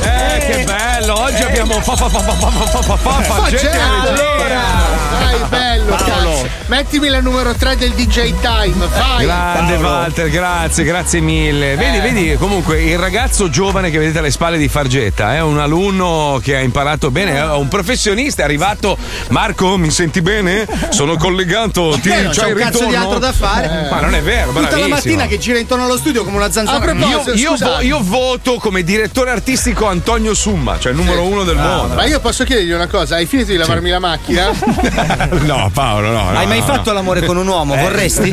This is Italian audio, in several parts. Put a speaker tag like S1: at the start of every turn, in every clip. S1: Eh, che bello. Oggi abbiamo fa fa fa fa fa fa fa fa fa gente
S2: allora, dai, bello,
S1: Paolo.
S2: cazzo. Mettimi la numero 3 del DJ Time, vai.
S1: Grande Walter, grazie, grazie mille. Vedi, vedi, comunque il ragazzo giovane che vedete alle spalle di Fargetta è un alunno che ha imparato bene, è un professionista, è arrivato. Marco, mi senti bene? Sono collegato, ti
S3: Eh, non c'è
S1: c'hai
S3: un
S1: il
S3: cazzo
S1: ritorno? Eh.
S3: di altro da fare.
S1: Ma non è vero,
S3: Tutta
S1: bravissimo.
S3: la mattina che gira intorno allo studio come una zanzara.
S1: A proposito, io, io vo- io voto come direttore artistico Antonio Summa, cioè il numero uno del
S2: Ah,
S1: mondo.
S2: Ma io posso chiedergli una cosa, hai finito di lavarmi la macchina?
S1: No, Paolo, no.
S2: Hai
S1: no,
S2: mai
S1: no.
S2: fatto l'amore con un uomo? Vorresti?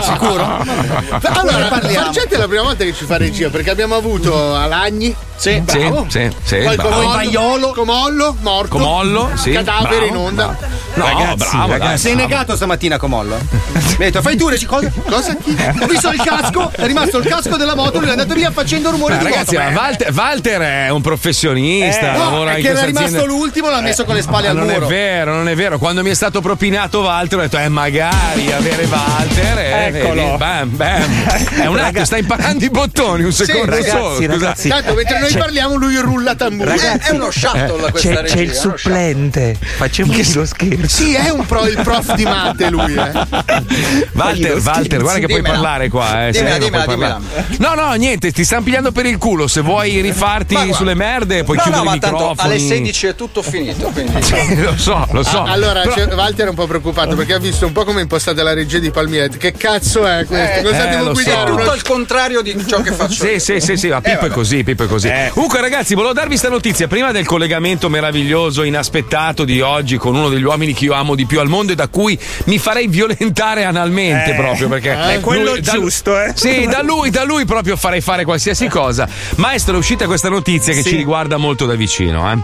S3: Sicuro?
S2: Eh. Allora, Fargetta è la prima volta che ci fa regia perché abbiamo avuto Alagni, sì, bravo.
S1: sì, sì,
S2: poi
S1: bravo.
S2: Comollo,
S3: Vaiolo.
S2: Comollo, morto,
S1: Comollo, sì,
S2: cadavere
S1: bravo,
S2: in onda.
S1: No, bravo, dai,
S3: sei
S1: bravo.
S3: negato stamattina, Comollo. Mi ha detto, fai tu regi- cosa? cosa? Ho visto il casco, è rimasto il casco della moto, lui è andato via facendo rumore
S1: Ma
S3: di
S1: Ah, ragazzi,
S3: moto.
S1: ma Walter, Walter è un professionista,
S3: Eh, no,
S1: lavora
S3: è
S1: in
S3: che era
S1: questa
S3: rimasto
S1: azienda. Eh,
S3: l'ultimo, l'ha messo con le spalle
S1: Ma
S3: al
S1: non
S3: muro.
S1: è vero, non è vero. Quando mi è stato propinato Walter, ho detto, eh, magari avere Walter. eh,
S4: Eccolo.
S1: vedi, bam, bam. È un attimo, sta imparando i bottoni un secondo
S4: ragazzi,
S1: solo. scusa.
S4: ragazzi.
S2: Tanto mentre
S1: Cioè,
S2: noi parliamo lui rulla tamburo.
S4: Ragazzi,
S2: è uno shuttle
S4: eh,
S2: questa
S4: c'è,
S2: regia.
S4: c'è il supplente. Facciamo lo scherzo.
S2: Sì, è un pro- il prof di matte lui, eh.
S1: Walter, Walter, guarda che puoi
S4: Dimmela.
S1: parlare qua. Eh, se
S4: Dimmela,
S1: no non puoi
S4: dimmela,
S1: parlare. No, no, niente, ti stanno pigliando per il culo. Se vuoi rifarti sulle merde, puoi
S5: no,
S1: chiudere
S5: no,
S1: i
S5: ma tanto
S1: microfoni.
S5: alle 16 è tutto finito. Quindi.
S1: eh. Sì, lo so, lo so.
S2: Ah, allora,
S1: Però-
S2: c'è- Walter è un po' preoccupato perché ha visto un po' come è impostata la regia di Palmieri. Che cazzo è questo?
S5: Eh,
S2: Cosa
S1: eh,
S2: devo
S1: lo
S2: guidare?
S1: so.
S2: Uno-
S5: tutto al contrario di ciò che faccio.
S1: Sì, sì, sì,
S4: Eh,
S1: sì, ma Pippo è così, Pippo è così. Comunque, ragazzi, volevo darvi questa notizia prima del collegamento meraviglioso, inaspettato di oggi con uno degli uomini che io amo di più al mondo e da cui mi farei violentare analmente
S4: Eh,
S1: proprio perché
S4: è quello
S1: da-
S4: giusto, eh.
S1: Sì, da lui, da lui proprio farei fare qualsiasi cosa. Maestro, è uscita questa notizia che
S4: Sì.
S1: ci riguarda molto da vicino, eh.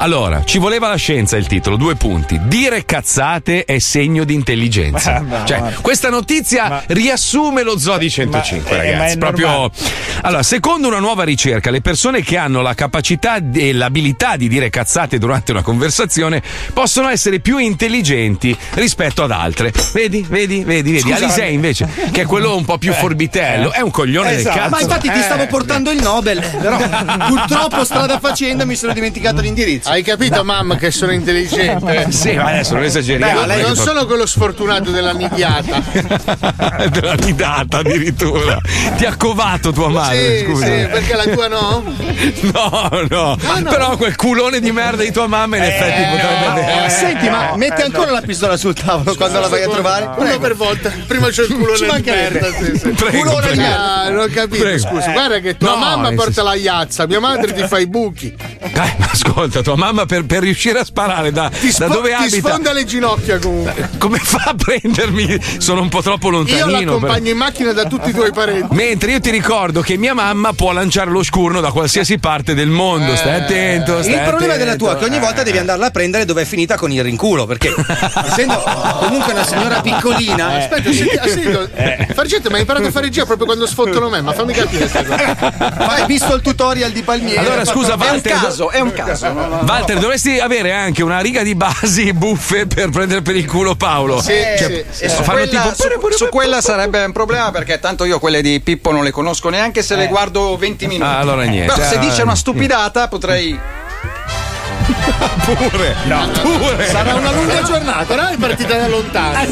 S1: Allora, ci voleva la scienza il titolo, due punti. Dire cazzate è segno di intelligenza.
S4: Ma- ma-
S1: cioè, questa notizia riassume lo zoo di 105,
S4: ma- eh, ma
S1: ragazzi.
S4: è
S1: proprio. Allora, secondo una nuova ricerca, le persone che hanno la capacità e l'abilità di dire cazzate durante una conversazione possono essere più intelligenti rispetto ad altre. Vedi, vedi, vedi, vedi.
S3: Scusa,
S1: Alisei, invece, che è quello un
S4: Eh.
S1: po' più forbitello, è un coglione
S3: Esatto.
S1: del cazzo.
S3: Ma infatti ti
S1: Eh.
S3: stavo portando il Nobel, però purtroppo strada facendo mi sono dimenticato l'indirizzo.
S2: Hai capito, mamma, che sono intelligente?
S1: Sì, ma adesso non esageriamo.
S2: Beh,
S1: non è
S2: non
S1: che-
S2: sono quello sfortunato della nidiata.
S1: Della nidata addirittura. Ti ha covato tua madre,
S2: sì,
S1: scusa.
S2: sì, perché la tua no?
S1: No, no, Però quel culone di merda di tua mamma in effetti potrebbe eh, avere.
S3: Eh, Senti, ma metti ancora la pistola sul tavolo quando la vai a trovare?
S2: Uno per volta. Prima c'è il
S3: Ci
S2: culone di
S3: mancherebbe.
S2: merda. Sì, sì.
S1: Prego,
S2: Culone di
S1: prego.
S2: merda. Ah, Non ho capito,
S1: Prego.
S2: scusa.
S1: Eh.
S2: Guarda che tua
S1: No,
S2: mamma
S1: nel
S2: porta
S1: senso-
S2: la iazza, mia madre ti fa i buchi.
S1: Eh, ma ascolta, tua mamma per, per riuscire a sparare da,
S2: Ti,
S1: da
S2: sfo-
S1: dove
S2: ti
S1: abita.
S2: sfonda le ginocchia comunque.
S1: Come fa a prendermi? Sono un po' troppo
S2: Io
S1: lontanino.
S2: l'accompagno in macchina da tutti i tuoi parenti.
S1: però. Mentre io ti ricordo che mia mamma può lanciare lo scurno da qualsiasi parte del mondo. Stai attento. Stai
S3: Eh, Il problema
S1: attento. Eh.
S3: della tua è che ogni volta devi andarla a prendere dove è finita con il
S6: in culo perché essendo comunque una signora piccolina
S2: Aspetta, senti, ah, senti,
S6: Eh.
S2: Fargetta, ma hai imparato a fare regia proprio quando sfottono me, ma fammi capire questa cosa.
S3: Hai visto il tutorial di Palmieri?
S1: Allora,
S3: Hai
S1: scusa,
S3: fatto-
S1: Walter, do- Walter, dovresti avere anche una riga di basi buffe per prendere per il culo Paolo.
S5: Sì,
S1: Cioè,
S5: sì,
S1: eh,
S5: sì.
S1: farlo
S5: Quella-
S1: tipo-
S5: su, su quella sarebbe un problema perché tanto io quelle di Pippo non le conosco neanche se le guardo 20 minuti.
S1: Eh. Ah, allora niente.
S5: Però se
S1: Ah,
S5: dice una stupidata potrei.
S1: pure, pure.
S2: Sarà una lunga giornata, no? È partita da lontano.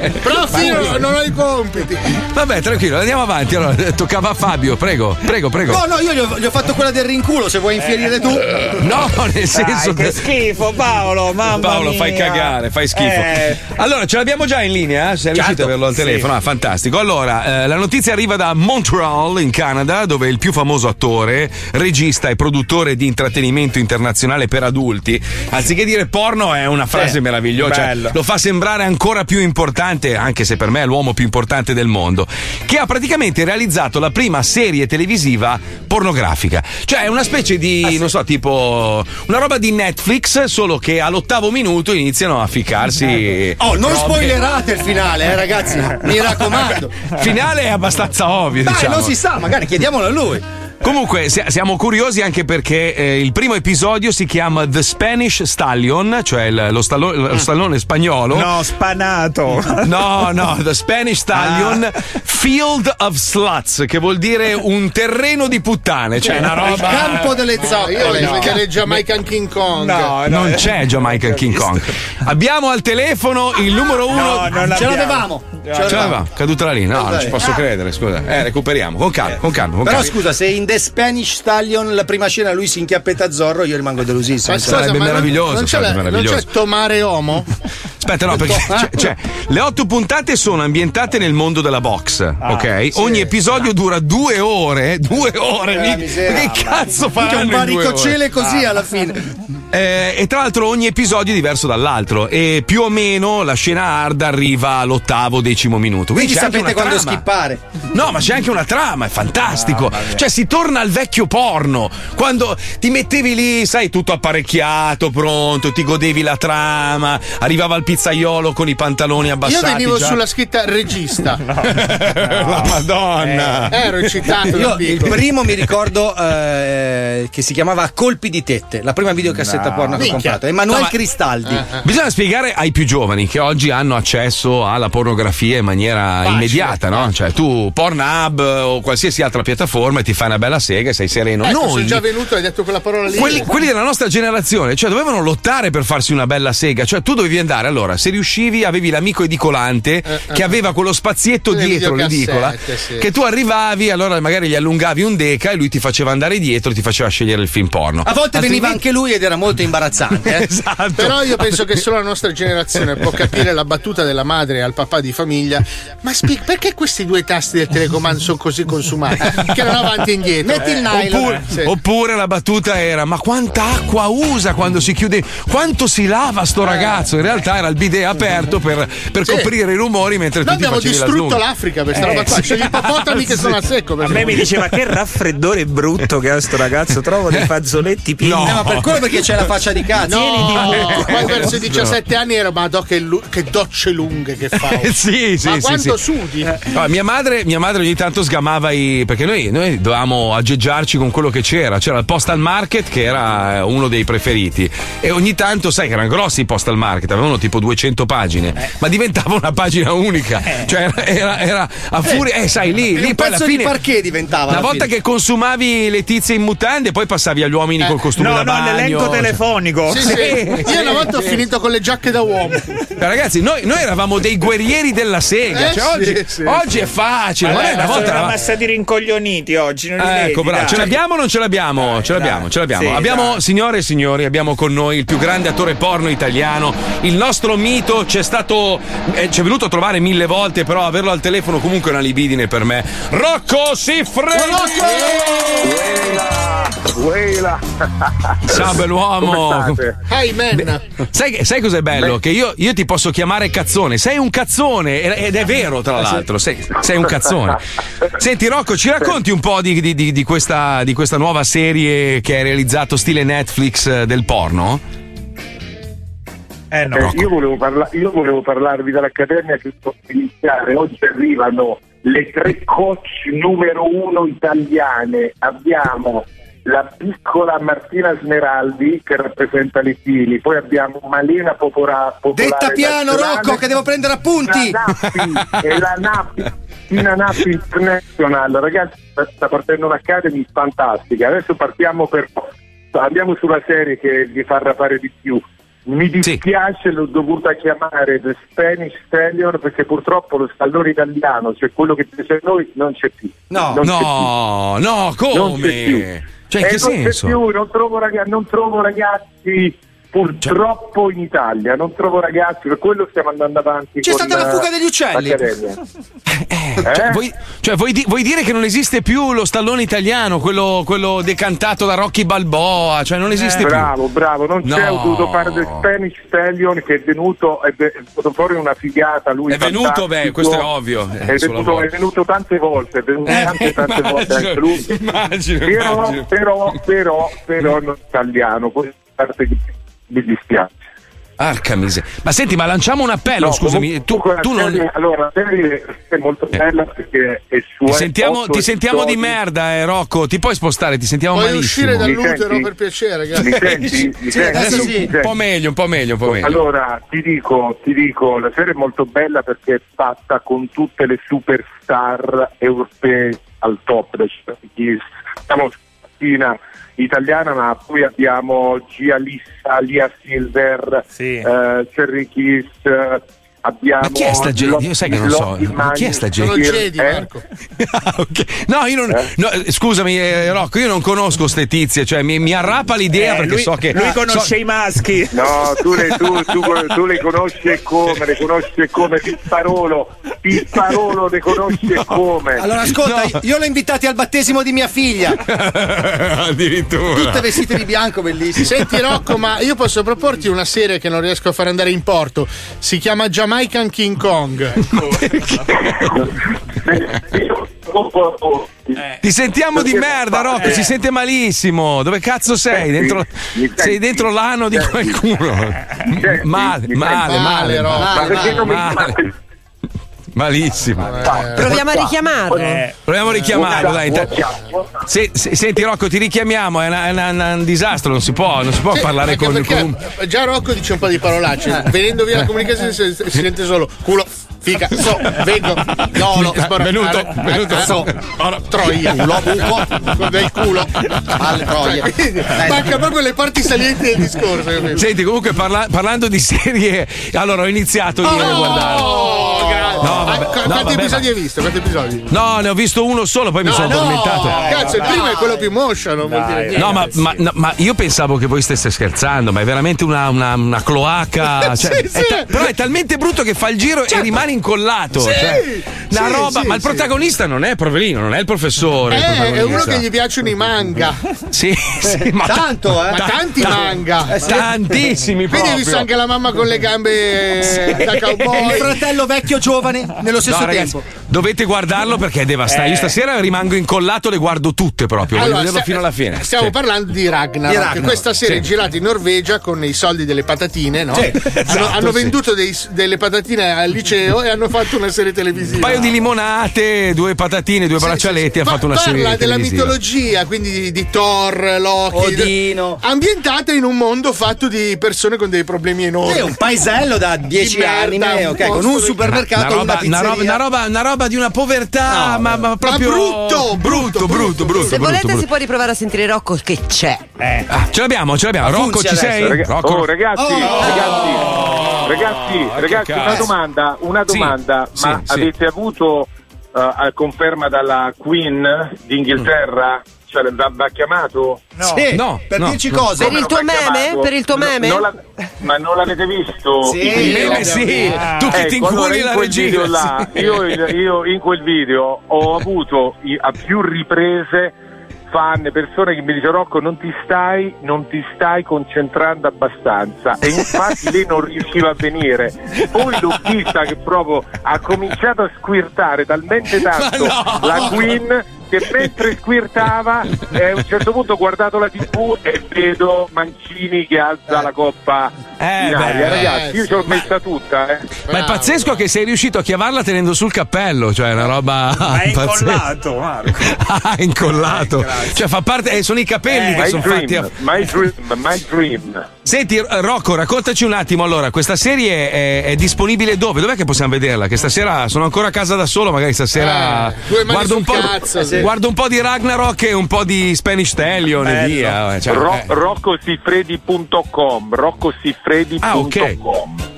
S5: Eh,
S2: Prof, io non ho i compiti.
S1: Vabbè, tranquillo, andiamo avanti. Allora, eh, toccava a Fabio, prego, prego, prego.
S3: No, no, io gli ho, gli ho fatto quella del rinculo, se vuoi infierire tu.
S5: Eh.
S1: No, nel senso
S3: che
S6: schifo, Paolo, mamma
S1: Ah, Paolo, fai cagare, fai schifo.
S5: Eh.
S3: Eh.
S1: Allora, ce l'abbiamo già in linea? eh? Sei riuscito ad averlo al
S6: sì.
S1: telefono? Ah, fantastico. Allora, eh, la notizia arriva da Montreal, in Canada, dove il più famoso attore, regista e produttore di intrattenimento internazionale per adulti, anziché dire porno è una frase
S6: Sì,
S1: meravigliosa, cioè,
S6: bello.
S1: lo fa sembrare ancora più importante, anche se per me è l'uomo più importante del mondo, che ha praticamente realizzato la prima serie televisiva pornografica. Cioè, è una specie
S3: Ah,
S1: di, non so, tipo una roba di Netflix, solo che all'ottavo minuto iniziano a ficcarsi.
S3: Oh, non
S1: robe-
S3: spoilerate il finale, eh, ragazzi. Mi raccomando.
S1: Finale è abbastanza ovvio.
S3: Dai,
S1: diciamo.
S3: non si sa, magari chiediamolo a lui.
S1: Comunque si- siamo curiosi anche perché eh, il primo episodio si chiama The Spanish Stallion, cioè il- lo, stallo-
S3: Mm.
S1: lo stallone spagnolo.
S7: No, spanato.
S1: No, Oh, no, The Spanish Stallion Field of Sluts, che vuol dire un terreno di puttane, cioè una roba.
S2: Eh, Il campo delle zappe. Io voglio
S1: No.
S2: vedere Jamaican King Kong. eh.
S1: non c'è Jamaica il King Kong. Abbiamo al telefono il numero uno.
S2: No, non Ce l'abbiamo. l'avevamo.
S1: Ce l'avevamo, caduta la linea. No, non ci posso credere, scusa. Eh, recuperiamo. Con calma, con calma. Con
S3: Però
S1: calma.
S3: scusa, se in The Spanish Stallion la prima scena lui si inchiappetta a Zorro, io rimango delusissimo.
S2: Ma scusa,
S1: Eh, Sarebbe
S2: ma non-
S1: meraviglioso,
S2: Non c'è, la-
S1: sarebbe
S2: non c'è
S1: meraviglioso.
S2: Tomare Homo?
S1: Aspetta, no, perché cioè,
S3: eh.
S1: cioè, le otto puntate sono ambientate nel mondo della box, ok?
S3: sì.
S1: Ogni episodio dura due ore. Due ore.
S3: Eh, la
S1: mi-
S3: miseria,
S1: che
S3: mamma
S1: cazzo
S3: mia.
S1: faranno
S3: Minchia, un
S1: in due ore?
S3: varicocele così
S1: Ah.
S3: alla fine.
S1: Eh, e tra l'altro ogni episodio è diverso dall'altro e più o meno la scena hard arriva all'ottavo decimo minuto.
S3: Quindi
S1: Quindi, c'è anche
S3: sapete
S1: una
S3: quando
S1: trama.
S3: schippare. Ah,
S1: No, ma c'è anche una trama, è fantastico. cioè, si torna al vecchio porno. Quando ti mettevi lì, sai, tutto apparecchiato, pronto, ti godevi la trama, arrivava il pizzaiolo con i pantaloni
S2: Io
S1: abbassati.
S2: venivo
S1: già.
S2: sulla scritta regista.
S1: Eh, La
S2: Ah.
S1: Madonna.
S2: Eh, ero eccitato da
S3: Io il
S2: piccolo.
S3: primo mi ricordo eh, che si chiamava Colpi di tette, la prima videocassetta
S1: No.
S3: porno che ho
S1: Minchia.
S3: comprato. Emanuele
S1: No, ma-
S3: Cristaldi.
S2: Ah,
S1: Bisogna spiegare ai più giovani che oggi hanno accesso alla pornografia in maniera immediata, no? Cioè, tu Pornhub o qualsiasi altra piattaforma e ti fai una bella sega e sei sereno.
S2: Ecco, sono
S1: Noi,
S2: già venuto, hai detto quella parola lì.
S1: quelli, quelli della nostra generazione, cioè, dovevano lottare per farsi una bella sega. Cioè, tu dovevi andare, allora, se riuscivi, avevi l'amico edicolante
S2: eh.
S1: che aveva quello spazietto
S2: Le
S1: dietro
S2: videocassette,
S1: l'edicola,
S2: sì.
S1: che tu arrivavi, allora magari gli allungavi un deca e lui ti faceva andare dietro, ti faceva scegliere il film porno.
S3: A volte veniva
S1: Altrimenti-
S3: anche lui ed era molto imbarazzante. eh.
S1: Esatto.
S2: Però io penso che solo la nostra generazione può capire la battuta della madre al papà di famiglia. Ma spiega perché questi due tasti del telecomando sono così consumati? Che erano avanti e indietro. eh.
S3: Metti il nylon. Eh,
S1: Oppure,
S2: Sì.
S1: oppure la battuta era: Ma quanta acqua usa quando si chiude? Quanto si lava
S3: Eh.
S1: sto ragazzo? In realtà era il bidet aperto per, per
S2: Sì.
S1: coprire i rumori mentre
S2: Noi
S1: tu ti
S2: abbiamo
S1: facevi la
S2: distrutto
S1: snuga.
S2: l'Africa per sta
S7: Eh,
S2: roba qua.
S7: sì.
S2: C'è gli ippopotami che sono a secco. per
S7: A me
S2: esempio.
S7: mi diceva che raffreddore brutto che ha sto ragazzo, trovo dei fazzoletti pieni.
S3: Eh, ma per quello perché c'è la faccia di Eh, cazzo.
S2: No, poi verso i 17 anni ero, ma do che, lu- che docce lunghe che fa.
S1: Eh, sì, sì,
S2: ma
S1: sì,
S2: quanto
S1: sì. Eh,
S2: sudi?
S1: No, mia, madre, mia madre ogni tanto sgamava i. perché noi, noi dovevamo aggeggiarci con quello che c'era. C'era il postal market che era eh, uno dei preferiti. E ogni tanto, sai che erano grossi i postal market, avevano tipo 200 pagine, ma diventava una pagina unica. Cioè, era, era- era a furia. Eh, sai, lì,
S3: Era
S1: lì
S3: un
S1: poi alla
S3: pezzo di
S1: fine.
S3: parquet diventava.
S1: Una
S3: alla
S1: volta
S3: fine.
S1: che consumavi le tizie in mutande, poi passavi agli uomini col costume
S7: No,
S1: da
S7: no,
S1: bagno. cioè.
S7: l'elenco telefonico.
S2: Sì, sì.
S1: Eh,
S2: Io una volta ho finito con le giacche da uomo.
S1: Cioè, ragazzi, noi, noi eravamo dei guerrieri della sega.
S2: Eh,
S1: Cioè,
S2: sì,
S1: oggi,
S2: sì,
S1: oggi è facile. Ma noi
S7: Una
S1: una volta
S7: sono una
S1: eravamo-
S7: massa di rincoglioniti oggi, non li vedi,
S1: Ecco, bravo.
S7: dai.
S1: Ce l'abbiamo o non ce l'abbiamo? ce l'abbiamo, ce l'abbiamo.
S7: Sì,
S1: abbiamo,
S7: dai.
S1: signore e signori, abbiamo con noi il più grande attore porno italiano. Il nostro mito c'è stato. eh, ci è venuto a trovare mille volte, però averlo al telefono comunque è una libidine per me. Rocco Siffredi!
S8: Weila.
S1: Ciao, bell'uomo!
S2: Hey man,
S1: Sai, che- sai cos'è bello? Che io, io ti posso chiamare cazzone. Sei un cazzone, e- ed è vero, tra
S8: Eh
S1: l'altro. Sei, sei un cazzone. Senti, Rocco, ci racconti un po' di, di- di- di questa, di questa nuova serie che hai realizzato stile Netflix eh, del porno?
S4: Eh, no.
S8: io, volevo parla- io volevo parlarvi dall'Accademia che sto per iniziare. Oggi arrivano le tre coach numero uno italiane. Abbiamo la piccola Martina Smeraldi che rappresenta le Fili, poi abbiamo Malena Popora- Popolare.
S3: Detta piano,
S8: nazionale.
S3: Rocco, che devo prendere appunti.
S8: è la Nappi Tina Nappi International ragazzi sta partendo un'academy fantastica adesso partiamo per andiamo sulla serie che vi farà fare di più mi dispiace l'ho dovuta chiamare The Spanish Stallion perché purtroppo lo stallone italiano cioè quello che piace a noi non c'è più
S1: No,
S8: Non c'è
S1: no, no,
S8: Non c'è
S1: come?
S8: più.
S1: Cioè, in
S8: Eh,
S1: che
S8: non c'è
S1: senso?
S8: più, non trovo, raga- non trovo ragazzi purtroppo in Italia, non trovo ragazzi, per quello stiamo andando avanti.
S3: C'è
S8: con,
S3: stata la fuga
S8: eh,
S3: degli uccelli.
S8: l'Accademia. Eh.
S1: Cioè, vuoi, cioè, vuoi di- vuoi dire che non esiste più lo stallone italiano, quello, quello decantato da Rocky Balboa? Cioè, non esiste più.
S8: Eh, bravo, bravo, non c'è,
S1: No.
S8: ho dovuto fare del Spanish Stallion che è venuto, è ve- è venuto fuori una figata, lui
S1: È venuto,
S8: fantastico.
S1: beh, questo è ovvio, eh,
S8: È
S1: il suo
S8: venuto,
S1: lavoro.
S8: è venuto tante volte, è venuto
S1: Eh,
S8: tante, tante
S1: immagino,
S8: volte anche lui.
S1: immagino,
S8: però,
S1: immagino.
S8: però, però, però, non italiano, questa parte che mi dispiace.
S1: Arca miseria. Ma senti, ma lanciamo un appello,
S8: No,
S1: scusami. Tu,
S8: comunque la
S1: tu non. Eh.
S8: serie- Allora, la serie è molto bella perché è sua.
S1: Ti sentiamo, ti sentiamo di merda, eh, Rocco. Ti puoi spostare, ti sentiamo
S2: Puoi
S1: malissimo.
S2: uscire dall'utero per piacere, ragazzi.
S8: Mi senti? Mi senti?
S2: adesso sì.
S1: Un po' meglio, un po' meglio, un po' meglio.
S8: Allora, ti dico, ti dico, la serie è molto bella perché è fatta con tutte le superstar europee al top. cioè, chi- Siamo stamattina italiana, ma poi abbiamo Gia Lissa, Lia Silver, eh, Cherry Kiss. eh, Abbiamo
S1: Ma chi è sta Jedi? Io sai che non so.
S8: Lottie
S1: Ma chi è sta
S8: Manning,
S1: Jedi?
S8: eh?
S1: Sono Jedi, Ah, No, io non. no, eh, scusami, eh, Rocco, io non conosco ste tizie, cioè mi, mi arrapa l'idea
S8: Eh,
S1: perché
S8: lui-
S1: so che.
S8: lui conosce
S1: so-
S8: i No, tu le, tu, tu, tu le conosci e come, le conosci e come Pipparolo, Pipparolo le conosci e come.
S3: Allora, ascolta, io l'ho invitati al battesimo di mia figlia.
S1: Addirittura.
S3: Tutte vestite di bianco, bellissime.
S2: Senti Rocco, ma io posso proporti una serie che non riesco a far andare in porto. Si chiama Jamaican King Kong.
S1: Ti sentiamo di
S2: Perché-
S1: merda, Rocco,
S2: eh.
S1: si sente malissimo. Dove cazzo sei?
S8: Senti,
S1: Dentro-
S8: mi senti?
S1: sei dentro l'ano di
S8: Senti.
S1: qualcuno.
S8: Senti,
S1: Male,
S8: mi
S1: male,
S8: senti?
S1: male,
S8: Male, Ma perché non mi
S1: male.
S8: chiamate?
S1: Malissimo.
S9: Proviamo a richiamarlo.
S1: Proviamo a richiamarlo,
S9: Eh,
S1: dai. intanto- Se- se- senti Rocco, ti richiamiamo, è, una- è una- una- un disastro, non si può, non si può
S2: Sì,
S1: parlare
S2: anche
S1: con,
S2: perché
S1: con un- Ah.
S2: Già Rocco dice un po' di parolacce. Venendo via la comunicazione si, si sente solo culo, fica, so, vengo, yolo, sbor-
S1: Ah, Venuto,
S2: ar- ar-
S1: venuto.
S2: ah, so, or- troia, culo, buco, del culo, palle, troia. Manca proprio le parti salienti del discorso. capito?
S1: Senti, comunque parla- parlando di serie, allora ho iniziato ieri a guardare.
S2: Oh, grazie.
S1: No, vabbè,
S2: Ah, qu-
S1: no,
S2: quanti
S1: vabbè,
S2: episodi hai visto? Quanti episodi?
S1: No, ne ho visto uno solo, poi mi sono
S2: Ah, no,
S1: addormentato.
S2: Cazzo, il primo è quello più moscia, non vuol dire niente. Eh,
S1: No ma, ma- no, ma io pensavo che voi stesse scherzando, ma è veramente una, una- una cloaca.
S10: Sì,
S1: cioè, è
S10: sì.
S1: ta- però è talmente brutto che fa il giro e rimane incollato.
S2: Sì,
S1: cioè, una
S2: sì,
S1: roba.
S2: sì,
S1: ma il
S2: sì.
S1: protagonista non è Proverino, non è il professore. il
S2: Eh, è uno
S1: protagonista.
S2: che gli piacciono i manga.
S1: Sì, sì, ma
S2: tanto, eh. Ma
S1: ta-
S2: tanti
S1: ta-
S2: manga.
S1: Eh, sì. Tantissimi
S2: Quindi hai
S1: proprio.
S2: visto anche la mamma con le gambe
S1: Sì.
S2: da cowboy.
S1: Il
S2: fratello vecchio giovane nello
S1: No, ragazzi, dovete guardarlo perché è devastante. Io stasera rimango incollato, le guardo tutte proprio.
S2: Eh. Allora,
S1: voglio vederlo
S2: sta-
S1: fino alla fine.
S2: Stiamo
S1: Sì.
S2: parlando di Ragnarok,
S1: Di Ragnarok,
S2: questa serie
S1: sì.
S2: è girata in Norvegia con i soldi delle patatine, no?
S1: Sì,
S2: hanno,
S1: esatto,
S2: hanno
S1: sì.
S2: venduto dei- delle patatine al liceo e hanno fatto una serie televisiva.
S1: Un paio di limonate, due patatine, due braccialetti. Ha
S2: Pa-
S1: fatto una
S2: parla
S1: serie.
S2: della
S1: televisiva.
S2: mitologia, quindi di, di Thor, Loki,
S3: Odino.
S2: de- ambientata in un mondo fatto di persone con dei problemi enormi.
S3: È un paesello da
S2: Di
S3: 10 anni,
S2: merda,
S3: eh, ok, con
S2: posto
S3: un
S2: di-
S1: una
S3: supermercato, una
S1: roba, una,
S3: pizzeria.
S1: roba, una, roba, una roba di una povertà, ma, ma proprio
S2: brutto,
S1: brutto, brutto, brutto.
S9: Se
S1: brutto,
S9: volete si
S1: brutto.
S9: può riprovare a sentire Rocco che c'è.
S1: Ah, ce l'abbiamo, ce l'abbiamo. Rocco, ci sei?
S8: Raga-
S1: Rocco.
S8: oh, ragazzi, ragazzi, ragazzi, ragazzi, una
S1: Oh, cazzo.
S8: domanda, una
S1: Sì,
S8: domanda,
S1: sì,
S8: ma
S1: sì.
S8: avete avuto eh, a conferma dalla Queen d'Inghilterra? Cioè, l'aveva chiamato?
S3: No. Sì, No, per no, dirci no. cosa?
S9: Per il tuo
S8: L'aveva
S9: meme?
S8: chiamato?
S9: Per il tuo
S8: No,
S9: meme?
S8: non la- ma non l'avete visto?
S9: Sì,
S8: il video?
S9: il meme sì.
S8: Ah.
S9: Tu che ti
S8: Ecco, allora,
S9: incuri
S8: in
S9: la
S8: quel
S9: regina,
S8: video là,
S9: sì.
S8: io, io in quel video ho avuto i- a più riprese fan, persone che mi dicono Rocco non ti stai, non ti stai concentrando abbastanza e infatti lei non riusciva a venire poi l'ho vista che proprio ha cominciato a squirtare talmente tanto
S10: Ma no!
S8: la Queen che mentre squirtava eh, a un certo punto ho guardato la tv e vedo Mancini che alza la coppa
S1: Eh,
S8: in
S1: beh,
S8: aria.
S1: eh,
S8: Ragazzi, io
S1: sì.
S8: ci ho messa tutta. Eh.
S1: Ma è pazzesco che sei riuscito a chiavarla tenendo sul cappello, cioè è una roba.
S7: Ma è
S1: pazzesca.
S7: incollato, Marco.
S1: Ah, è incollato. Cioè fa parte. eh, sono i capelli che
S8: my,
S1: sono
S8: dream,
S1: fatti a.
S8: my dream, my dream.
S1: Senti, eh, Rocco, raccontaci un attimo. Allora, questa serie è, è disponibile dove? Dov'è che possiamo vederla? Che stasera sono ancora a casa da solo, magari stasera.
S2: Eh, due mani
S1: guardo,
S2: sul
S1: un po',
S2: cazzo,
S1: eh,
S2: sì.
S1: guardo un po' di Ragnarok e un po' di Spanish Stallion e via. eh, Cioè,
S8: Ro-
S1: eh.
S8: roccosifredi.com roccosifredi.com
S1: Ah, ok.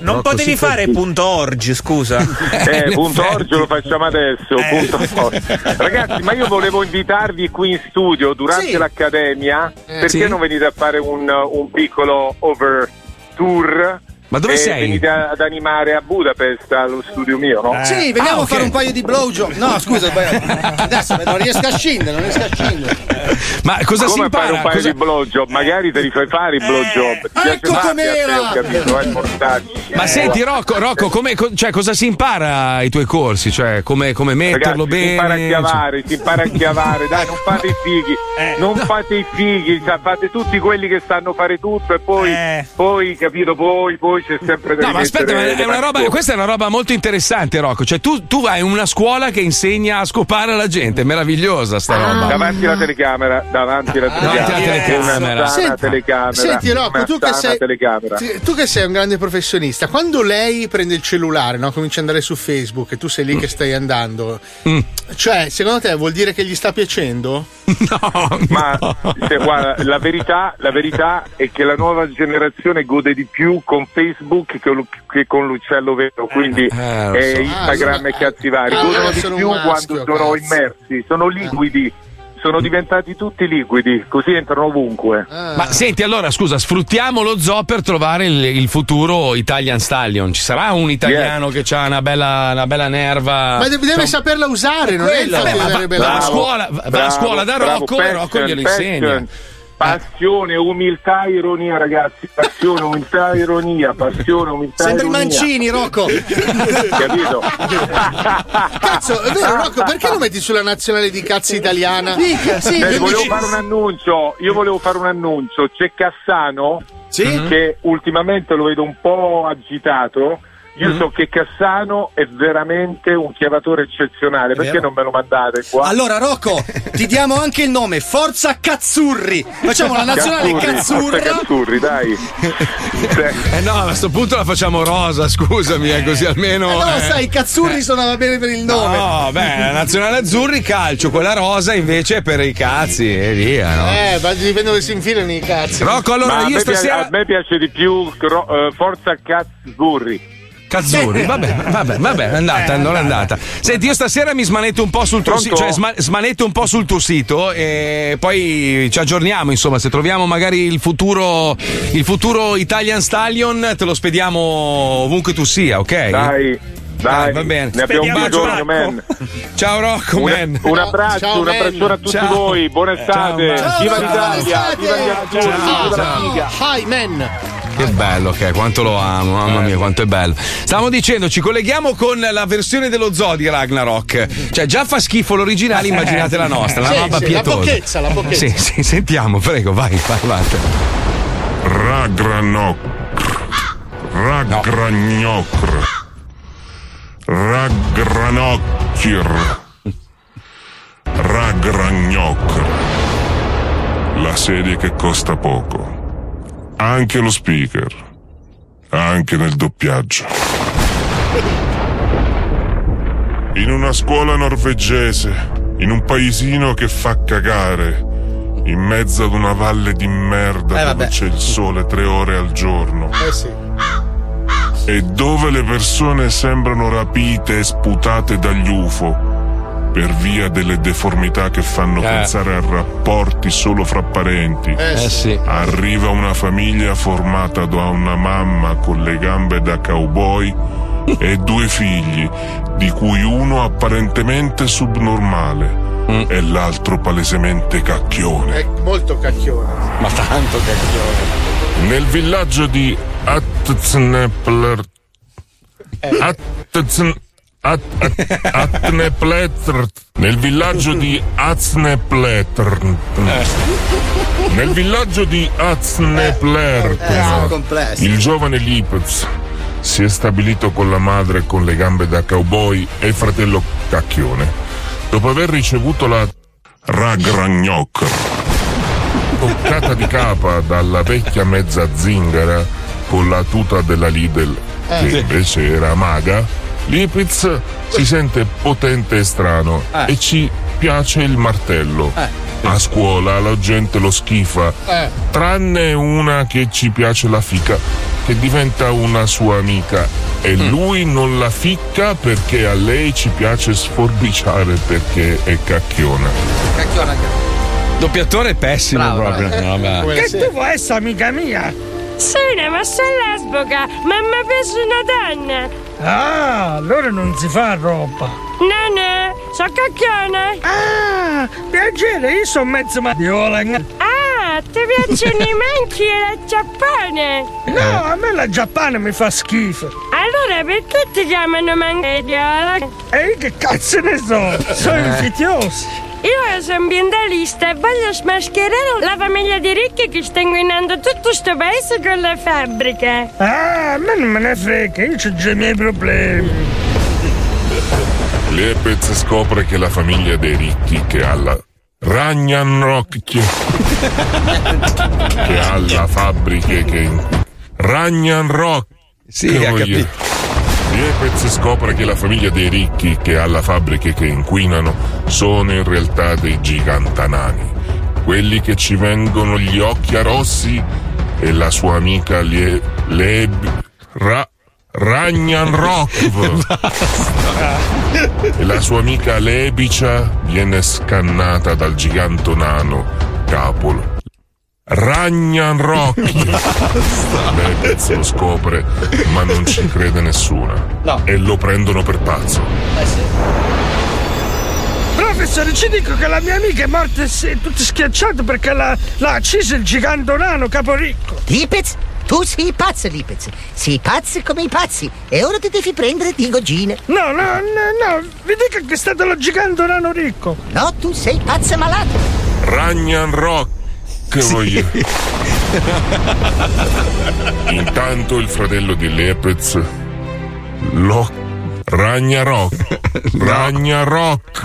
S7: Non potevi fare punto org, scusa.
S8: Eh, punto orge lo facciamo adesso.
S3: Eh.
S8: punto orge. Ragazzi, ma io volevo invitarvi qui in studio durante
S7: Sì.
S8: l'accademia. perché
S1: Eh. Sì.
S8: non venite a fare un, un piccolo over tour?
S1: Ma dove
S8: e
S1: sei?
S8: Venite a- ad animare a Budapest allo studio mio, no?
S3: Sì, veniamo
S1: ah,
S3: a
S1: ok.
S3: fare un paio di blowjob. No, scusa, adesso non riesco a scendere, non riesco a scendere.
S1: Ma cosa
S8: Come
S1: si impara?
S8: fare un paio
S1: Cosa-
S8: di blowjob? Magari te li fai fare i
S2: Eh,
S8: blowjob. Ti piace
S3: ecco
S8: farli a
S3: com'era!
S8: te, ho capito, eh, mortacci.
S1: Ma senti, Rocco, Rocco come- co- cioè, cosa si impara ai tuoi corsi? Cioè, come, come
S8: Ragazzi,
S1: metterlo
S8: si
S1: bene?
S8: impara a
S1: Cioè-
S8: chiavare, si impara a chiavare, dai, non fate i fighi,
S2: Eh,
S8: non fate i fighi, sa- fate tutti quelli che sanno fare tutto e poi,
S2: Eh.
S8: poi capito, poi, poi c'è sempre da
S1: No, ma aspetta, ma
S8: rimettere
S1: è una
S8: le
S1: roba,
S8: mansioni.
S1: questa è una roba molto interessante, Rocco. Cioè, tu, tu hai una scuola che insegna a scopare la gente, è meravigliosa sta
S8: Ah.
S1: roba.
S8: Davanti alla telecamera, davanti alla
S1: Davanti
S8: telecamera,
S1: alla telecamera.
S8: una sana
S1: Senti-
S8: telecamera.
S2: Senti Rocco,
S8: una
S2: tu che,
S8: sana
S2: sei,
S8: telecamera.
S2: ti- tu che sei un grande professionista, quando lei prende il cellulare, no, comincia ad andare su Facebook e tu sei lì che stai andando,
S1: Mm.
S2: cioè secondo te vuol dire che gli sta piacendo?
S8: Ma se- guarda, la verità, la verità è che la nuova generazione gode di più con Facebook che, lu- che con l'uccello vero, quindi
S1: lo
S8: eh,
S1: so.
S8: Instagram e cazzi vari.
S2: ah,
S8: Godono
S2: allora
S8: di
S2: sono
S8: più
S2: un maschio,
S8: quando sono
S2: cazzo. Eh.
S8: immersi, sono liquidi, sono diventati tutti liquidi, così entrano ovunque.
S2: Eh,
S1: Ma senti, allora, scusa, sfruttiamo lo zoo per trovare il, il futuro Italian Stallion. Ci sarà un italiano che ha una bella, una bella nerva?
S2: Ma deve, deve saperla usare, non è il
S1: Quello.
S2: fatto
S1: Beh,
S2: di
S1: ma
S2: avere
S1: va-
S2: bella
S1: va a
S2: voce.
S1: scuola, va- va a scuola da Rocco e Rocco glielo insegna. Eh.
S8: Passione, umiltà, ironia, ragazzi. Passione, umiltà, ironia. Passione, umiltà,
S3: Sembri
S8: ironia.
S3: Mancini, Rocco.
S8: Capito?
S2: Cazzo, è vero Rocco, perché lo metti sulla nazionale di cazzo italiana?
S3: Minchia, sì,
S8: Beh,
S3: quindi
S8: volevo
S3: ci-
S2: Eh,
S8: fare un annuncio. Io volevo fare un annuncio. C'è Cassano Mhm. che ultimamente lo vedo un po' agitato. Io
S1: Mhm.
S8: so che Cassano è veramente un chiavatore eccezionale. Perché non me lo mandate qua?
S3: Allora, Rocco, ti diamo anche il nome, Forza Cazzurri. Facciamo la nazionale
S8: Cazzurri,
S3: Cazzurra.
S8: forza Cazzurri, dai. Cioè,
S1: Eh no, ma a sto punto la facciamo rosa, scusami, eh, così almeno.
S3: No,
S1: eh.
S3: sai, Cazzurri suonava bene per il nome.
S1: No, beh, la nazionale azzurri calcio, quella rosa invece è per i cazzi e via, no?
S2: Eh, ma dipende dove si infilano i cazzi.
S1: Rocco, allora
S8: Ma a
S1: io
S8: me piace-
S1: stasera.
S8: a me piace di più cro- eh, Forza Cazzurri.
S1: Cazzurri, vabbè, vabbè, vabbè, è andata, non è andata. Senti, io stasera mi smanetto un po' sul tuo
S8: Eh, Pronto?
S1: sito, cioè sma- smanetto un po' sul tuo sito e poi ci aggiorniamo, insomma, se troviamo magari il futuro il futuro Italian Stallion, te lo spediamo ovunque tu sia, ok?
S8: Dai, dai,
S1: va bene.
S8: ne abbiamo
S1: Spediamo
S8: bisogno,
S1: Rocco.
S8: man.
S1: Ciao Rocco,
S8: Un,
S1: man.
S8: un abbraccio,
S2: Ciao,
S8: un
S2: man.
S8: abbraccione a tutti
S1: Ciao.
S8: voi. Buona estate.
S1: Ciao,
S8: Viva
S1: ciao.
S8: l'Italia. Viva gli azzurri,
S1: Ciao,
S8: viva la
S1: ciao.
S8: figa.
S2: Hi man!
S1: Che bello che è, quanto lo amo, mamma mia, quanto è bello. Stavamo dicendo, ci colleghiamo con la versione dello zoo di Ragnarok. Cioè, già fa schifo l'originale, immaginate la nostra, la
S2: Eh, Sì,
S1: roba
S2: sì, la
S1: pietosa.
S2: bocchezza, la bocchezza.
S1: Sì, sì, sentiamo, prego, vai, parlate.
S11: Ragranok. Ragragnocr. Ragranocchir. Ragragnocr. La serie che costa poco. Anche lo speaker. Anche nel doppiaggio. In una scuola norvegese, in un paesino che fa cagare, in mezzo ad una valle di merda dove c'è il sole tre ore al giorno
S2: Eh sì.
S11: e dove le persone sembrano rapite e sputate dagli UFO per via delle deformità che fanno pensare a rapporti solo fra parenti.
S1: Eh sì.
S11: Arriva una famiglia formata da una mamma con le gambe da cowboy e due figli, di cui uno apparentemente subnormale
S1: Mm.
S11: e l'altro palesemente cacchione.
S2: È molto cacchione.
S1: Ma tanto cacchione.
S11: Nel villaggio di Atznepler. Atzn- At, at, Atnepletr, nel villaggio di Atnepletr. Nel villaggio di
S12: Eh, eh,
S11: Atnepletr,
S12: complesso.
S11: il giovane Lipez si è stabilito con la madre con le gambe da cowboy e il fratello Cacchione. Dopo aver ricevuto la ragragnoc toccata di capa dalla vecchia mezza zingara con la tuta della Lidl,
S4: Eh.
S11: che
S4: Sì.
S11: invece era maga, Lipitz si sente potente e strano
S4: Eh.
S11: e ci piace il martello. A scuola la gente lo schifa,
S4: Eh.
S11: tranne una che ci piace la fica, che diventa una sua amica. E
S4: Mm.
S11: lui non la ficca perché a lei ci piace sforbiciare perché è cacchiona.
S3: Doppiatore pessimo proprio. No, ma-
S13: Che tu vuoi essere amica mia?
S14: Sei una vassalla sboca, mamma penso una donna.
S13: Ah, allora non si fa roba.
S14: No, no, so cacchione.
S13: Ah, piacere, io sono mezzo madiola. No,
S14: Ah, ti piacciono i manchi e la Giappone.
S15: Eh.
S13: a me la Giappone mi fa schifo.
S14: Allora perché ti chiamano manchiola?
S13: E che cazzo ne so? Sono
S14: Eh.
S13: invidioso.
S14: Io sono ambientalista e voglio smascherare la famiglia di ricchi che sta inquinando tutto sto paese con le fabbriche.
S13: Ah, a me non me ne frega, io ho già i miei problemi.
S11: Lepez scopre che la famiglia dei ricchi che ha la Ragnarok che ha la fabbrica che Ragnarok
S3: Sì,
S11: che
S3: ha
S11: voglia.
S3: capito.
S11: Lepez scopre che la famiglia dei ricchi che ha la fabbrica che inquinano sono in realtà dei gigantanani quelli che ci vengono gli occhi a rossi e la sua amica Lie- Leb Ra- Ragnarok e la sua amica Lebicia viene scannata dal giganto nano Capol. Ragnan Rocky! Lebez lo scopre, ma non ci crede nessuno. E lo prendono per pazzo.
S13: Professore, ci dico che la mia amica è morta e si è tutta schiacciata perché l'ha, l'ha acceso il gigantonano caporicco.
S15: Lipez, tu sei pazzo, Lipez. Sei pazzo come i pazzi. E ora ti devi prendere di goggine.
S13: No, no, no, no, vi dico che è stato lo gigantonano ricco.
S15: No, tu sei pazzo malato.
S11: Ragnan Rock! Che voglio. Intanto il fratello di Lepez lo Ragnarok Ragnarok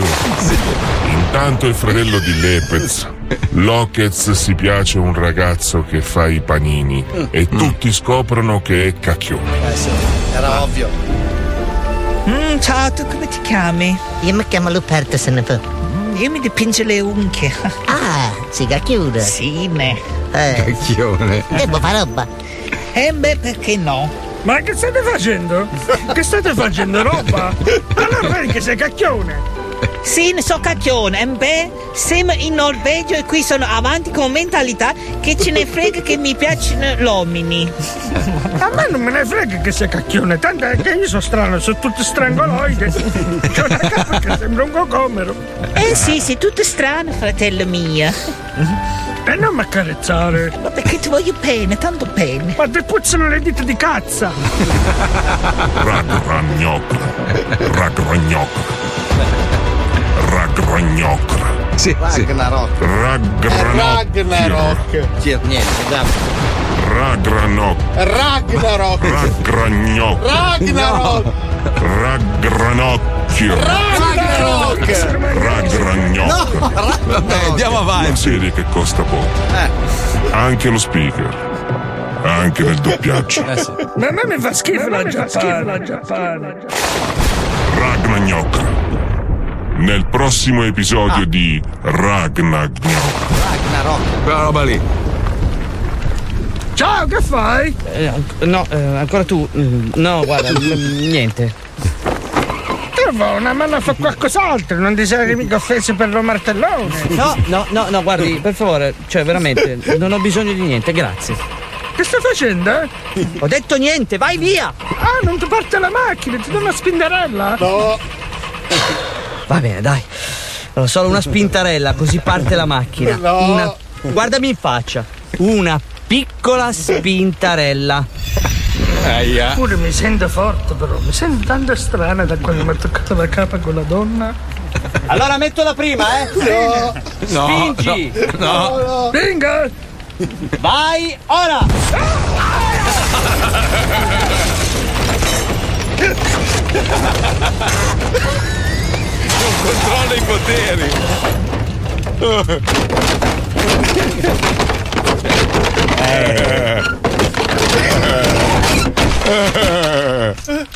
S11: Intanto il fratello di Lepez Lopez si piace un ragazzo che fa i panini e tutti scoprono che è cacchione.
S12: Mm. Eh sì, era ovvio.
S9: Mm, ciao, tu come ti chiami? Mm,
S15: Io mi chiamo Luperto, se ne può.
S9: Io mi dipingo le unghie.
S15: Ah, siga chiuda.
S9: Sì, ne.
S15: Eh. Che buffa roba.
S9: Eh beh, perché no?
S13: Ma che state facendo? Che state facendo roba? Allora vedi che sei cacchione.
S9: Sì, ne so cacchione. Eh beh, siamo in Norvegia e qui sono avanti con mentalità che ce ne frega che mi piacciono gli uomini.
S13: A me non me ne frega che sei cacchione, tanto è che io sono strano, sono tutto strangoloide. C'ho una capa che sembra un cocomero.
S9: Eh sì, sei tutto strano, fratello mio.
S13: E Eh, non mi accarezzare.
S9: Ma perché ti voglio bene, tanto bene.
S13: Ma ti puzzano le dita di cazza.
S11: Ragnarok Ragnarok Ragnarok
S3: Sì,
S12: Ragnarok.
S11: Ragnarok
S12: Niente, bravo.
S11: Ragnarok
S2: Ragnarok.
S11: Ragnarok
S2: Ragnarok.
S11: Ragranocchio Ragragnocchio
S3: andiamo avanti.
S11: Una serie che costa poco Anche lo speaker Anche nel doppiaggio
S16: Eh,
S13: Ma a me mi fa schifo la Giappone.
S11: Ragnarok Nel prossimo
S1: Ah.
S11: episodio di Ragnarok
S3: Quella roba lì.
S13: Ciao, che fai?
S16: Eh, no, ancora tu. Mm, No, guarda, mm, niente.
S13: Trova una mano a fare qualcos'altro, non ti sei mica offeso per lo martellone.
S16: No, no, no, no, guardi, per favore, cioè veramente, non ho bisogno di niente, grazie.
S13: Che stai facendo? eh?
S16: Ho detto niente, vai via!
S13: Ah, non ti porta la macchina, ti do una spinderella? No.
S16: Va bene, dai. Allora, solo una spintarella, così parte la macchina.
S13: No.
S16: Una- guardami in faccia. Una piccola spintarella.
S1: Aia.
S13: Pure mi sento forte però, mi sento tanto strana da quando mi ha toccato la capa con la donna.
S17: Allora metto la prima, eh?
S13: No.
S1: No,
S13: Spingi.
S1: no, no.
S13: Venga!
S17: Vai, ora!
S1: Non controlla i poteri.
S11: Eh.
S18: Eh.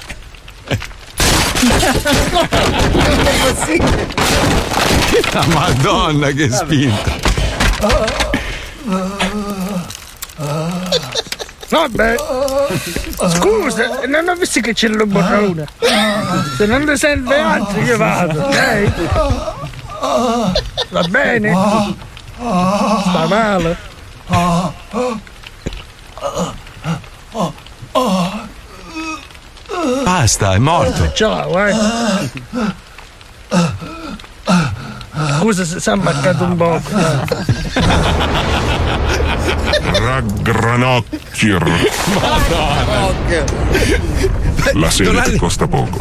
S1: La Madonna, che spinta.
S13: Vabbè, scusa, non ho visto che c'è il borrone. Se non ne serve altro io vado, ok? Va bene? Sta male.
S1: Basta, è morto.
S13: Ciao, eh. Scusa se si è ammaccato un po'.
S11: Raggranocchio. La serie
S1: Donaldi-
S11: ti costa poco.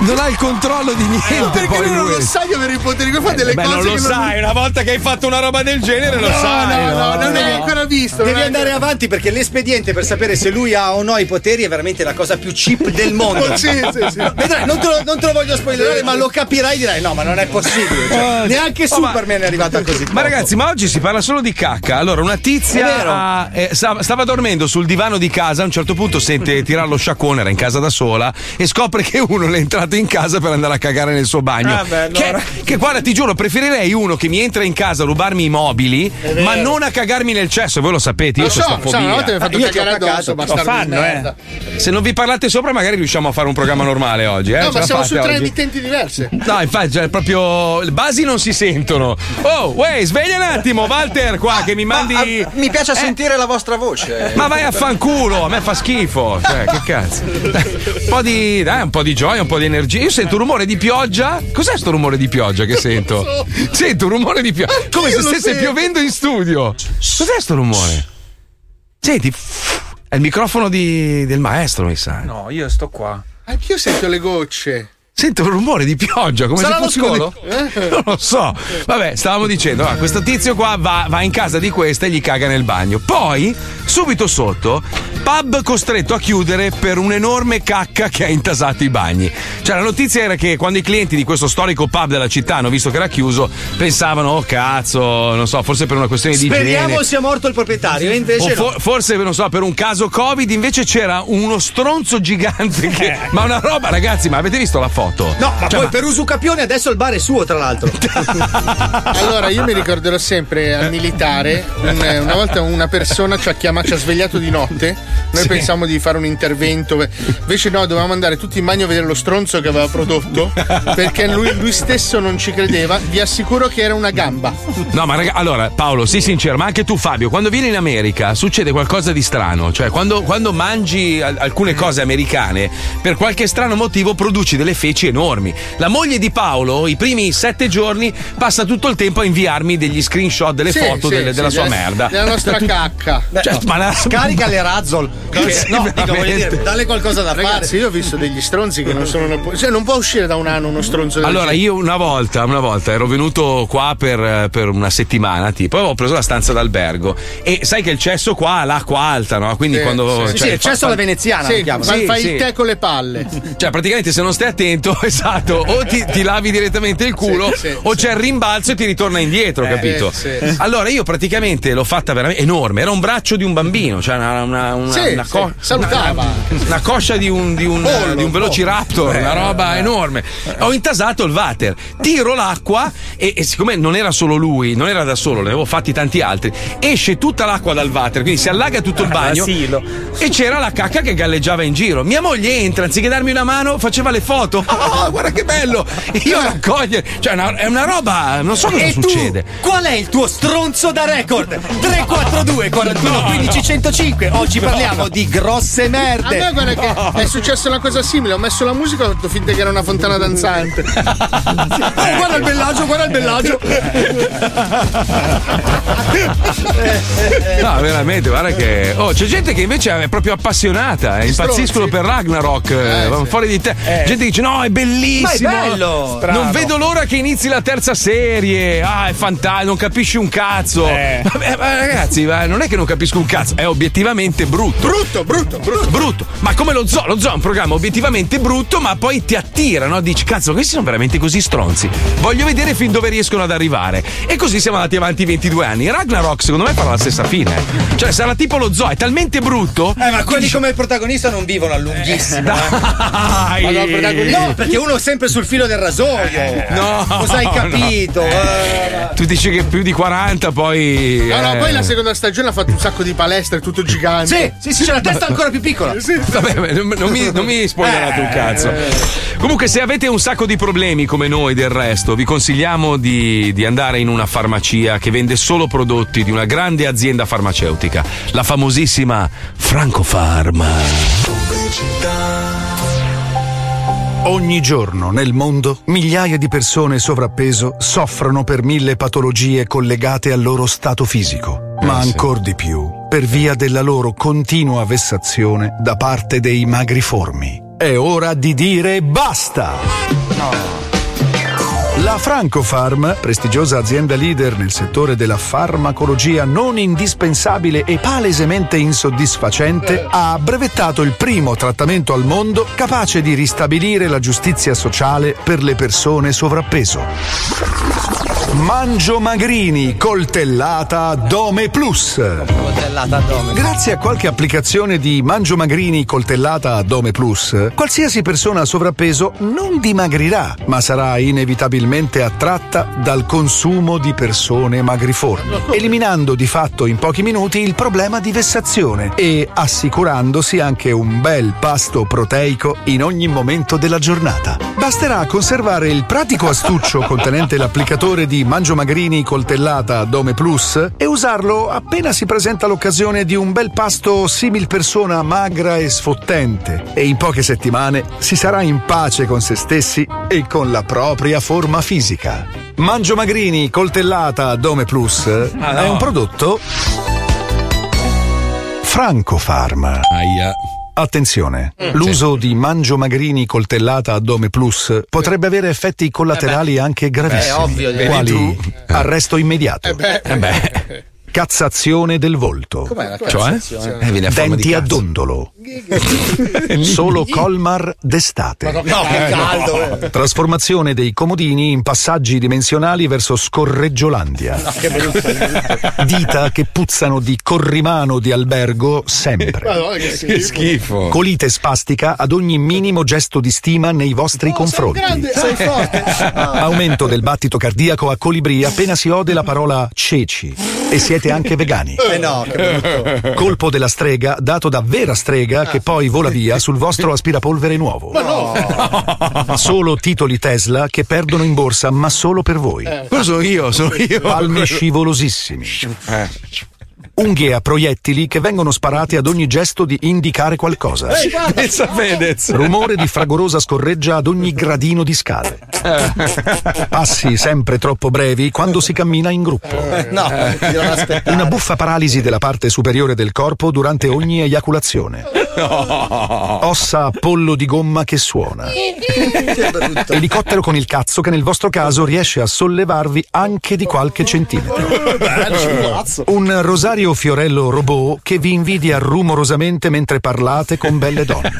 S1: Non ha il controllo di niente.
S2: Eh, perché
S1: poi
S2: lui non lo
S1: lui.
S2: sa di avere i poteri che fa delle
S1: Beh,
S2: cose
S1: non lo
S2: che
S1: sai, una volta che hai fatto una roba del genere lo
S2: No,
S1: sai.
S2: no, no, non è ancora visto.
S3: Devi
S2: non è-
S3: andare avanti perché l'espediente per sapere se lui ha o no i poteri è veramente la cosa più cheap del mondo.
S2: Sì, sì, sì.
S3: Vedrai, non te, lo, non te lo voglio spoilerare, ma lo capirai dirai: no, ma non è possibile. Cioè,
S1: Eh,
S3: neanche
S1: oh, ma-
S3: Superman è arrivato a così.
S1: Ma ragazzi, ma oggi si parla solo di cacca. Allora, una
S3: È vero.
S1: tizia ha- eh, sta- stava dormendo sul divano di casa. A un certo punto sente tirare lo sciacquone, era in casa da sola, e scopre che uno le è entrato in casa per andare a cagare nel suo bagno.
S7: Ah, beh, allora.
S1: che, che guarda, ti giuro, preferirei uno che mi entra in casa a rubarmi i mobili,
S2: vero.
S1: ma non a cagarmi nel cesso. E voi lo sapete, io
S2: Lo
S1: ho
S2: so,
S1: questa
S2: lo so, una
S1: fobia. Ah,
S2: volta mi hai fatto
S1: Io ti ho
S2: cagare addosso,
S1: cagato.
S2: bastardo di
S1: Lo fanno,
S2: merda.
S1: eh. Se non vi parlate sopra, magari riusciamo a fare un programma normale oggi. Eh?
S2: No,
S1: Ce
S2: ma
S1: la
S2: siamo su
S1: fate
S2: tre
S1: oggi?
S2: emittenti diverse.
S1: No, infatti, cioè, proprio le basi non si sentono. Oh, uè, sveglia un attimo, Walter, qua che mi mandi.
S2: ah,
S19: Mi piace sentire la vostra voce.
S1: Ma vai a fanculo, a me fa schifo. Cioè, che cazzo. Un po' di. Dai, un po' di gioia, un po' di energia. Io sento un rumore di pioggia. Cos'è sto rumore di pioggia che sento? Sento un rumore di pioggia.
S7: Anch'io
S1: Come se
S7: lo
S1: stesse
S7: sento.
S1: piovendo in studio. Cos'è sto rumore? Senti, è il microfono di- del maestro, mi sa.
S2: No, io sto qua. Anch'io sento le gocce.
S1: Sento un rumore di pioggia, come
S2: Sarà
S1: se
S2: lo Eh?
S1: fosse
S2: scolo?
S1: uno dei- Non lo so. Vabbè, stavamo dicendo, ah, questo tizio qua va, va in casa di questa e gli caga nel bagno. Poi, subito sotto, pub costretto a chiudere per un'enorme cacca che ha intasato i bagni. Cioè, la notizia era che quando i clienti di questo storico pub della città hanno visto che era chiuso, pensavano, oh cazzo, non so, forse per una questione di igiene.
S3: Speriamo sia morto il proprietario, e invece no.
S1: O for- forse, non so, per un caso Covid invece c'era uno stronzo gigante che. ma una roba, ragazzi, ma avete visto la foto?
S3: No, ma
S1: Cioè,
S3: poi per usucapione adesso il bar è suo, tra l'altro.
S2: Allora, io mi ricorderò sempre al militare, un- eh, una volta una persona ci ha chiamato, ci ha svegliato di notte, noi
S7: Sì.
S2: pensavamo di fare un intervento, invece no, dovevamo andare tutti in bagno a vedere lo stronzo che aveva prodotto, perché lui, lui stesso non ci credeva, vi assicuro che era una gamba.
S1: No, ma raga, allora Paolo, sii sincero, ma anche tu Fabio, quando vieni in America succede qualcosa di strano, cioè quando, quando mangi al-
S2: Mm.
S1: alcune cose americane, per qualche strano motivo produci delle feci enormi. La moglie di Paolo, i primi sette giorni, passa tutto il tempo a inviarmi degli screenshot delle
S2: Sì,
S1: foto
S2: sì,
S1: delle-
S2: sì,
S1: della sua
S2: della-
S1: merda.
S2: Della nostra
S1: Da tut-
S2: cacca.
S1: Cioè, ma la-
S3: Certo, Scarica le razzol.
S2: Sì,
S3: no, dico,
S2: veramente.
S3: voglio dire, dalle qualcosa da fare.
S2: Ragazzi, io ho visto degli stronzi che non sono. una- Cioè, non può uscire da un anno uno stronzo del
S1: Allora,
S2: genere.
S1: io una volta, una volta ero venuto qua per, eh, per una settimana, tipo, avevo preso la stanza d'albergo. E sai che il cesso qua ha l'acqua alta, no? Quindi
S2: Sì,
S1: quando.
S2: sì.
S1: cioè,
S2: Sì, il cesso alla
S3: veneziana
S2: Sì, ma fai il
S1: sì.
S2: tè con le palle.
S1: Cioè, praticamente se non stai attento, esatto, o ti, ti lavi direttamente il culo,
S2: Sì, sì,
S1: o c'è il rimbalzo e ti ritorna indietro,
S2: Eh,
S1: capito?
S2: sì, sì.
S1: Allora io praticamente l'ho fatta veramente enorme, era un braccio di un bambino, cioè una, una, una,
S2: Sì,
S1: una
S2: sì,
S1: co-
S2: salutava.
S1: una- una coscia di un, di un,
S2: Pollo,
S1: di un velociraptor,
S2: pollo.
S1: una roba enorme. Ho intasato il water, tiro l'acqua e, e siccome non era solo lui, non era da solo, ne avevo fatti tanti altri, esce tutta l'acqua dal water, quindi si allaga tutto il bagno e c'era la cacca che galleggiava in giro. Mia moglie entra, anziché darmi una mano, faceva le foto. oh, guarda che bello! Io raccogliere. Cioè, una- è una roba. Non so cosa
S20: e
S1: succede.
S20: Tu, qual è il tuo stronzo da record? 342 41 15 105. Oggi
S2: No.
S20: parliamo di grosse merde.
S2: A me guarda che è successa una cosa simile. Ho messo la musica e ho fatto finta che era una fontana danzante.
S20: Oh, guarda il bellaggio, guarda il bellaggio.
S1: No,
S20: Eh,
S1: veramente, guarda che. Oh, c'è gente che invece è proprio appassionata. eh, Impazziscono per Ragnarok. eh, Fuori di te. Gente che dice: No, è bellissimo.
S20: Ma è bello! Strano.
S1: Non vedo l'ora che inizi la terza serie. Ah, è fantastico, non capisci un cazzo.
S6: Eh.
S1: Vabbè, ma ragazzi, ma non è che non capisco un cazzo, è obiettivamente brutto.
S2: Brutto, brutto, brutto.
S1: Brutto. Ma come lo zoo, lo zoo è un programma obiettivamente brutto, ma poi ti attira, no? Dici, cazzo, questi sono veramente così stronzi. Voglio vedere fin dove riescono ad arrivare. E così siamo andati avanti 22 anni. Ragnarok, secondo me, farà la stessa fine. Cioè, sarà tipo lo zoo, è talmente brutto.
S6: Eh, ma quelli come il protagonista non vivono a lunghissimo. eh.
S1: Dai.
S6: Ma no, il protagonista- no, perché uno è sempre sul filo del rasoio.
S1: No,
S6: cosa hai
S1: no. Eh.
S6: capito?
S1: Tu dici che più di 40, poi.
S2: No, no,
S1: eh.
S2: poi la seconda stagione ha fatto un sacco di palestre, tutto gigante.
S1: Sì, sì, sì, c'è la testa ancora più
S2: piccola.
S1: Vabbè, vabbè, non, non mi, non mi spoilerate un cazzo. Comunque, se avete un sacco di problemi come noi del resto, vi consigliamo di, di andare in una farmacia che vende solo prodotti di una grande azienda farmaceutica, la famosissima Francofarma.
S12: Ogni giorno nel mondo migliaia di persone sovrappeso soffrono per mille patologie collegate al loro stato fisico, ma
S1: Eh,
S21: Eh,
S12: ancor di più per via della loro continua vessazione da parte dei magriformi. È ora di dire basta! La Francofarm, prestigiosa azienda leader nel settore della farmacologia non indispensabile e palesemente insoddisfacente, ha brevettato il primo trattamento al mondo capace di ristabilire la giustizia sociale per le persone sovrappeso. Mangio Magrini, coltellata Dome Plus. Grazie a qualche applicazione di Mangio Magrini coltellata a Dome Plus, qualsiasi persona a sovrappeso non dimagrirà, ma sarà inevitabilmente attratta dal consumo di persone magriformi, eliminando di fatto in pochi minuti il problema di vessazione e assicurandosi anche un bel pasto proteico in ogni momento della giornata. Basterà conservare il pratico astuccio contenente l'applicatore di Mangio Magrini coltellata Dome Plus e usarlo appena si presenta l'occasione di un bel pasto simil persona magra e sfottente. E in poche settimane si sarà in pace con se stessi e con la propria forma fisica. Mangio Magrini coltellata Dome Plus
S1: Ah, no.
S12: è un prodotto Francofarm. Attenzione,
S1: Mm.
S12: l'uso di mangio magrini coltellata a dome plus potrebbe avere effetti collaterali anche gravissimi,
S1: Beh, ovvio, direi.
S12: quali
S1: Vedi
S12: arresto immediato,
S1: Eh beh.
S12: Cazzazione del volto.
S1: Com'è la cazzazione? Cioè? Eh, viene a forma di
S12: Denti a
S1: cazzo.
S12: dondolo. Solo Colmar d'estate.
S10: No, che caldo, eh.
S12: Trasformazione dei comodini in passaggi dimensionali verso Scorreggiolandia.
S10: che
S12: Dita che puzzano di corrimano di albergo sempre.
S10: Madonna, che schifo. Che schifo.
S12: Colite spastica ad ogni minimo gesto di stima nei vostri confronti.
S10: sei forte.
S12: Aumento del battito cardiaco a colibri appena si ode la parola ceci. E siete anche vegani.
S6: Eh no, che brutto.
S12: Colpo della strega dato da vera strega che poi vola via sul vostro aspirapolvere nuovo.
S10: Ma no.
S12: Solo titoli Tesla che perdono in borsa, ma solo per voi.
S1: Quello sono io, sono io. Eh.
S12: Palmi scivolosissimi. Unghie a proiettili che vengono sparate ad ogni gesto di indicare qualcosa.
S1: Ehi, guarda. Pensa Fedez.
S12: Rumore di fragorosa scorreggia ad ogni gradino di scale. Passi sempre troppo brevi quando si cammina in gruppo.
S10: Eh,
S12: Eh,
S10: No, ti devono aspettare.
S12: Una buffa paralisi della parte superiore del corpo durante ogni eiaculazione.
S10: Oh.
S12: Ossa a pollo di gomma che suona. Elicottero con il cazzo che nel vostro caso riesce a sollevarvi anche di qualche centimetro. Eh. Un rosario fiorello robot che vi invidia rumorosamente mentre parlate con belle donne.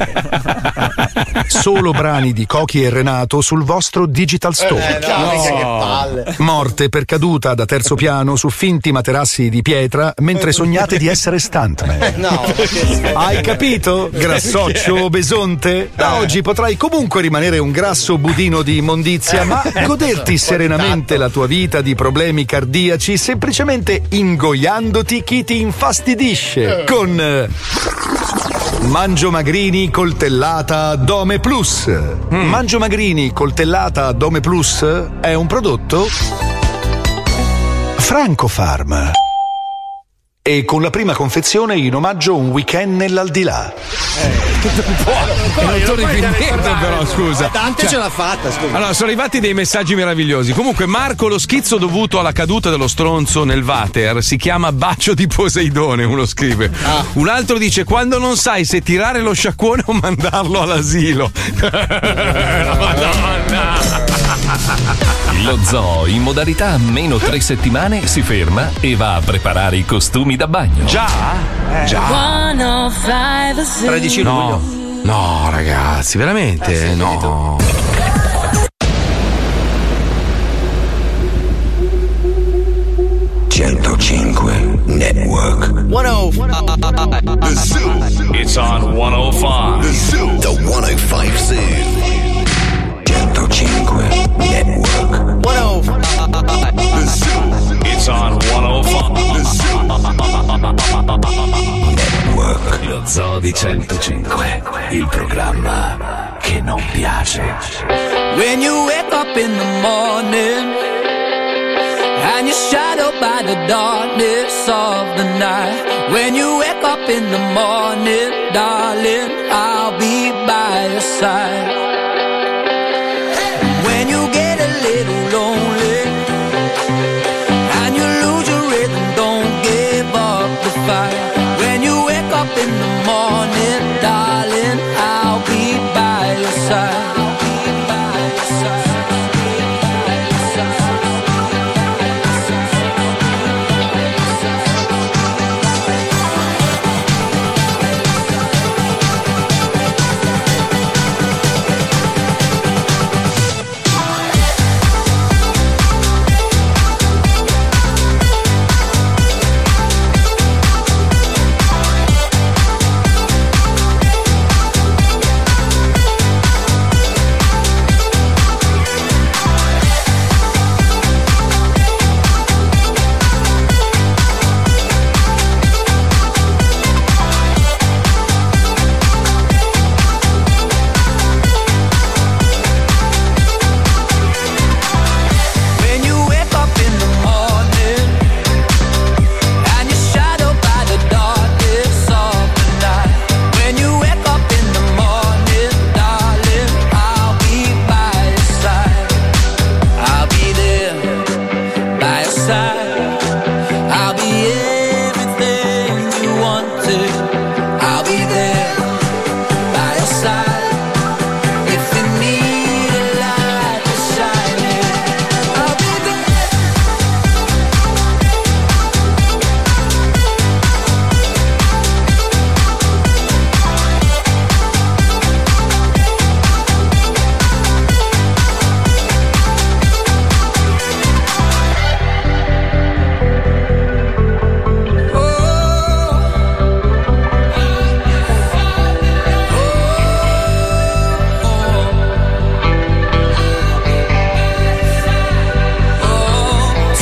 S12: Solo brani di Cochi e Renato sul vostro digital store.
S10: Eh, no, mica che palle.
S12: Morte per caduta da terzo piano su finti materassi di pietra mentre sognate di essere stuntman.
S3: eh,
S10: No.
S12: Hai capito? Grassoccio obesonte? Da oggi potrai comunque rimanere un grasso budino di immondizia, ma Ah,
S5: Eh,
S12: goderti serenamente la tua vita di problemi cardiaci semplicemente ingoiandoti chi ti infastidisce con eh, Mangio Magrini coltellata Dome Plus.
S5: Mm.
S12: Mangio Magrini coltellata Dome Plus è un prodotto Franco Farm. E con la prima confezione in omaggio un weekend nell'aldilà.
S5: Eh,
S1: E non torni più indietro, però,
S5: Eh,
S1: scusa.
S3: Dante
S1: Cioè-
S3: ce l'ha fatta, scusa.
S1: Allora, sono arrivati dei messaggi meravigliosi. Comunque, Marco, lo schizzo dovuto alla caduta dello stronzo nel water si chiama bacio di Poseidone, uno scrive. Un altro dice: Quando non sai se tirare lo sciacquone o mandarlo all'asilo.
S22: Eh, La Madonna! Lo zoo in modalità meno tre settimane si ferma e va a preparare i costumi da bagno. Già?
S20: Eh.
S22: Già.
S16: 13
S1: No. No, ragazzi,
S5: Ah,
S1: veramente? no.
S22: Network.
S10: 105. The Zoo.
S22: It's on 105.
S10: The Zoo. The 105 Zoo. 105 Network. 105. The Zoo. It's on 105. The Zoo. Network.
S22: Lo zoo di 105, il programma che non piace.
S13: When you wake up in the morning and you're shadowed by the darkness of the night. When you wake up in the morning, darling, I'll be by your side. When you get a little lonely and you lose your rhythm, don't give up the fight. When you wake up in the morning, darling, I'll be by your side. When you wake up in the morning and you're shadowed by the darkness of the night. When you wake up in the morning, darling, I'll be by your side. I'll be there by your side. I'll be everything you wanted. I'll be there by your side. If you need a light to shine it. I'll be there.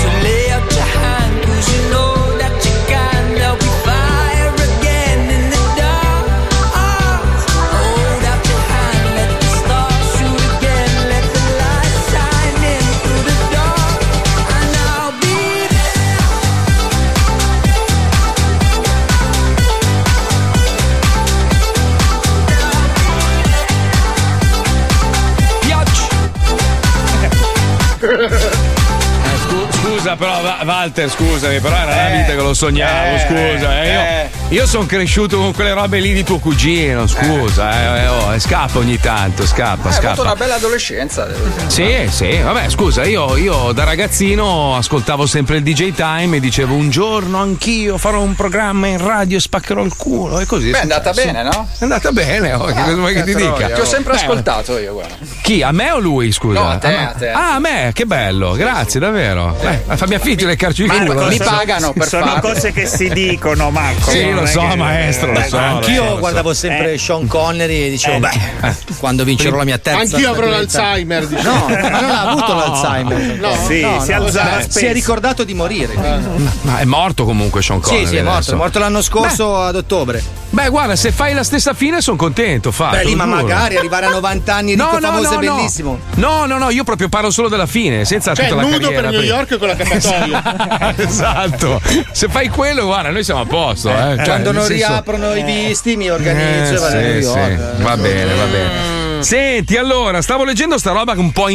S13: So lay out your hand, 'cause you know that you can. There'll be fire again in the dark. Hold out your hand, let the stars shoot again, let the light shine in through the dark, and I'll be there.
S1: Eh, scu- Scusa, però, Va- Walter, scusami, però era la vita che lo sognavo.
S10: eh,
S1: scusa, eh,
S10: eh.
S1: io, sono cresciuto con quelle robe lì di tuo cugino. Scusa, eh, eh, oh, eh, scappa ogni tanto, scappa,
S5: Ha avuto Eh, una
S1: scappa.
S5: bella adolescenza. devo dire.
S1: Sì, sì, vabbè, scusa, io, io da ragazzino ascoltavo sempre il DJ Time e dicevo un giorno anch'io farò un programma in radio e spaccherò il culo e così.
S5: Beh, è
S1: sono-
S5: andata
S1: sono-
S5: bene, no? Ah,
S1: È andata bene, oh, che cosa vuoi che ti
S5: troia,
S1: dica?
S5: Ti ho sempre
S1: Beh,
S5: ascoltato io, guarda.
S1: Chi? A me o lui? Scusa.
S5: No, a te,
S1: me-
S5: a te.
S1: Ah, a me, che bello, grazie, davvero. Beh, fammi affitto le carci di
S5: Marco,
S1: culo.
S5: mi pagano per
S7: Sono
S5: farlo.
S7: cose che si dicono, Marco.
S1: Sì,
S7: non
S1: lo
S7: è
S1: so,
S7: che-
S1: maestro, lo
S23: Beh,
S1: so.
S23: anch'io
S1: lo so. Eh.
S23: guardavo sempre Sean Connery e dicevo, beh, quando vincerò la mia terza.
S2: Anch'io avrò
S23: statuetta-
S2: l'Alzheimer,
S23: No,
S2: diciamo.
S23: ma non ha avuto
S2: No.
S23: l'Alzheimer.
S2: No,
S23: si
S2: Sì, no, si
S23: si,
S2: è no, alzata
S23: è,
S2: la spesa.
S23: ricordato di morire. quindi.
S1: Ma è morto comunque Sean Connery.
S23: Sì, sì, è morto,
S1: adesso.
S23: è morto l'anno scorso ad ottobre.
S1: Beh, guarda, se fai la stessa fine sono contento, fa.
S23: Beh,
S1: te
S23: lì,
S1: lo
S23: ma
S1: giuro.
S23: magari arrivare a 90 anni ricco, famoso è bellissimo.
S1: No. no, no, io proprio parlo solo della fine, senza
S2: Cioè,
S1: tutta la
S2: nudo
S1: carriera
S2: per New
S1: prima.
S2: York con la capatoia.
S1: esatto. Se fai quello, guarda, noi siamo a posto, eh. Cioè,
S23: Quando
S1: nel
S23: non
S1: senso-
S23: riaprono i visti, mi organizzo
S1: Eh,
S23: e vado a
S1: sì,
S23: New York. Mm.
S1: sì. Va bene, va bene. Senti, allora, stavo leggendo sta roba un po'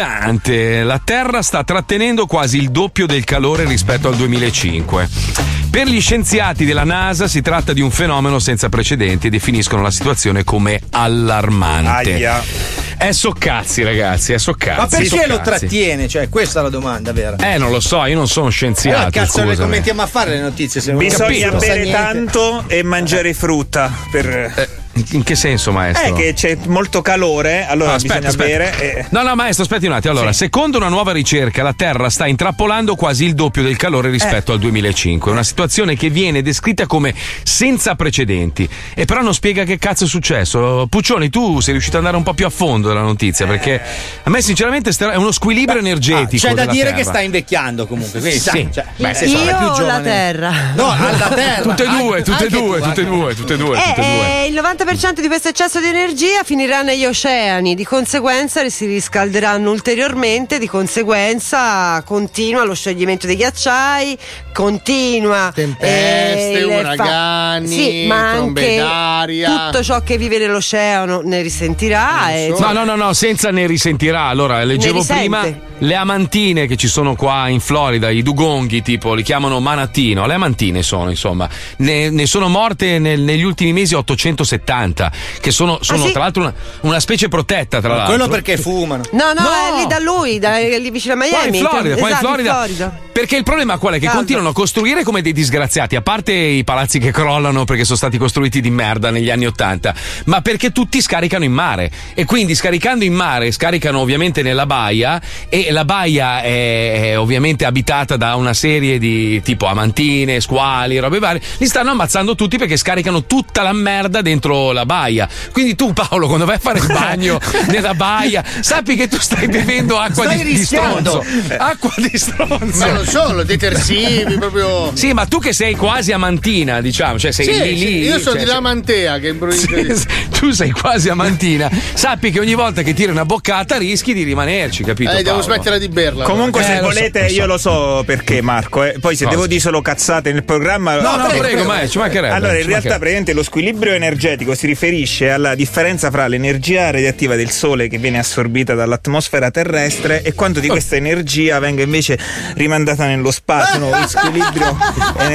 S1: inquietante. La Terra sta trattenendo quasi il doppio del calore rispetto al 2005. Per gli scienziati della NASA si tratta di un fenomeno senza precedenti e definiscono la situazione come allarmante.
S23: Aia.
S1: È soccazzi, ragazzi, è soccazzi.
S23: Ma perché lo
S1: soccazzi.
S23: trattiene? Cioè, questa è la domanda vera.
S1: Eh, non lo so, io non sono scienziato.
S23: Allora, cazzo, le
S1: scusami.
S23: commentiamo a fare le notizie. Se non
S7: Bisogna
S23: non sa
S7: bere
S23: niente.
S7: tanto e mangiare frutta. Per...
S1: In che senso,
S7: Eh,
S1: Eh, maestro? Ah,
S7: che c'è molto calore, allora
S1: No,
S7: bisogna bere. e-
S1: No, no, maestro, aspetti un attimo. Allora, secondo una nuova ricerca, la Terra sta intrappolando quasi il doppio del calore rispetto
S23: Eh.
S1: al 2005. Una situazione che viene descritta come senza precedenti. E però non spiega che cazzo è successo. Puccioni, tu sei riuscito ad andare un po' più a fondo della notizia, perché a me, sinceramente, sta- è uno squilibrio energetico.
S23: ah, C'è da
S1: della
S23: dire
S1: Terra.
S23: che sta invecchiando comunque. Quindi,
S1: Sì.
S23: sai, cioè,
S1: Beh,
S23: nel senso, non è
S9: Io
S23: più
S9: o la
S23: giovane.
S9: terra?
S23: No, alla terra.
S1: Tutte e due,
S23: Anche-
S1: tutte e
S23: anche
S1: due,
S23: tu,
S1: tutte e
S23: anche-
S1: due, tutte e due,
S9: Eh,
S1: tutte e due.
S9: eh, il 90% di questo eccesso di energia finirà negli oceani, di conseguenza si riscalderanno ulteriormente, di conseguenza continua lo scioglimento dei ghiacciai, continua eh,
S2: Tempeste,
S9: il fa-
S2: uragani,
S9: sì, ma
S2: trombe
S9: anche
S2: d'aria.
S9: tutto ciò che vive nell'oceano ne risentirà eh, e
S1: No, no, no, no, senza ne risentirà. Allora, leggevo
S9: cioè- risente.
S1: prima le amantine che ci sono qua in Florida, i dugonghi tipo, li chiamano manatino. Le amantine sono, insomma. Ne, ne sono morte nel- negli ultimi mesi 870, che sono, sono,
S9: Ah, sì?
S1: tra l'altro una, una specie protetta, tra l'altro.
S23: Ah, Quello perché fumano.
S9: No, no, è lì da lui, da- è lì vicino a
S1: Qua in
S9: Miami.
S1: Florida, qua in
S9: Esatto,
S1: Florida. Perché il problema qual è? Che
S9: Caldo.
S1: continuano a costruire come dei disgraziati, a parte i palazzi che crollano perché sono stati costruiti di merda negli anni Ottanta, ma perché tutti scaricano in mare. E quindi scaricando in mare, scaricano ovviamente nella baia e la baia è, è ovviamente abitata da una serie di tipo amantine, squali, robe varie. Li stanno ammazzando tutti perché scaricano tutta la merda dentro la baia. Quindi tu Paolo, quando vai a fare il bagno nella baia, sappi che tu stai bevendo acqua
S2: Stai
S1: di, di
S2: rischiando.
S1: stronzo. Acqua di stronzo.
S2: Ma non solo, detersivi proprio.
S1: Sì, ma tu che sei quasi amantina, diciamo, cioè sei
S2: Sì,
S1: lì,
S2: sì,
S1: lì.
S2: io sono
S1: cioè,
S2: di La Mantea che è in provincia
S1: sei-
S2: di-
S1: sei- tu sei quasi amantina, sappi che ogni volta che tiri una boccata rischi di rimanerci, capito?
S2: Eh, devo
S1: Paolo?
S2: smettere di berla.
S7: Comunque,
S1: Eh,
S7: se
S1: lo so,
S7: volete,
S1: lo so.
S7: io lo so perché, Marco. eh. Poi, se
S1: Cosa?
S7: devo dire solo cazzate nel programma.
S1: No, no, prego, prego, ma ci mancherebbe,
S7: Allora, in
S1: ci
S7: realtà,
S1: mancherebbe.
S7: praticamente lo squilibrio energetico si riferisce alla differenza fra l'energia radioattiva del Sole che viene assorbita dall'atmosfera terrestre e quanto
S1: Oh.
S7: di questa energia venga invece rimandata nello spazio. no? Lo squilibrio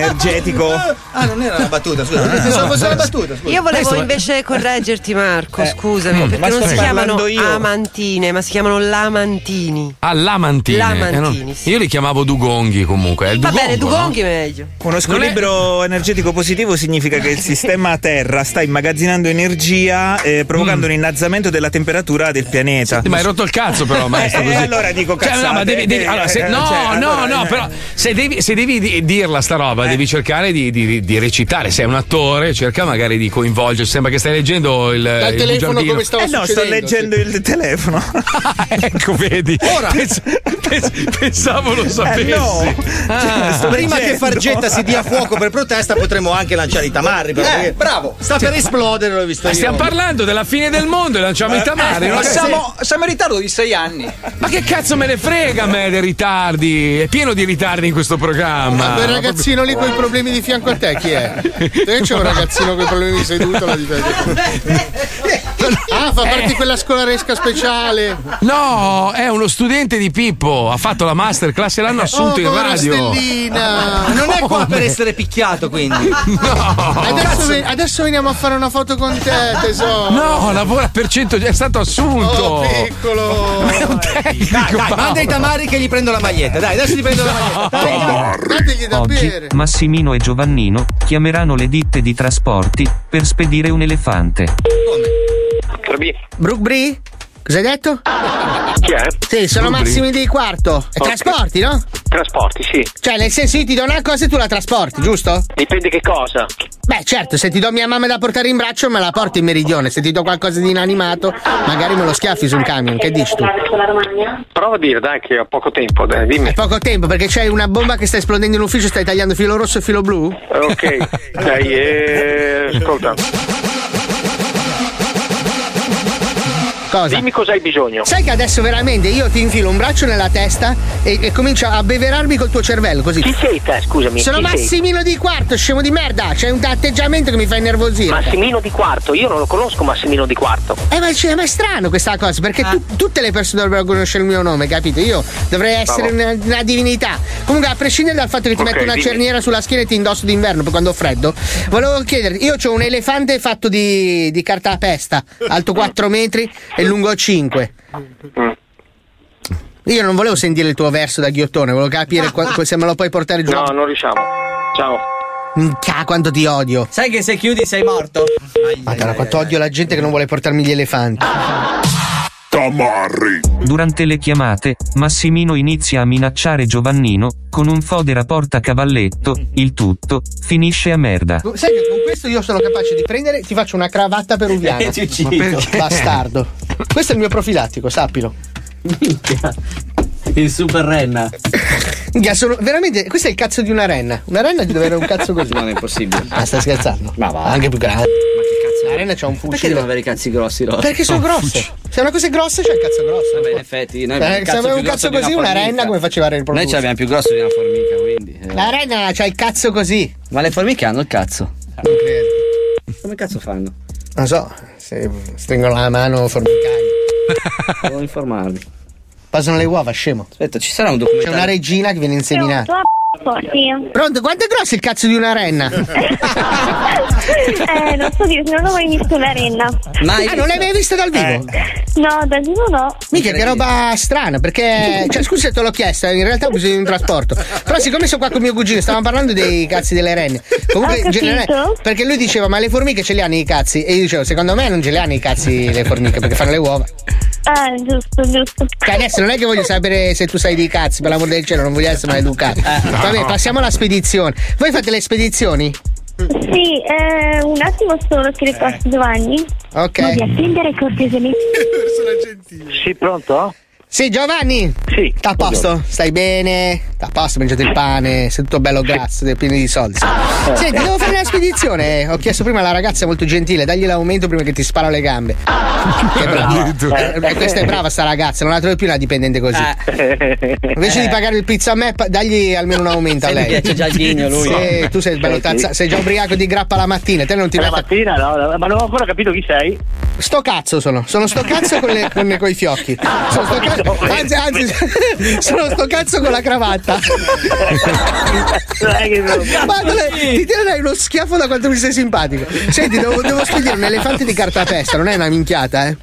S7: energetico.
S23: Ah, non era una battuta, scusa.
S7: no,
S23: Pensavo fosse
S7: no.
S23: una battuta. scusa. Eh,
S9: Io volevo
S23: Questo è-
S9: invece correggerti, Marco. scusami,
S1: mm, ma
S9: perché non
S1: sto
S9: si chiamano
S1: parlando io.
S9: amantine, ma si chiamano lamantini.
S1: Ah, lamantine.
S9: Lamantini,
S1: no. Io li chiamavo dugonghi comunque. è il
S9: Va bene,
S1: dugongo, no?
S9: dugonghi meglio.
S7: Uno squilibrio energetico positivo significa che il sistema Terra sta immagazzinando energia eh, provocando un innalzamento della temperatura del pianeta.
S1: Mm. Ma hai rotto il cazzo però, maestro.
S7: Eh,
S1: Così.
S7: allora dico
S1: Cioè,
S7: cazzate.
S1: no, ma devi- devi-
S7: Eh,
S1: allora, se-
S7: eh,
S1: no,
S7: cioè,
S1: no,
S7: allora,
S1: no,
S7: eh.
S1: però se devi, se devi di- dirla sta roba, devi cercare di, di- di recitare. Sei un attore, cerca magari di coinvolgere. Sembra che stai leggendo il.
S7: Dal
S1: il
S7: telefono
S1: bugiardino.
S7: come stava Eh no, sto succedendo, leggendo sì. il telefono.
S1: Ah, ecco, vedi.
S7: Ora.
S1: Pens- pens- pensavo lo sapessi.
S23: Eh, no.
S1: Ah.
S23: Cioè, prima che Fargetta si dia fuoco per protesta, potremmo anche lanciare i tamarri. però,
S1: Eh,
S23: perché-
S1: bravo.
S23: Sta
S1: Cioè,
S23: per esplodere, l'ho visto
S1: Ma
S23: io.
S1: stiamo parlando della fine del mondo e lanciamo i tamari.
S5: Ma
S1: no?
S5: Eh,
S1: Cioè,
S5: siamo, siamo in ritardo di sei anni.
S1: Ma che cazzo me ne frega a me dei ritardi? È pieno di ritardi in questo programma.
S2: Ma quel ragazzino lì con i problemi di fianco a te chi è? Te c'è un ragazzino con i problemi seduto là di te. Ah, fa
S1: Eh.
S2: parte di quella scolaresca speciale.
S1: No, è uno studente di Pippo. Ha fatto la masterclass e l'hanno Ah, assunto
S2: oh,
S1: in
S2: povera
S1: radio.
S2: Stellina.
S23: Non è qua per
S1: Come?
S23: essere picchiato, quindi.
S2: Adesso, ve- adesso veniamo a fare una foto con te, tesoro.
S1: No, lavora per 100 è stato assunto.
S2: Oh, piccolo.
S23: Dai, dai, manda i tamari che gli prendo la maglietta. Dai, adesso gli prendo la maglietta. Dai, dai.
S2: Dategli da
S24: Oggi,
S2: bere.
S24: Massimino e Giovannino chiameranno le ditte di trasporti per spedire un elefante.
S18: Brubri?
S23: Cosa hai detto? Chi è?
S25: Sì, sono
S23: Rubli?
S25: Massimi di quarto. E
S23: Ok.
S25: trasporti, no?
S23: Trasporti, sì.
S25: Cioè, nel senso io ti do una cosa e tu la trasporti, giusto?
S23: Dipende che cosa.
S25: Beh, certo, se ti do mia mamma da portare in braccio me la porti in meridione, se ti do qualcosa di inanimato magari me lo schiaffi su un camion, che dici tu?
S23: Prova a dire, dai, che ho poco tempo, dai, dimmi.
S25: È poco tempo perché c'hai una bomba che sta esplodendo in ufficio, stai tagliando filo rosso e filo blu?
S23: Ok, dai, eh, ascolta.
S25: Cosa?
S23: Dimmi cosa hai bisogno.
S25: Sai che adesso veramente io ti infilo un braccio nella testa e, e comincio a beverarmi col tuo cervello così.
S23: Chi sei te, scusami?
S25: Sono
S23: Chi sei?
S25: Massimino di quarto, scemo di merda! C'è un atteggiamento che mi fa innervosire.
S23: Massimino di quarto, io non lo conosco Massimino di quarto.
S25: Eh, ma, cioè, ma è strano questa cosa, perché
S23: Eh.
S25: tu- tutte le persone dovrebbero conoscere il mio nome, capito? Io dovrei essere una, una divinità. Comunque, a prescindere dal fatto che ti
S23: Ok,
S25: metto una
S23: dimmi.
S25: cerniera sulla schiena e ti indosso d'inverno per quando ho freddo, volevo chiederti: io ho un elefante fatto di, di carta a pesta, alto 4 metri e lungo 5. Io non volevo sentire il tuo verso da ghiottone, volevo capire qua- se me lo puoi portare giù.
S23: No, non riusciamo. Ciao.
S25: Minchia, quanto ti odio.
S16: Sai che se chiudi sei morto?
S25: Madonna, quanto odio la gente che non vuole portarmi gli elefanti.
S23: Tamarri.
S24: Durante le chiamate, Massimino inizia a minacciare Giovannino, con un fodera porta cavalletto, il tutto finisce a merda.
S25: Sai che con questo io sono capace di prendere, ti faccio una cravatta peruviana.
S4: Eh,
S24: E ti uccido.
S25: Ma perché? Bastardo. Questo è il mio profilattico, sappilo.
S4: Il super renna.
S25: Minchia, sono- veramente, questo è il cazzo di una renna. Una renna deve avere un cazzo così.
S4: Non è possibile.
S25: Ma stai scherzando?
S4: Ma va.
S25: Anche più grande. La renna c'ha un fucile.
S4: Perché devono avere i cazzi grossi, Rossi?
S25: Perché sono grosse. Se una cosa è grossa, c'è il cazzo grosso.
S4: Vabbè, in effetti, noi
S25: Eh,
S4: abbiamo il
S25: se
S4: cazzo
S25: avevo
S4: più
S25: un cazzo
S4: grosso di una
S25: così, una
S4: formica.
S25: renna come faceva a
S4: Noi ce
S25: riprodursi?
S4: l'abbiamo più grosso di una formica, quindi. eh.
S25: La renna c'ha il cazzo così.
S4: Ma le formiche hanno il cazzo. Come cazzo fanno?
S25: Non so, se stringono la mano formicaia.
S4: Devo informarmi.
S25: Passano le uova, scemo.
S4: Aspetta, ci sarà un
S25: C'è
S4: documentario.
S25: una regina che viene inseminata. Pronto, quanto è grosso il cazzo di una renna?
S8: eh, non so dire, non ho mai visto una renna. Eh.
S25: Mai Ah, non l'hai mai vista dal vivo?
S8: No, dal vivo no.
S25: Mica che roba strana, perché. Cioè, scusa se te l'ho chiesta, in realtà ho bisogno di un trasporto. Però, siccome sono qua con mio cugino, stavamo parlando dei cazzi delle renne. Comunque,
S8: Ho
S25: in generale-
S8: capito.
S25: perché lui diceva: Ma le formiche ce li hanno i cazzi? E io dicevo, secondo me non ce li hanno i cazzi le formiche, perché fanno le uova.
S8: Ah, giusto, giusto.
S25: Cioè, adesso non è che voglio sapere se tu sai dei cazzi, per l'amor del cielo, non voglio essere maleducato. Vabbè, passiamo alla spedizione. Voi fate le spedizioni?
S8: Sì, eh, un attimo solo che ricordo
S23: Eh.
S8: Giovanni.
S25: Ok.
S8: Di attendere cortesemente.
S23: Sì, pronto?
S25: Sì, Giovanni?
S23: Sì.
S25: T'à a posto? Stai bene? T'à a posto? Hai mangiato il pane? Sei tutto bello grasso, sei pieno di soldi. Senti, devo fare una spedizione. Ho chiesto prima alla ragazza molto gentile, dagli l'aumento prima che ti sparo le gambe. Che brava. Eh, questa è brava sta ragazza, non la trovi più una dipendente così.
S23: Eh.
S25: Invece di pagare il pizza a me, pa- dagli almeno un aumento a
S4: Sai,
S25: lei.
S4: gli piace già il ghigno, lui.
S25: Sì, tu sei bello tazzato, sei già ubriaco di grappa la mattina, te non ti
S23: La
S25: metti.
S23: mattina, no, no, ma non ho ancora capito chi sei.
S25: Sto cazzo sono, sono sto cazzo con, le, con, i fiocchi. Sono sto cazzo, anzi, anzi, sono sto cazzo con la cravatta. Guarda, lei- ti tirerai uno schiaffo da quanto mi sei simpatico. Senti, devo, devo spedire un elefante di carta a testa, non è una minchiata, eh.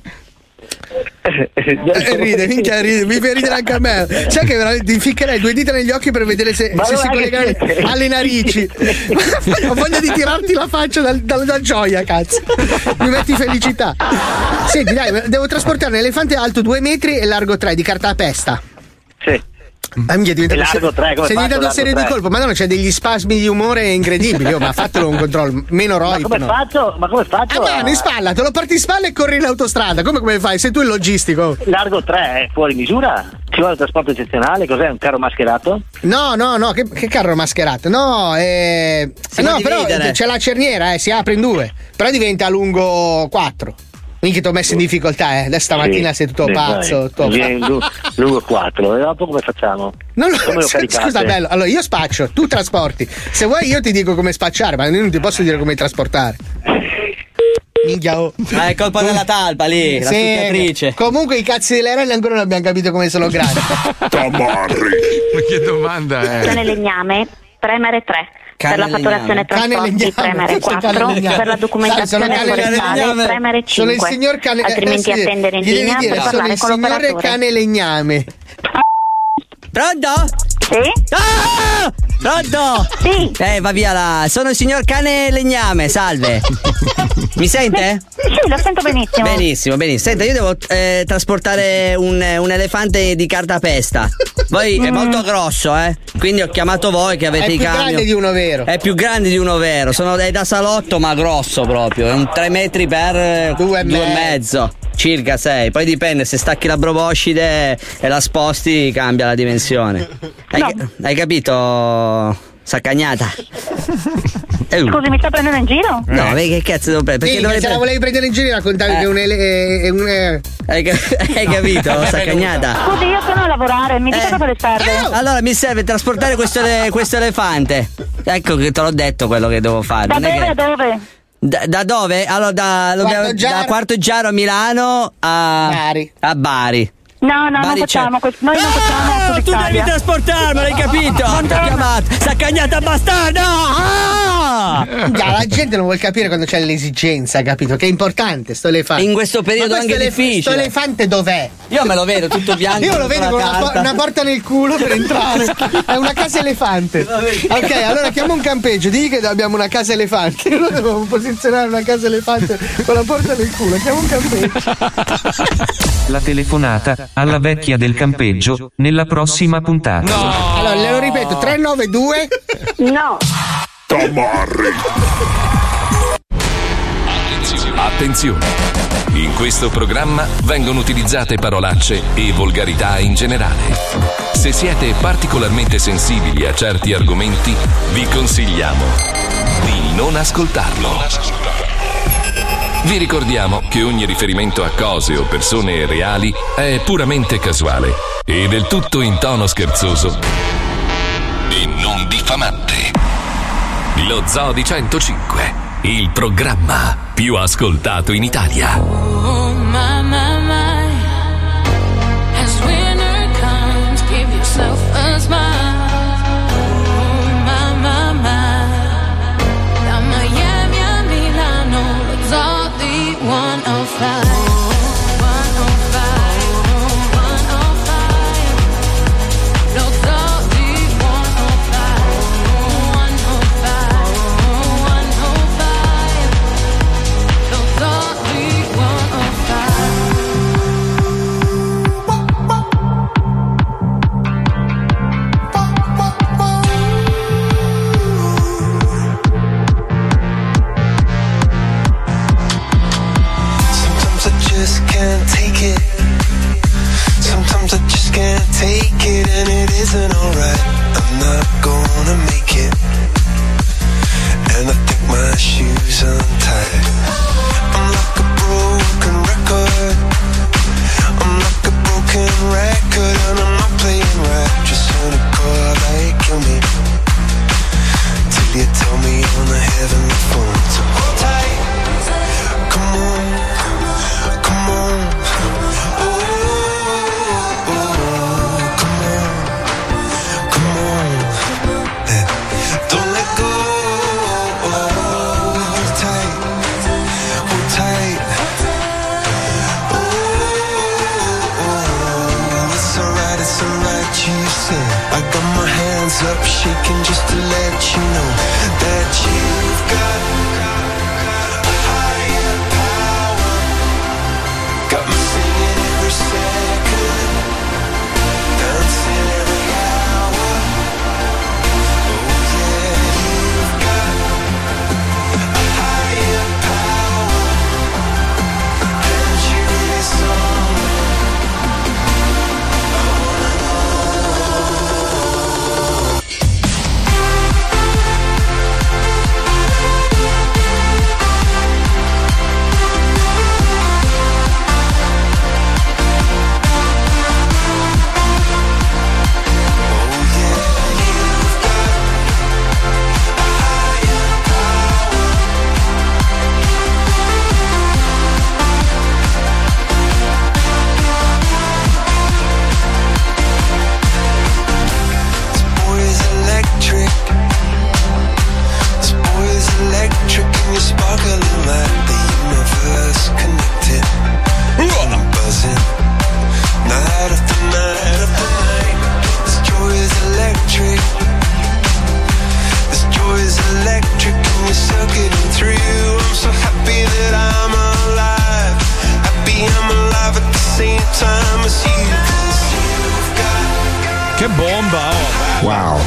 S25: Eh, ride, minchia, ride, mi fa ridere anche a me. Sai che veramente ti ficcherei due dita negli occhi per vedere se,
S23: Ma
S25: se
S23: allora
S25: si
S23: che
S25: collegano
S23: siete?
S25: alle narici. Ho voglia di tirarti la faccia dal- dal- da gioia, cazzo. Mi metti felicità. Senti, dai, devo trasportare un elefante alto 2 metri e largo 3 di carta a pesta.
S23: Sì.
S25: Ah, minchia, è diventato
S23: E largo tre, come
S25: sei
S23: faccio
S25: diventato
S23: largo
S25: serio di
S23: tre?
S25: colpo, ma no, c'è degli spasmi di umore incredibili. Oh, ma fatelo un controllo meno
S23: Ma
S25: roico.
S23: come
S25: no.
S23: faccio? Ma come faccio?
S25: A mano, in spalla, te lo parti in spalla e corri in autostrada. Come, come fai? Sei tu il logistico.
S23: Largo 3 è fuori misura? Ci vuole il trasporto eccezionale? Cos'è? Un carro mascherato?
S25: No, no, no, che, che carro mascherato? No, eh,
S23: Si
S25: no
S23: può
S25: però
S23: dividere.
S25: c'è la cerniera, eh, si apre in due, però diventa lungo 4. Minchia, ti ho messo in difficoltà, eh. Adesso stamattina sei tutto
S23: Sì,
S25: pazzo.
S23: dai.
S25: tutto-
S23: Vieni lu- lungo 4. E dopo come facciamo?
S25: Non lo-
S23: come caricate?
S25: scusa, bello. Allora, io spaccio, tu trasporti. Se vuoi, io ti dico come spacciare, ma io non ti posso dire come trasportare. Minchia, oh.
S4: Ah, è colpa della talpa lì, la
S25: Sì,
S4: succhiatrice.
S25: Comunque, i cazzi delle renne ancora non abbiamo capito come sono grandi.
S1: Ma che domanda
S8: Cane
S1: è?
S8: legname, premere 3.
S1: Cane
S8: per la fatturazione trasporti,
S1: legname. Cane legname,
S8: premere
S1: questo è
S8: 4.
S1: cane legname.
S8: Per la documentazione
S25: Sai, sono cane
S8: forestale,
S25: legname.
S8: premere 5.
S25: Sono il signor cane eh,
S8: Altrimenti
S25: adesso
S8: attendere in
S25: gli devi
S8: linea
S25: dire,
S8: per
S25: sono
S8: parlare
S25: il
S8: con
S25: signore
S8: l'operatore.
S25: cane legname.
S8: Pronto? Sì?
S4: Ah!
S16: Pronto? Sì. Eh, va via là. Sono il signor cane legname, salve. Mi sente?
S9: Sì, lo sento benissimo.
S16: Benissimo, benissimo. Senta, io devo eh, trasportare un, un elefante di cartapesta. Voi è
S25: Mm.
S16: molto grosso, eh. Quindi ho chiamato voi che avete
S25: È
S16: i
S25: più
S16: camion.
S25: grande di uno vero.
S16: È più grande di uno vero. Sono è da salotto, ma grosso proprio. È un 3 metri per 2 e mezzo. Circa 6. Poi dipende, se stacchi la proboscide e la sposti, cambia la dimensione. Hai, hai capito? Saccagnata. Eh, uh.
S9: Scusi, mi sta prendendo in giro?
S16: No, vedi che cazzo devo prendere?
S25: Perché
S16: Perché dovrei
S25: Eh. se la
S16: prendere-
S25: volevi prendere in giro raccontavi
S16: Eh.
S25: che è un. ele- è- è un eh,
S16: Hai, ca- hai capito? Saccagnata.
S9: Scusi, io sono a lavorare, mi dica cosa le serve.
S16: Allora mi serve trasportare questo, ele- questo elefante. Ecco che te l'ho detto quello che devo fare.
S9: Da
S16: non è
S9: dove
S16: che-
S9: a dove?
S16: Da, da dove? Allora, da, lo
S9: Quarto
S16: abbiamo-
S9: Giaro.
S16: da Quarto Giaro a Milano a Bari. A Bari.
S9: No, no, non
S16: Bari c'è- Ah,
S9: facciamo questo. Noi non facciamo
S16: tu devi trasportarmelo, hai capito? Chiamato. Saccagnata bastarda! Ah!
S25: Già, la gente non vuol capire quando c'è l'esigenza, capito? Che è importante sto elefante.
S16: In questo periodo
S25: Ma questo
S16: anche
S25: elef-
S16: difficile.
S25: Sto elefante dov'è?
S16: Io me lo vedo tutto bianco.
S25: Io lo vedo con una, po-
S16: carta.
S25: una porta nel culo per entrare. È una casa elefante. Ok, allora chiamo un campeggio, digli che abbiamo una casa elefante. Noi dobbiamo posizionare una casa elefante con la porta nel culo. Chiamo un campeggio.
S24: La telefonata alla vecchia del campeggio nella prossima puntata.
S25: Allora, le lo ripeto, 392.
S9: No.
S22: Tamarri. Attenzione. Attenzione. In questo programma vengono utilizzate parolacce e volgarità in generale. Se siete particolarmente sensibili a certi argomenti, vi consigliamo di non ascoltarlo. Vi ricordiamo che ogni riferimento a cose o persone reali è puramente casuale e del tutto in tono scherzoso e non diffamante. Lo Zoo di 105, il programma più ascoltato in Italia.
S13: Oh my my my, as winter comes, give yourself a smile. Oh my my my, la Miami a Milano, it's all the one oh five. oh oh oh oh
S15: Sometimes I just can't take it. Sometimes I just can't take it, and it isn't alright. I'm not gonna make it. And I think my shoes untied. I'm like a broken record. I'm like a broken record, and I'm not playing right. Just on a call like kill me. Till you tell me on the heavenly phone. So hold tight. Come on. Come on, oh, oh, come on, come on, Eh, don't let go. Hold tight, hold tight. Oh, oh, it's alright, it's alright. You said I got my hands up, shaking just to let you know that you've got a higher power. Got me singing every second, dancing every hour. Oh yeah, you've got a higher power, and you really saw me. I wanna know. same time as you.
S1: Che bomba, oh!
S15: Wow.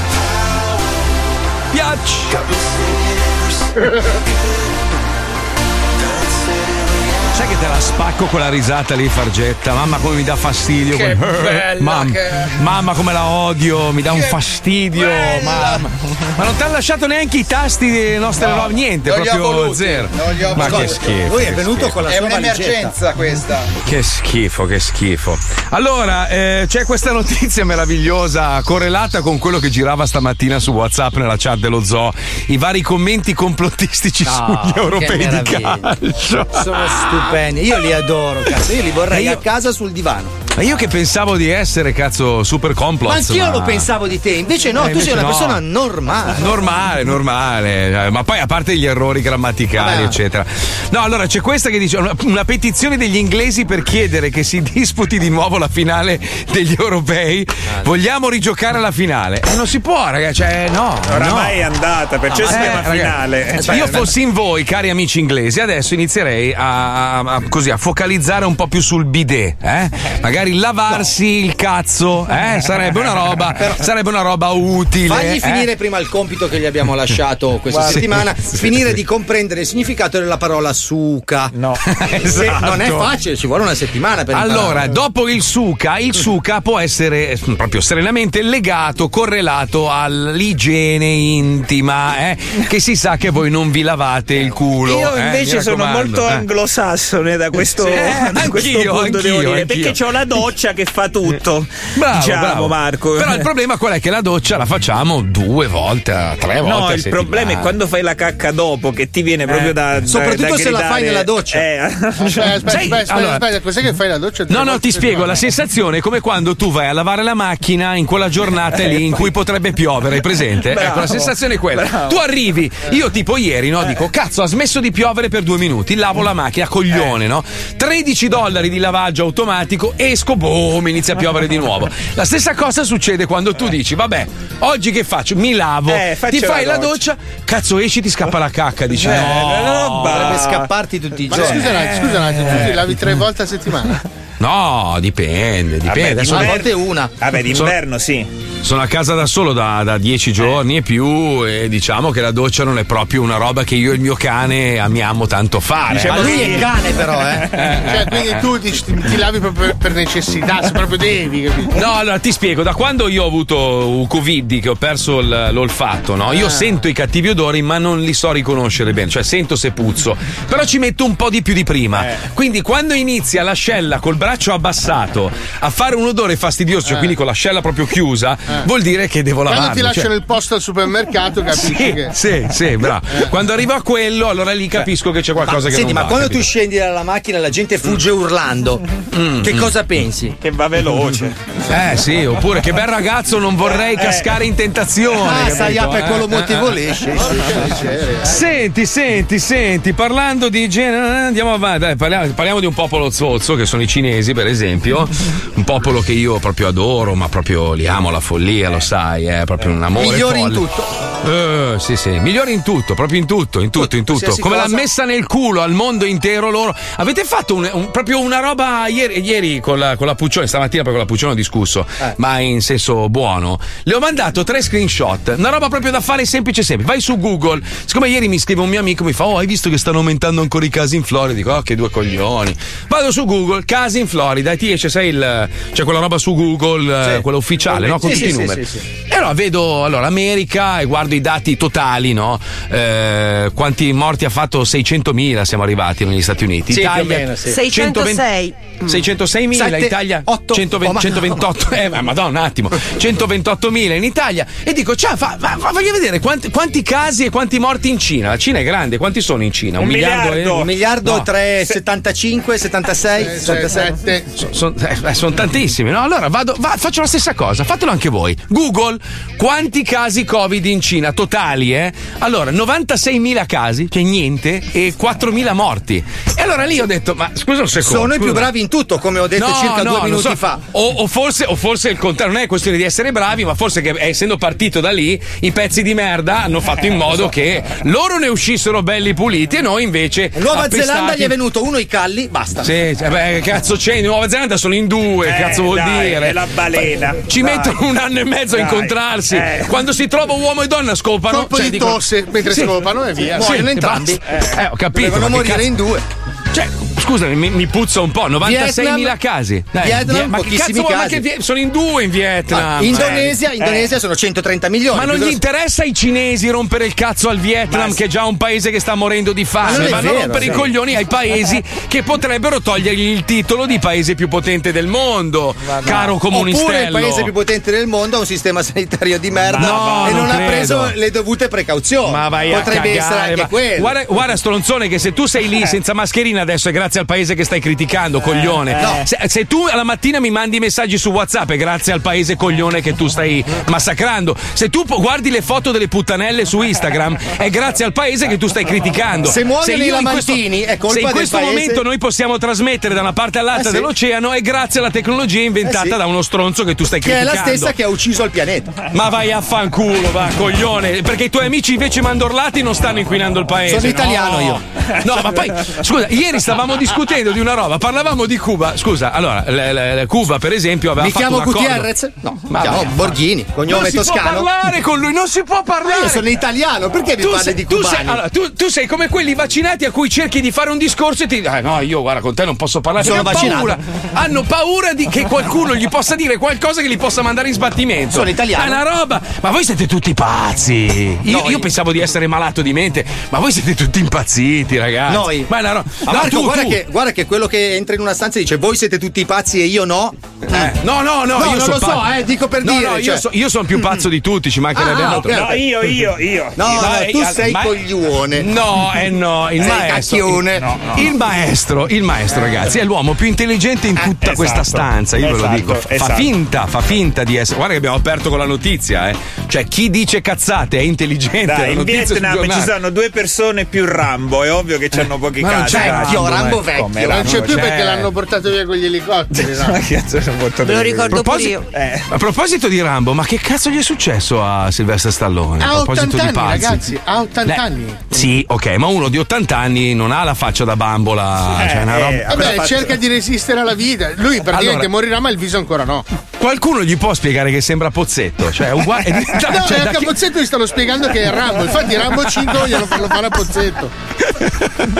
S1: Sai che te la spacco quella risata lì, Fargetta? Mamma come mi dà fastidio.
S15: Che
S1: quel-
S15: bella
S1: mamma,
S15: che-
S1: mamma come la odio, mi dà un
S15: Che
S1: fastidio.
S15: bella!
S1: Mamma. Ma non ti hanno lasciato neanche i tasti delle nostre
S5: No,
S1: robe, niente,
S5: non li ho
S1: proprio
S5: voluti,
S1: zero.
S5: non li ho
S1: Ma che
S5: voluti.
S1: schifo.
S5: Lui è
S1: che
S5: venuto
S1: schifo.
S5: con la È sua un'emergenza valigetta. questa.
S1: Che schifo, che schifo. Allora, eh, c'è questa notizia meravigliosa correlata con quello che girava stamattina su WhatsApp nella chat dello zoo. I vari commenti complottistici
S3: No,
S1: sugli
S3: che
S1: europei di
S3: meraviglia.
S1: calcio.
S3: Sono stupendi. Io li adoro, cazzo. Io li vorrei
S1: Ma io-
S3: a casa sul divano.
S1: Ma io che pensavo di essere, cazzo, super complot.
S3: Ma anch'io
S1: ma-
S3: lo pensavo di te, invece no,
S1: Eh,
S3: tu sei
S1: invece
S3: una
S1: no.
S3: persona normale.
S1: Normale, normale, eh, ma poi a parte gli errori grammaticali, eccetera. No, allora c'è questa che dice una, una petizione degli inglesi per chiedere che si disputi di nuovo la finale degli europei. Vogliamo rigiocare la finale? Eh, non si può, ragazzi, cioè, no.
S7: Oramai è
S1: no.
S7: andata, perciò si chiama
S1: Ah, eh, ragazzi,
S7: finale. Cioè,
S1: se io fossi in voi, cari amici inglesi, adesso inizierei a, a- a- così, a focalizzare un po' più sul bidet. eh? Magari lavarsi il cazzo, eh? sarebbe, una roba, sarebbe una roba utile.
S3: Fagli
S1: eh?
S3: finire prima il compito che gli abbiamo lasciato questa
S1: Guarda,
S3: settimana,
S1: sì, sì.
S3: finire di comprendere il significato della parola suca. No,
S1: Esatto.
S3: non è facile, ci vuole una settimana per
S1: Allora,
S3: imparare.
S1: dopo il suca, il suca può essere eh, proprio serenamente legato, correlato all'igiene intima, eh, che si sa che voi non vi lavate il culo.
S7: Io
S1: eh,
S7: invece
S1: mi
S7: sono
S1: raccomando,
S7: molto
S1: eh.
S7: anglosassone da questo,
S1: Sì, eh,
S7: da questo
S1: anch'io,
S7: punto, devo
S1: anch'io,
S7: dire,
S1: anch'io.
S7: perché c'ho la doccia che fa tutto.
S1: Bravo,
S7: diciamo,
S1: bravo.
S7: Marco.
S1: Però il problema qual è? Che la doccia la facciamo due volte, tre Eh, volte.
S7: No,
S1: a
S7: il
S1: settimana.
S7: problema è quando fai la cacca dopo, che ti viene
S1: Eh.
S7: proprio da. da-
S2: Soprattutto
S7: da
S2: se la fai
S7: gridare,
S2: nella doccia.
S7: eh,
S2: Aspetta, aspetta,
S7: Sai,
S2: aspetta, aspetta,
S1: Cioè, allora-
S2: aspetta, cos'è che fai la doccia?
S1: No, no, ti spiego, la sensazione è come quando tu vai a lavare la macchina in quella giornata
S7: Eh,
S1: lì in cui potrebbe piovere, hai presente?
S15: Bravo.
S1: ecco, la sensazione è quella.
S15: Bravo.
S1: Tu arrivi, io tipo ieri,
S7: Eh.
S1: no, dico, cazzo, ha smesso di piovere per due minuti, lavo la macchina, coglione,
S7: Eh.
S1: no? 13 dollari di lavaggio automatico, esco, boom, inizia a piovere di nuovo. La stessa cosa succede quando tu dici, vabbè, oggi che faccio? Mi lavo,
S7: Eh, faccio
S1: ti fai
S7: la
S1: la doccia. cazzo esci, ti scappa la cacca, dici,
S7: Eh,
S1: no,
S7: roba. Dovrebbe
S3: scapparti tutti i
S2: Ma scusa un attimo, scusa un
S1: Eh.
S2: attimo, tu ti lavi tre volte a settimana?
S1: No, dipende, dipende.
S7: Vabbè,
S1: Adesso-
S7: d'inverno-
S3: una.
S7: Vabbè, d'inverno sì.
S1: Sono a casa da solo da, da dieci giorni e più e diciamo che la doccia non è proprio una roba che io e il mio cane amiamo tanto fare.
S2: Diciamo
S1: Ma
S2: che-
S1: Eh,
S2: cioè, quindi tu dici, ti, ti lavi proprio per, per necessità, se proprio devi, capito?
S1: No, allora ti spiego, da quando io ho avuto un Covid, che ho perso l- l'olfatto, no? Io
S2: Ah.
S1: sento i cattivi odori, ma non li so riconoscere bene, cioè sento se puzzo, però ci metto un po' di più di prima. Quindi quando inizia l'ascella col braccio abbassato a fare un odore fastidioso, cioè
S2: Eh.
S1: quindi con l'ascella proprio chiusa,
S2: Eh.
S1: vuol dire che devo lavarmi.
S2: Quando ti
S1: cioè-
S2: lasciano il posto al supermercato, capisci che.
S1: Sì, sì, bravo. Quando arrivo a quello, allora lì capisco che c'è qualcosa
S3: Ma
S1: che
S3: senti, Ah,
S1: non
S3: ma
S1: va.
S3: quando
S1: capito? Mm.
S3: tu scendi dalla macchina e la gente fugge urlando, che cosa pensi?
S7: Che va veloce.
S1: Eh sì, oppure che bel ragazzo, non vorrei cascare in tentazione.
S3: Eh, Ah, sai,
S1: capito?
S3: per
S1: Eh,
S3: quello
S1: eh,
S3: motivo
S1: eh.
S3: l'esce.
S2: Cioè,
S1: Senti, senti, senti, parlando di igiene, andiamo avanti, dai, parliamo, parliamo di un popolo zozzo che sono i cinesi, per esempio, un popolo che io proprio adoro, ma proprio li amo la follia, lo sai, è proprio un amore
S3: Eh. Migliori in
S1: folle.
S3: tutto.
S1: Eh, sì, sì, migliori in tutto, proprio in tutto, in tutto, in tutto.
S3: Qualsiasi
S1: Come l'ha
S3: cosa.
S1: messa nel culo al mondo intero loro. Avete fatto un- un- proprio una roba ieri, ieri con, la, con la Puccione, stamattina poi con la Puccione ho discusso,
S3: Eh.
S1: ma in senso buono. Le ho mandato tre screenshot, una roba proprio da fare semplice semplice. Vai su Google, siccome ieri mi scrive un mio amico, mi fa, oh hai visto che stanno aumentando ancora i casi in Florida? Dico, oh che due coglioni. Vado su Google, casi in Florida, e ti esce, sai, il, c'è quella roba su Google, eh, quella ufficiale, no? Con
S3: Sì,
S1: tutti
S3: sì,
S1: i
S3: sì,
S1: numeri.
S3: sì, sì.
S1: E allora vedo allora, America e guardo i dati totali, no? Eh, quanti morti ha fatto? 600.000 siamo arrivati negli Stati Uniti.
S3: Sì, più o
S1: Italia
S3: meno, sì.
S9: 606.
S1: 606.000
S3: Sette,
S1: Italia
S3: otto,
S1: 120
S3: oh, ma-
S1: 128 eh, ma madonna un attimo 128.000 in Italia e dico ciao fa, ma- ma voglio vedere quanti, quanti casi e quanti morti in Cina la Cina è grande quanti sono in Cina un, miliardo, e
S3: un miliardo
S1: no.
S3: 375, 76, 77.
S1: Sono eh, tantissimi, no? Allora vado, va- faccio la stessa cosa, fatelo anche voi. Google, quanti casi Covid in Cina totali, eh? Allora, 96.000 casi, cioè niente, e 4.000 morti. E allora lì ho detto, ma scusa un secondo.
S3: Sono i più
S1: scusa.
S3: bravi in tutto, come ho detto
S1: No,
S3: circa
S1: no,
S3: due
S1: non
S3: minuti
S1: so.
S3: fa.
S1: O, o forse, o forse il contrario, non è questione di essere bravi, ma forse che eh, essendo partito da lì, i pezzi di merda hanno fatto
S3: Eh,
S1: in modo che loro ne uscissero belli puliti e noi invece.
S3: Nuova
S1: appestati-
S3: Zelanda gli è venuto uno i calli, basta.
S1: sì, cioè, beh, che cazzo 100, in Nuova Zelanda sono in due,
S7: Eh,
S1: cazzo vuol
S7: dai,
S1: dire?
S7: è la balena.
S1: Ci
S7: Dai.
S1: mettono un anno e mezzo a
S7: Dai.
S1: incontrarsi.
S7: Eh.
S1: Quando si trova uomo e donna scopano. cioè,
S2: Colpo di
S1: dicono-
S2: tosse mentre scopano e via. Muoiono
S1: e
S2: entrambi.
S1: basta. Eh, ho capito.
S2: Dovevano
S1: ma che
S2: morire
S1: cazzo-
S2: in due.
S1: Cioè, scusami, mi, mi puzza un po'. 96.000
S2: Vietnam-
S1: casi. Dai,
S2: Vietnam,
S1: vie- ma che
S2: pochissimi
S1: cazzo vuoi- ma
S2: casi.
S1: che vie- sono in due in Vietnam.
S2: Ah, Indonesia-
S1: Eh.
S2: Indonesia
S1: Eh.
S2: sono 130 milioni,
S1: Ma non
S2: cosa-
S1: gli interessa ai cinesi rompere il cazzo al Vietnam, che è già un paese che sta morendo di
S2: Ma
S1: fame.
S2: non è
S1: Vanno a
S2: vero,
S1: rompere i
S2: sì.
S1: coglioni ai paesi che potrebbero togliergli il titolo di paese più potente del mondo,
S3: Oppure
S1: caro
S3: il
S1: comunistello.
S3: paese più potente del mondo ha un sistema sanitario di merda
S1: No,
S3: e non,
S1: non
S3: ha
S1: credo.
S3: preso le dovute precauzioni.
S1: Ma vai a
S3: Potrebbe
S1: cagare,
S3: essere anche
S1: ma-
S3: quello. Eh.
S1: Guarda, guarda, stronzone che se tu sei lì senza mascherina adesso è grazie al paese che stai criticando, coglione.
S3: no.
S1: Se, se tu alla mattina mi mandi i messaggi su WhatsApp è grazie al paese coglione che tu stai massacrando. Se tu po- guardi le foto delle puttanelle su Instagram è grazie al paese che tu stai criticando.
S3: Se muoiono i
S1: io in questo-
S3: lamantini, è colpa
S1: Se in
S3: del
S1: questo
S3: paese.
S1: momento noi possiamo trasmettere da una parte all'altra
S3: Eh sì.
S1: dell'oceano è grazie alla tecnologia inventata
S3: Eh sì.
S1: da uno stronzo che tu stai
S3: Che è
S1: criticando.
S3: la stessa che ha ucciso il pianeta.
S1: Ma vai a fanculo, va, coglione. Perché i tuoi amici invece mandorlati non stanno inquinando il paese.
S3: Sono
S1: no?
S3: italiano io.
S1: No, ma poi, scusa, ieri stavamo discutendo di una roba, parlavamo di Cuba. Scusa, allora, l- l- Cuba, per esempio, aveva
S3: Mi
S1: fatto
S3: chiamo
S1: un accordo-
S3: Gutierrez? No, mi
S1: Ma
S3: chiamo
S1: vai a
S3: Borghini, cognome
S1: non si
S3: toscano.
S1: può parlare con lui, non si può parlare.
S3: Io sono italiano, perché mi
S1: Tu
S3: parli
S1: sei-
S3: di
S1: tu sei-
S3: cubani?
S1: allora, tu, tu sei come quelli vaccinati a cui cerchi di fare un discorso e ti ah, no, io guarda, con te non posso parlare.
S3: Sono
S1: perché hanno paura,
S3: vaccinato.
S1: hanno paura di che qualcuno gli possa dire qualcosa che li possa mandare in sbattimento.
S3: Sono italiano.
S1: È una roba. Ma voi siete tutti pazzi. Io,
S3: Noi.
S1: io pensavo di essere malato di mente, ma voi siete tutti impazziti, ragazzi.
S3: Noi.
S1: Ma è una roba.
S3: Ma
S1: No,
S3: Marco,
S1: tu,
S3: guarda,
S1: tu.
S3: Che, guarda che quello che entra in una stanza e dice voi siete tutti pazzi e io no.
S1: Eh, No, no, no, io
S3: non
S1: son
S3: lo so,
S1: pazzo.
S3: eh, dico per
S1: No,
S3: dire.
S1: no, io,
S3: cioè.
S1: so- io sono più pazzo di tutti, ci mancherebbe
S3: Ah,
S1: altro. eh,
S3: ok, ok. No, io, io, io. No, no, tu sei coglione.
S1: No, eh no, il
S3: Sei
S1: maestro.
S3: cacchione.
S1: Il, il maestro, il maestro, ragazzi, è l'uomo più intelligente in tutta
S7: esatto.
S1: questa stanza. Io ve lo
S7: Esatto,
S1: dico. Fa
S7: esatto.
S1: finta, fa finta di essere. Guarda che abbiamo aperto con la notizia, eh. Cioè, chi dice cazzate è intelligente. è
S7: Dai, in
S1: la Cioè, notizia sul
S7: Vietnam ci
S1: giornale. Eh.
S7: sono due persone più Rambo, è ovvio che c'hanno pochi
S1: Ma non
S7: casi.
S1: c'è Vecchio, Rambo, Rambo eh. vecchio.
S7: Come
S2: non
S7: Rambo,
S2: c'è più
S7: cioè-
S2: perché l'hanno Esatto, portato via con gli elicotteri. no?
S7: Ma cazzo, sono portato
S9: Me lo
S7: via.
S9: ricordo pure io.
S1: Eh. A proposito di Rambo, ma che cazzo gli è successo a Silvestre Stallone?
S2: Ha
S1: a proposito
S2: 80 anni,
S1: di pazzi.
S2: ragazzi. Ha 80
S1: Beh,
S2: anni.
S1: Sì, ok, ma uno di 80 anni non ha la faccia da bambola. cioè
S2: Eh,
S3: Eh,
S1: una roba-
S2: Vabbè, cerca di resistere alla vita. Lui praticamente
S1: Allora-
S2: morirà, ma il viso ancora no.
S1: Qualcuno gli può spiegare che sembra Pozzetto? Cioè, è uguale. È diventato-
S2: No,
S1: cioè,
S2: cioè,
S1: da
S2: a
S1: chi-
S2: Capozzetto gli stanno spiegando che è Rambo. Infatti, Rambo 5 vogliono farlo fare a Pozzetto.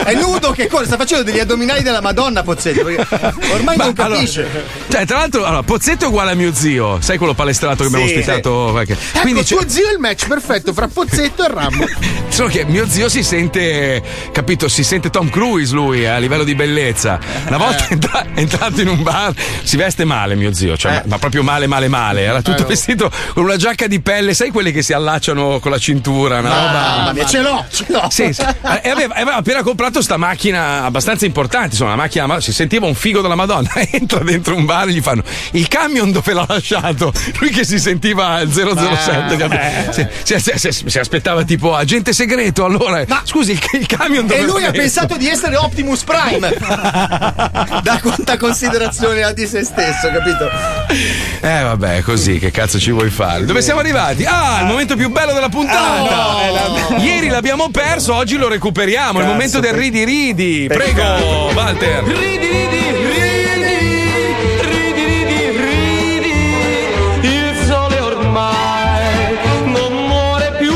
S3: È nudo che cosa? Sta facendo degli addominali della Madonna, Pozzetto. perché Ormai non
S1: allora-
S3: capisce.
S1: Cioè, tra l'altro, allora, Pozzetto è uguale a mio zio, sai quello palestrato che abbiamo
S2: Sì.
S1: ospitato? qualche-
S2: Ecco, tuo zio è il match perfetto fra Pozzetto e Rambo.
S1: Solo che mio zio si sente, capito, si sente Tom Cruise lui eh, a livello di bellezza. Una
S3: Eh.
S1: volta è entra- è entrato in un bar, si veste male mio zio, cioè,
S3: Eh.
S1: ma- ma proprio male, male, male. Era tutto vestito con una giacca di pelle, sai quelle che si allacciano con la cintura, una roba.
S3: Mamma mia, ce l'ho, ce l'ho.
S1: Sì, sì. E aveva, aveva appena comprato sta macchina abbastanza importante, insomma, una macchina, ma si sentiva un figo della Madonna. Entra dentro un bar e gli fanno il camion dove l'ha lasciato. Lui che si sentiva il 007,
S3: Ma-
S1: capito? si, si- si- si- si aspettava tipo agente segreto. Allora, scusi, il, il camion dove
S3: E lui
S1: l'ha
S3: ha
S1: messo?
S3: pensato di essere Optimus Prime. da quanta considerazione ha di se stesso, capito?
S1: Eh, vabbè, è così, che cazzo ci vuoi fare? Dove siamo arrivati? Ah, il momento più bello della
S3: Ah,
S1: puntata!
S3: eh,
S1: Ieri l'abbiamo perso, oggi lo recuperiamo. il
S7: Cazzo,
S1: momento del
S7: pe-
S1: ridi ridi. Prego,
S7: peccato.
S1: Walter.
S13: Il sole ormai non muore più.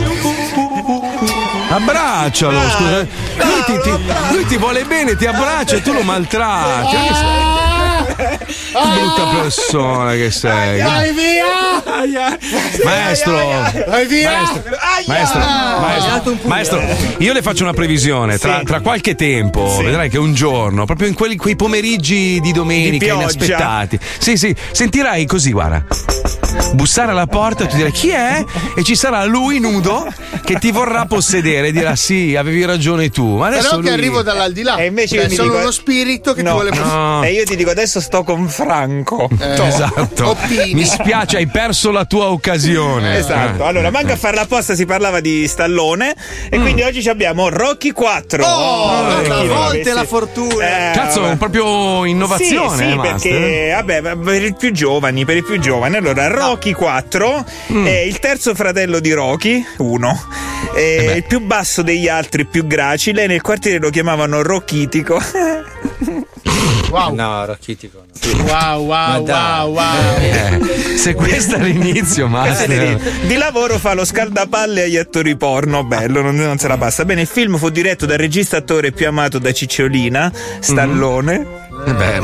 S1: Abbraccialo,
S2: Ah.
S1: scusa. Lui ti, ti- lui ti vuole bene, ti abbraccia e tu lo maltratti.
S13: Ah!
S1: Brutta persona che sei.
S13: Vai
S3: via!
S1: Maestro,
S13: Vai via! ah!
S1: Maestro. maestro, maestro, maestro, io le faccio una previsione. Tra, tra qualche tempo vedrai che un giorno, proprio in quelli- quei pomeriggi di domenica
S7: Di pioggia.
S1: inaspettati, sì, sì, sentirai così, guarda. Bussare alla porta e tu dirai chi è? E ci sarà lui nudo che ti vorrà possedere e dirà sì, avevi ragione tu. Ma adesso
S2: Però che
S1: lui-
S2: arrivo dall'aldilà.
S7: E invece
S2: Cioè,
S7: io mi
S2: sono
S7: dico-
S2: uno spirito che
S7: No.
S2: ti vuole
S7: E io ti dico adesso sto con Franco.
S1: Eh,
S7: To.
S1: Esatto. Mi spiace, hai perso la tua occasione.
S7: Esatto,
S1: Eh.
S7: allora manca a fare la posta si parlava di Stallone
S1: Mm.
S7: e quindi oggi ci abbiamo Rocky 4.
S3: Oh, a volte la
S7: fortuna.
S1: Cazzo, è proprio innovazione.
S7: Sì,
S1: eh,
S7: sì
S1: Master.
S7: perché vabbè, ma per i più giovani, per i più giovani. Allora, Rocky 4
S1: Mm.
S7: è il terzo fratello di Rocky, 1. È
S1: Eh
S7: il più basso degli altri, più gracile, nel quartiere lo chiamavano Rochitico.
S2: Wow.
S6: No, rocchitico.
S2: Wow, wow, wow,
S1: Eh, se questo è l'inizio,
S7: Questo è
S1: Master.
S7: di, di lavoro fa lo scaldapalle agli attori porno, bello, non, non se la passa. Bene, il film fu diretto dal regista attore più amato da Cicciolina, Stallone.
S1: Mhm. Eh
S3: Eh,
S1: Beh,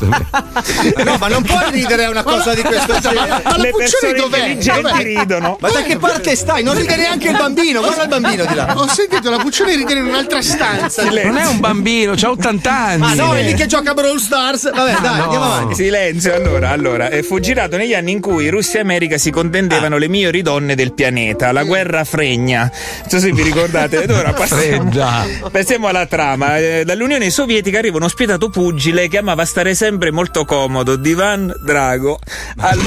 S3: No, ma non puoi ridere a una cosa di questo genere.
S7: Le persone intelligenti ridono.
S3: Ma da che parte stai? Non ride neanche il bambino. Guarda il bambino di là.
S2: Ho sentito la Puccioni ridere in un'altra stanza.
S1: Non è un bambino, c'ha 80 anni.
S3: Ma no, è lì che gioca a Brawl Stars.
S7: Ah,
S3: Vabbè, dai, andiamo avanti.
S7: Silenzio, allora, allora, eh, fu girato negli anni in cui Russia e America si
S3: Ah.
S7: contendevano le migliori donne del pianeta, la guerra fregna. Non so se vi ricordate, ed ora passiamo,
S1: Fregna.
S7: passiamo alla trama. Eh, dall'Unione Sovietica arriva uno spietato pugile che amava stare sempre molto comodo, Divan Drago. Alto,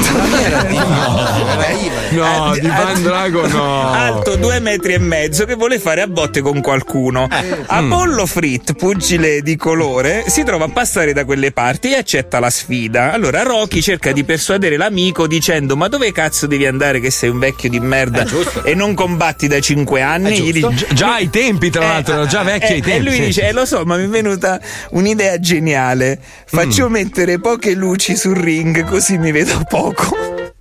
S1: No,
S7: Eh,
S1: di Van Drago no.
S7: alto due metri e mezzo che vuole fare a botte con qualcuno.
S1: Mm.
S7: Apollo Fritt, pugile di colore, si trova a passare da quelle parti e accetta la sfida. Allora Rocky cerca di persuadere l'amico dicendo ma dove cazzo devi andare che sei un vecchio di merda e non combatti da cinque anni? Gli dice-
S1: Gi- già ai tempi, tra l'altro, erano già vecchi
S7: eh,
S1: ai tempi.
S7: E lui
S1: sì.
S7: dice: eh, Lo so, ma mi è venuta un'idea geniale.
S1: Mm.
S7: Faccio mettere poche luci sul ring, così mi vedo poco.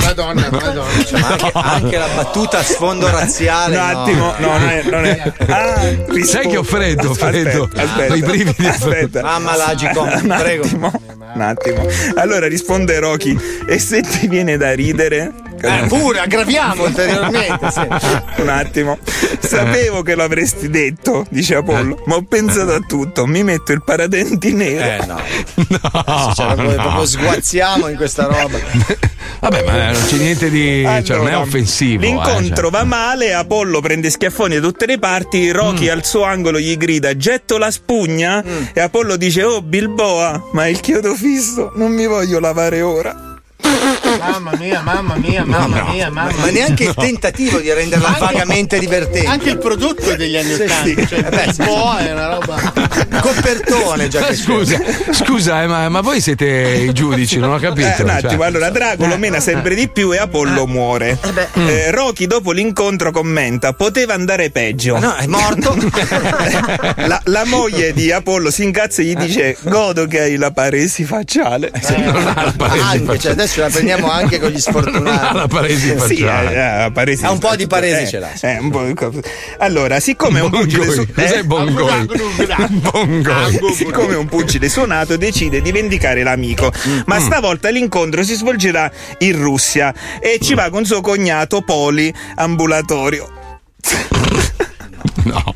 S2: Madonna, madonna.
S3: Cioè, Ma anche, anche la battuta a sfondo razziale.
S7: Un attimo, no, non è. Non è. Ah,
S1: Sai che ho freddo, freddo.
S7: Aspetta,
S1: Ho i brividi a freddo.
S7: aspetta.
S3: Mamma l'agico,
S7: Un
S3: prego.
S7: attimo, un attimo. Allora risponde Rocky: E se ti viene da ridere?
S3: Eh, pure, aggraviamo ulteriormente, sì.
S7: Un attimo, sapevo che l'avresti detto, dice Apollo, ma ho pensato a tutto. Mi metto il paradenti nero.
S3: Eh, no. Cioè, proprio- proprio sguazziamo in questa roba.
S1: Vabbè, ma non c'è niente di. cioè, non è
S7: Allora,
S1: offensivo. eh,
S7: L'incontro va male, Apollo prende schiaffoni da tutte le parti, Rocky
S1: Mm.
S7: al suo angolo gli grida getto la spugna
S3: Mm.
S7: e Apollo dice oh Bilboa, ma il chiodo fisso non mi voglio lavare ora.
S2: Mamma mia, mamma mia, mamma
S7: No, no.
S2: mia, mamma mia.
S3: Ma neanche il tentativo di renderla
S2: Anche-
S3: vagamente divertente.
S2: Anche il prodotto è degli anni
S3: Sì,
S2: Ottanta.
S3: sì.
S2: Cioè,
S3: Vabbè, sì.
S2: poi è una roba.
S3: Copertone,
S1: cioè.
S3: già
S1: Eh,
S3: che
S1: scusa, scusa eh, ma, ma voi siete i giudici, non ho capito.
S7: Eh, un attimo,
S1: cioè.
S7: allora Drago lo mena sempre di più e Apollo muore.
S1: Mm.
S7: Eh, Rocky dopo l'incontro commenta poteva andare peggio.
S3: No, è morto.
S7: la, la moglie di Apollo si incazza e gli dice godo che hai la paresi facciale.
S3: Anche, cioè, adesso la prendiamo anche con gli sfortunati.
S1: la paresi
S7: Sì,
S1: facciale.
S7: eh, eh, la paresi
S3: Ha un po' di paresi
S7: eh,
S3: ce l'ha,
S7: eh, un po' di co- Allora, siccome è un pugile su-
S1: Cos'è
S7: eh?
S1: Bongoi? Bongoi.
S7: Siccome è un pugile suonato, decide di vendicare l'amico.
S1: Mm,
S7: Ma stavolta l'incontro si svolgerà in Russia e ci va con suo cognato Poli ambulatorio.
S1: No.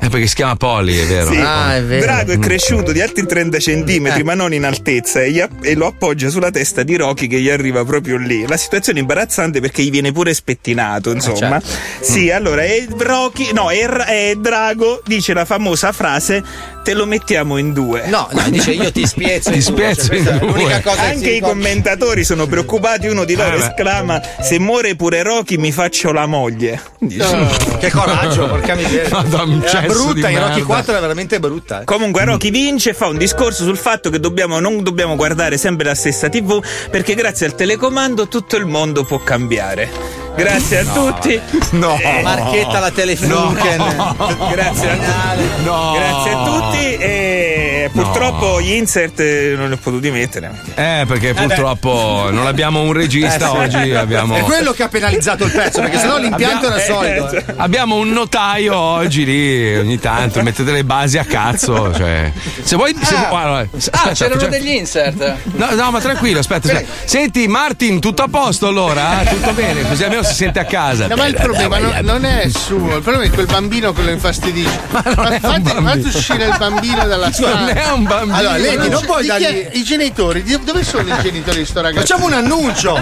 S1: È Eh, perché si chiama Polly, è vero.
S7: Sì.
S1: Ah, è vero.
S7: Drago è
S3: Mm.
S7: cresciuto di altri 30 centimetri,
S3: Eh.
S7: ma non in altezza, e, gli app- e lo appoggia sulla testa di Rocky che gli arriva proprio lì. La situazione è imbarazzante perché gli viene pure spettinato,
S3: Eh,
S7: insomma.
S3: certo.
S7: Sì,
S3: Mm.
S7: allora, e Rocky, no, e, Ra- e Drago dice la famosa frase: Te lo mettiamo in due.
S3: No, no, dice io ti spiezzo.
S1: Ti
S3: in due,
S1: spezzo
S3: cioè,
S1: in
S3: questa è
S1: due.
S3: l'unica cosa che si Eh,
S7: Anche i
S3: ricorda.
S7: commentatori sono preoccupati, uno di loro
S1: Ah, beh.
S7: esclama: Se muore pure Rocky, mi faccio la moglie. Dice.
S3: Che coraggio, porca miseria.
S1: Madonna, un
S3: Era
S1: cesso
S3: brutta,
S1: di
S3: in Rocky
S1: merda.
S3: 4 era veramente brutta. eh.
S7: Comunque Rocky vince e fa un discorso sul fatto che dobbiamo- non dobbiamo guardare sempre la stessa TV perché grazie al telecomando tutto il mondo può cambiare. Grazie a tutti. Eh,
S1: No.
S3: Marchetta la telefunken.
S7: Grazie a tutti.
S1: No.
S7: Grazie a tutti e Eh, purtroppo gli insert eh, non li ho potuti mettere.
S1: Eh, perché purtroppo non abbiamo un regista
S3: Eh, sì.
S1: oggi, abbiamo.
S3: È quello che ha penalizzato il pezzo, perché sennò l'impianto era solido. eh.
S1: Abbiamo un notaio oggi lì, ogni tanto mette delle basi a cazzo. Cioè. Se vuoi. Se,
S11: Ah.
S1: guarda, aspetta,
S3: certo,
S11: Ah, c'erano
S1: facciamo-
S11: degli insert.
S1: No, no, ma tranquillo, aspetta, aspetta. Senti, Martin, tutto a posto allora? Ah, Tutto bene? Così almeno si sente a casa.
S2: No, ma il problema no- non è suo, il problema è quel bambino che lo infastidisce. Ma
S1: è un
S2: fate,
S1: bambino. Cioè,
S2: fate uscire il bambino dalla stanza.
S1: Non è un bambino. Cioè,
S2: Allora, lei
S3: non
S2: non puoi
S3: puoi dargli-
S2: I genitori, Di- dove sono i genitori di sto ragazzo?
S3: Facciamo un annuncio.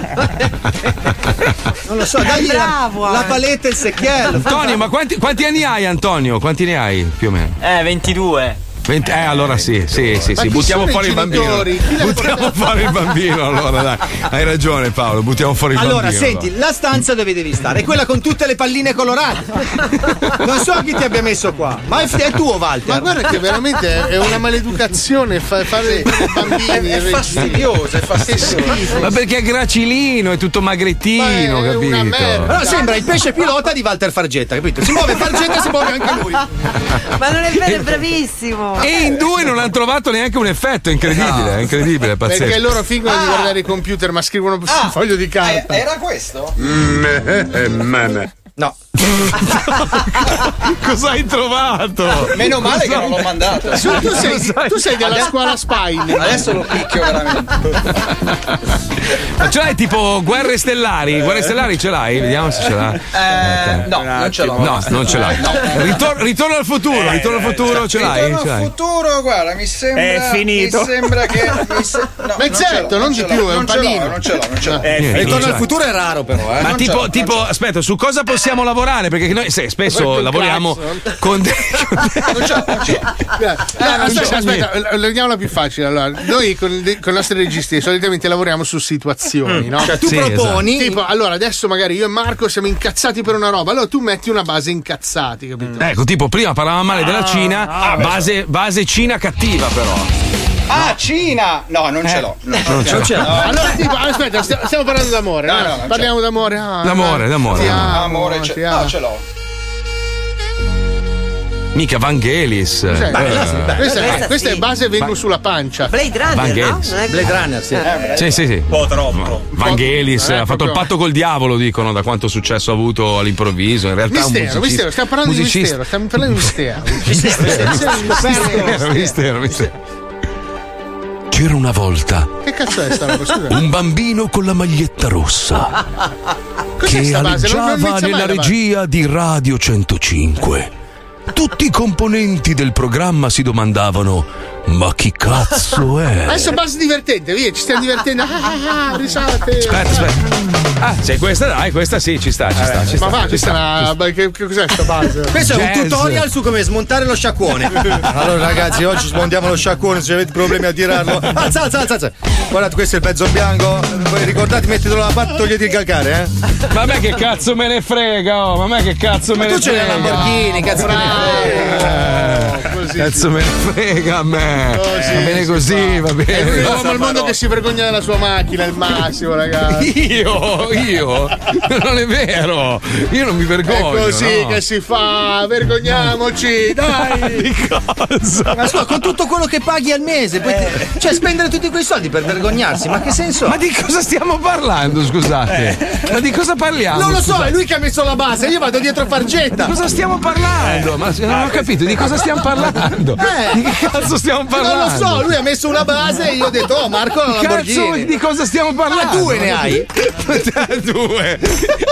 S3: Non lo so, dagli la,
S9: bravo,
S3: la
S9: eh.
S3: paletta e il secchiello.
S1: Antonio, ma quanti, quanti anni hai, Antonio? Quanti ne hai più o meno?
S11: Eh, 22.
S1: Venti- eh, allora sì, sì, sì,
S2: Ma
S1: sì.
S2: chi
S1: Buttiamo
S2: sono
S1: fuori
S2: i
S1: il bambino.
S2: genitori? Chi l'ha
S1: Buttiamo fuori il bambino, allora dai. Hai ragione, Paolo. Buttiamo fuori il
S3: Allora,
S1: bambino.
S3: senti, la stanza dove devi stare è quella con tutte le palline colorate. Non so chi ti abbia messo qua, ma è, è tuo, Walter.
S2: Ma guarda che veramente è una maleducazione fa- fare fare i bambini.
S3: È fastidioso, è fastidioso.
S2: Che schifo.
S1: Ma perché è gracilino, è tutto magrettino,
S2: Ma è una
S1: capito?
S2: merda.
S3: Allora sembra il pesce pilota di Walter Fargetta, capito? Si muove Fargetta, si muove anche lui.
S9: Ma non è vero, è bravissimo.
S1: E in due non hanno trovato neanche un effetto, è incredibile, è incredibile, è pazzesco.
S2: Perché loro fingono di guardare i computer, ma scrivono su un foglio di carta.
S5: Ah. Eh, Era questo?
S2: No.
S1: Cosa hai trovato?
S5: Meno male che non l'ho mandato.
S2: Oh. Su, tu, sei, tu sei della
S5: Adesso-
S2: scuola Spine. Ah,
S5: Adesso lo picchio veramente.
S1: Ma ce l'hai Cioè, tipo Guerre Stellari? Guerre Stellari ce l'hai? Vediamo se ce l'hai.
S5: Eh, no, non ce l'ho.
S1: No, non ce l'hai.
S5: No. Eh, cioè,
S1: Ritor- ritorno al futuro, ritorno al futuro, ce l'hai?
S5: Ritorno
S1: ce
S5: al
S1: l'hai.
S5: futuro, guarda, mi sembra.
S1: È finito.
S5: Mi sembra che. Mi se- no,
S2: Mezzetto,
S5: ce l'ho,
S2: certo, non di
S5: ce
S2: più,
S5: l'ho,
S2: è un
S5: non ce l'ho,
S2: panino.
S5: Non ce l'ho, non ce l'ho.
S1: Eh, niente, non ce l'hai.
S5: eh.
S1: Ma
S5: Non ce l'ho,
S1: tipo,
S5: non
S1: tipo
S5: ce l'ho.
S1: aspetta, su cosa possiamo lavorare? Perché noi se,
S2: Guarda
S1: spesso
S2: un
S1: lavoriamo
S2: cazzo.
S1: con.
S2: Eh,
S3: Ah,
S1: non c'è
S2: aspetta, aspetta,
S1: niente.
S2: la- la rendiamola più facile. Allora, noi con, de- con i nostri registi solitamente lavoriamo su situazioni,
S3: Mm.
S2: no?
S3: Cioè, tu Sì, proponi- esatto.
S2: tipo, allora adesso magari io e Marco siamo incazzati per una roba, allora tu metti una base incazzati, capito?
S1: Ecco, tipo prima parlavamo male della
S2: Ah,
S1: Cina,
S2: ah, beh.
S1: base, base Cina cattiva però.
S3: Mm.
S5: Ah, Cina! No,
S2: Eh.
S5: non ce l'ho.
S1: Non ce l'ho.
S5: No.
S2: Allora, tipo, aspetta, st- stiamo parlando d'amore,
S5: No,
S2: no?
S5: no, non c'è.
S2: parliamo d'amore. ah,
S1: D'amore,
S2: ah,
S1: d'amore,
S2: Ti
S1: d'amore.
S2: amo,
S5: Amore, ce-
S2: ti
S5: no,
S2: amo.
S5: ce l'ho.
S1: Mica Vangelis.
S2: Cioè, questa, questa è,
S1: Eh,
S2: questa è base vengo sulla pancia.
S9: Blade Runner,
S1: Vangelis.
S9: no? Non è-
S2: Blade Runner, sì.
S5: Eh,
S1: Sì, sì, sì. Un
S7: po' troppo.
S1: Vangelis
S2: Eh,
S1: ha fatto il
S2: proprio-
S1: patto col diavolo, dicono, da quanto successo ha avuto all'improvviso. In realtà è un
S2: Mistero,
S1: musicista-
S2: mistero, stiamo parlando di
S1: musicista.
S2: mistero, stiamo parlando di mistero.
S1: Mistero, mistero, mistero. C'era una volta
S2: Che cazzo è sta roba? Scusa.
S22: un bambino con la maglietta rossa
S2: Cos'è
S22: che
S2: sta base? Non- non
S22: aleggiava
S2: inizia mai
S22: nella
S2: la base.
S22: regia di Radio 105. Tutti i componenti del programma si domandavano: ma chi cazzo è?
S2: Adesso base divertente, via, ci stiamo divertendo. Ah, ah, ah, risate.
S1: Aspetta, aspetta. Ah, se questa dai, questa sì, ci sta, ci sta. ci
S2: Eh, Ma
S1: sta,
S2: va,
S1: ci
S2: questa
S1: sta, ci
S2: è
S1: sta.
S2: una. ma Che, che cos'è sta base?
S3: Questo è
S1: Jazz.
S3: un tutorial su come smontare lo sciacquone. Allora, ragazzi, oggi smontiamo lo sciacquone. Se avete problemi a tirarlo, alza, alza, alza. alza. Guardate, questo è il pezzo bianco. Poi ricordate, mettetelo alla parte, togliete il calcare, eh.
S1: Ma a me che cazzo me ne frega, oh, ma a me che cazzo me ne
S3: tu ce l'hai
S1: frega.
S3: la Lamborghini,
S1: cazzo
S3: me
S1: Cazzo me ne frega a me. va bene così, va
S2: È
S1: bene.
S2: l'unico uomo al Eh, mondo che si vergogna della sua macchina, il massimo, ragazzi.
S1: Io, io, non è vero, io non mi vergogno.
S2: È così
S1: no. Ah,
S2: che si fa, vergogniamoci, dai!
S3: Ma scusa, con tutto quello che paghi al mese, poi ti- cioè spendere tutti quei soldi per vergognarsi, ma che senso?
S1: Ma di cosa stiamo parlando,
S2: Eh.
S1: scusate? Ma di cosa parliamo?
S3: Non lo so,
S1: scusate?
S3: è lui che ha messo la base, io vado dietro a fargetta.
S1: Cosa stiamo parlando? Ma se- non ho capito di cosa stiamo parlando.
S3: Eh.
S1: Di che cazzo stiamo parlando?
S3: Non lo so, lui ha messo una base e io ho detto, oh Marco, la
S1: Cazzo,
S3: Lamborghini.
S1: di cosa stiamo parlando?
S3: Ah, due ne hai?
S1: due.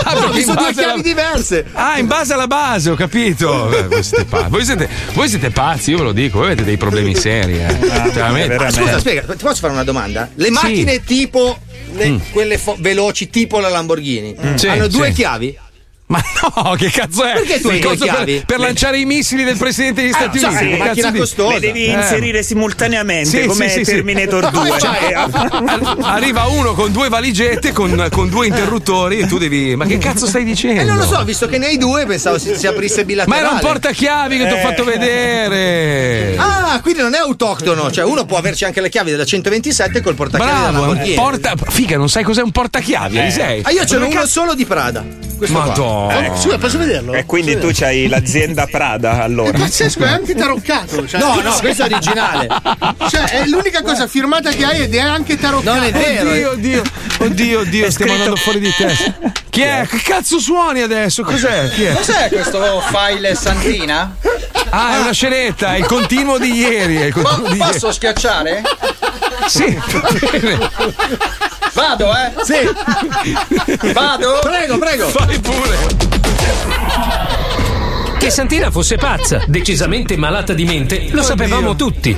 S1: Ah,
S3: No,
S1: perché
S3: mi sono due
S1: in base alla-
S3: chiavi diverse.
S1: Ah, in base alla base, ho capito. Eh, voi, siete pa- voi siete- voi siete pazzi, io ve lo dico, voi avete dei problemi seri. eh. Cioè, veramente.
S3: Ma Ah, Scusa, spiega, ti posso fare una domanda? Le
S1: Sì.
S3: macchine tipo le-
S1: Mm.
S3: quelle fo- veloci, tipo la Lamborghini,
S1: Mm. Sì,
S3: hanno due
S1: sì.
S3: chiavi?
S1: Ma no, che cazzo è?
S3: Perché tu
S1: Il
S3: hai le
S1: coso per-
S3: chiavi?
S1: Per, lanciare i missili del presidente degli
S3: Ah,
S1: Stati
S3: sì,
S2: cioè,
S1: Uniti.
S3: sì,
S1: che
S3: macchina
S1: cazzo dici?
S3: costosa.
S7: Le devi
S1: Eh.
S7: inserire simultaneamente
S1: Sì,
S7: come
S1: sì, sì, sì.
S7: Terminator Eh, 2.
S1: Cioè, a- arriva uno con due valigette, con, con due interruttori e tu devi. Ma che cazzo stai dicendo?
S3: Eh, non lo so, visto che ne hai due, pensavo si, si aprisse
S1: Ma
S3: bilaterale.
S1: era un portachiavi che ti ho
S3: Eh.
S1: fatto vedere.
S3: Ah, quindi non è autoctono, cioè uno può averci anche le chiavi della 127 col portachiavi della
S1: Bravo, un
S3: Lamborghini.
S1: porta. Figa, non sai cos'è un portachiavi?
S7: Eh.
S1: li sei?
S3: Ah, io ce
S1: Ma
S3: n'ho
S1: che
S3: uno
S1: cazzo-
S3: solo di Prada. Questo
S1: Madonna.
S5: Eh,
S3: qua.
S2: Eh,
S3: Eh,
S2: posso vederlo?
S7: E quindi tu c'hai l'azienda Prada allora.
S2: Pazzesco, è anche taroccato. Cioè.
S3: No, no, questo è originale.
S2: Cioè, è l'unica cosa firmata che hai ed è anche taroccato. Non è
S1: Oddio, oddio, oddio, oddio, stiamo andando fuori di testa. Chi è? Che cazzo suoni adesso? Cos'è? Chi è?
S5: Cos'è questo file Santina?
S1: Ah, è una scenetta, è il continuo di ieri. È il continuo
S5: Po-
S1: di ieri.
S5: posso schiacciare?
S1: Sì, va bene.
S5: Vado, eh?
S3: Sì.
S5: Vado?
S3: Prego, prego.
S1: Fai pure.
S11: Che Santina fosse pazza, decisamente malata di mente, lo sapevamo tutti.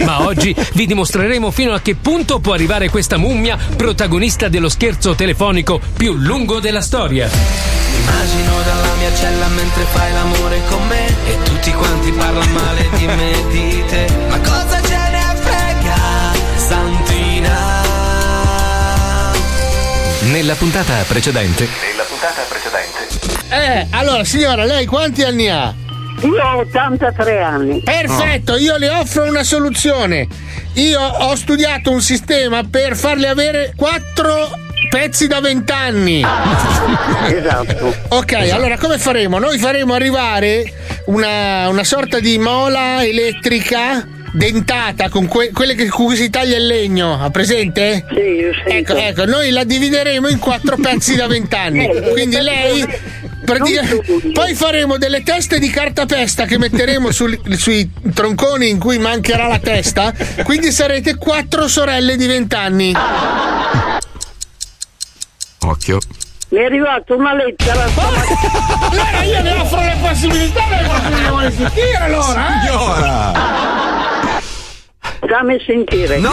S11: Ma oggi vi dimostreremo fino a che punto può arrivare questa mummia, protagonista dello scherzo telefonico più lungo della storia.
S14: Immagino dalla mia cella mentre fai l'amore con me E tutti quanti parlano male di me e di te Ma cosa ce ne frega Santina
S11: Nella puntata precedente.
S18: Nella puntata precedente.
S2: Eh, allora, signora, lei quanti anni ha?
S18: Io ho 83 anni.
S2: Perfetto, io le offro una soluzione. Io ho studiato un sistema per farle avere quattro pezzi da 20 anni.
S18: Esatto.
S2: Ok,
S18: Esatto.
S2: allora come faremo? Noi faremo arrivare una, una sorta di mola elettrica dentata con que- quelle che- con cui si taglia il legno, ha presente? Sì, ecco, ecco, noi la divideremo in quattro pezzi da vent'anni.
S13: Eh,
S2: Quindi lei pratica- poi faremo delle teste di cartapesta che metteremo sul- sui tronconi in cui mancherà la testa, quindi sarete quattro sorelle di vent'anni.
S22: Occhio.
S13: Mi è arrivata una lettera.
S2: allora io le offro le possibilità, lei non vuole sentire allora, eh?
S13: Fammi sentire.
S2: No!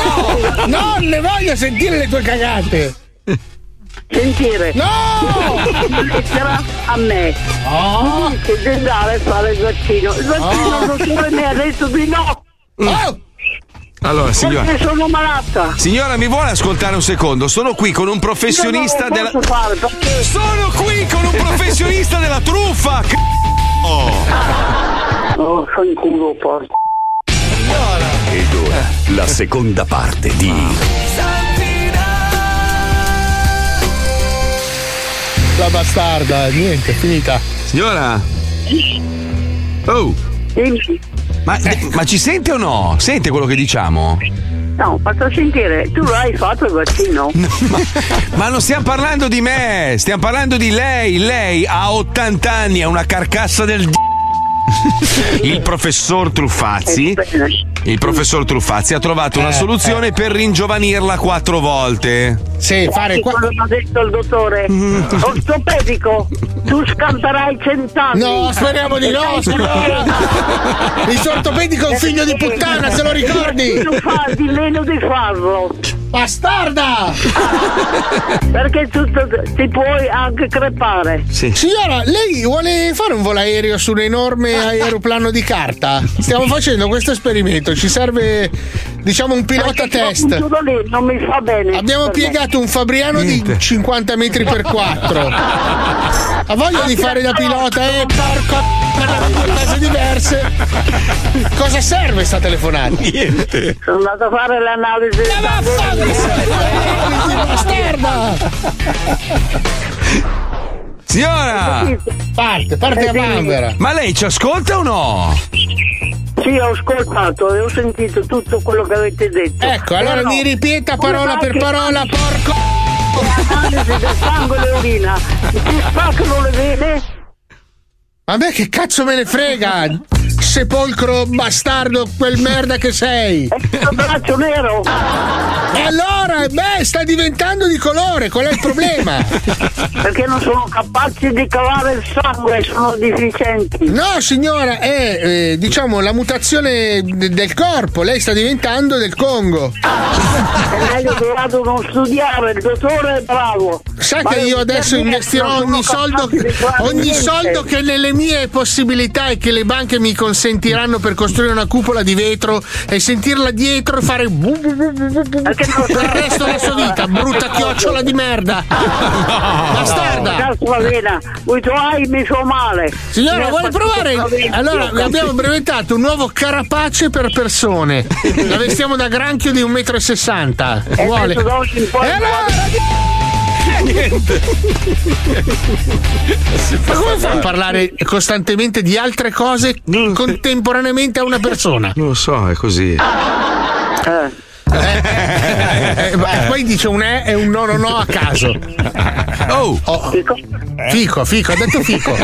S2: non le voglio sentire le tue cagate!
S13: Sentire.
S2: No!
S13: Una lettera a me. Oh! Che dare fare il vaccino. Il vaccino
S22: Oh.
S13: il dottore mi ha detto di no.
S2: Oh!
S1: Allora, signora.
S13: Perché sono malata.
S1: Signora, mi vuole ascoltare un secondo? Sono qui con un professionista
S13: Io non
S1: della.
S13: lo posso fare perché-
S1: Sono qui con un professionista della truffa! c***o!
S13: Oh, sono in culo, porco.
S22: Ed ora la seconda parte di
S2: La bastarda, niente, è finita.
S1: Signora? Oh! Ma, ma ci sente o no? Sente quello che diciamo?
S13: No, faccio sentire. Tu l'hai fatto il vaccino?
S1: Ma non stiamo parlando di me, stiamo parlando di lei. Lei ha 80 anni, è una carcassa del. d- Il professor Truffazzi. Il professor Truffazzi ha trovato una
S13: Eh,
S1: soluzione per ringiovanirla quattro volte.
S2: Sì,
S13: fare qua. Quello che ha detto il dottore.
S2: Mm.
S13: Ortopedico, tu scanterai cent'anni.
S2: No, speriamo di no, signora. Il suo ortopedico è
S13: Eh,
S2: un figlio di puttana, se lo ricordi?
S13: Non fa di meno di farlo.
S2: Bastarda!
S13: Perché tu t- ti puoi anche crepare.
S2: Signora, lei vuole fare un volo aereo su un enorme aeroplano di carta? Stiamo facendo questo esperimento, ci serve diciamo un pilota test.
S13: non mi fa bene.
S2: Abbiamo
S13: Per me.
S2: piegato un fabriano di 50 metri per 4. Ha voglia di fare da pilota e Eh, porco per cose diverse. Cosa serve sta telefonata? Niente.
S13: Sono andato a fare l'analisi. Ma
S2: eh,
S1: Signora!
S2: Parte,
S13: Eh,
S2: parte a Bambera.
S1: Ma lei ci ascolta o no?
S13: Sì, ho ascoltato e ho sentito tutto quello che avete detto.
S2: Ecco, allora
S13: Però-
S2: mi ripeta parola per
S13: Una
S2: parola,
S13: macchina-
S2: porco.
S13: L'analisi del sangue e l'urina. Ti spaccano le vene?
S2: A me che cazzo me ne frega? Sepolcro bastardo, quel merda che sei! È
S13: un braccio nero!
S2: E allora, beh, sta diventando di colore, qual è il problema?
S13: Perché non sono capaci di cavare il sangue, sono deficienti.
S2: No, signora, è eh, diciamo la mutazione de- del corpo, lei sta diventando del Congo.
S13: È meglio che vado a non studiare, il dottore è bravo.
S2: Sai
S13: Ma
S2: che io
S13: gli
S2: adesso
S13: infermieri
S2: investirò
S13: non
S2: ogni
S13: sono
S2: soldo,
S13: capaci di fare
S2: ogni
S13: niente.
S2: soldo che nelle mie possibilità e che le banche mi consentiranno per costruire una cupola di vetro e sentirla dietro e fare bu bu bu bu bu bu per il resto della sua vita, brutta chiocciola di merda. Bastarda!
S13: Cazzo la vena, vuoi trovare mi so male.
S2: Signora, vuole provare? Allora, abbiamo
S13: breve
S2: brevettato un nuovo carapace per persone. La vestiamo da granchio di
S13: Eh,
S2: 1,60 m. Vuole? Eh, E allora, Eh,
S22: Niente.
S2: ma come
S1: Eh.
S2: fai a parlare costantemente di altre cose contemporaneamente a una persona?
S1: Non lo so, è così.
S2: Eh, eh, ma poi dice un eh e un no no no a caso.
S1: Oh!
S13: Fico?
S2: Fico, fico, ha detto fico.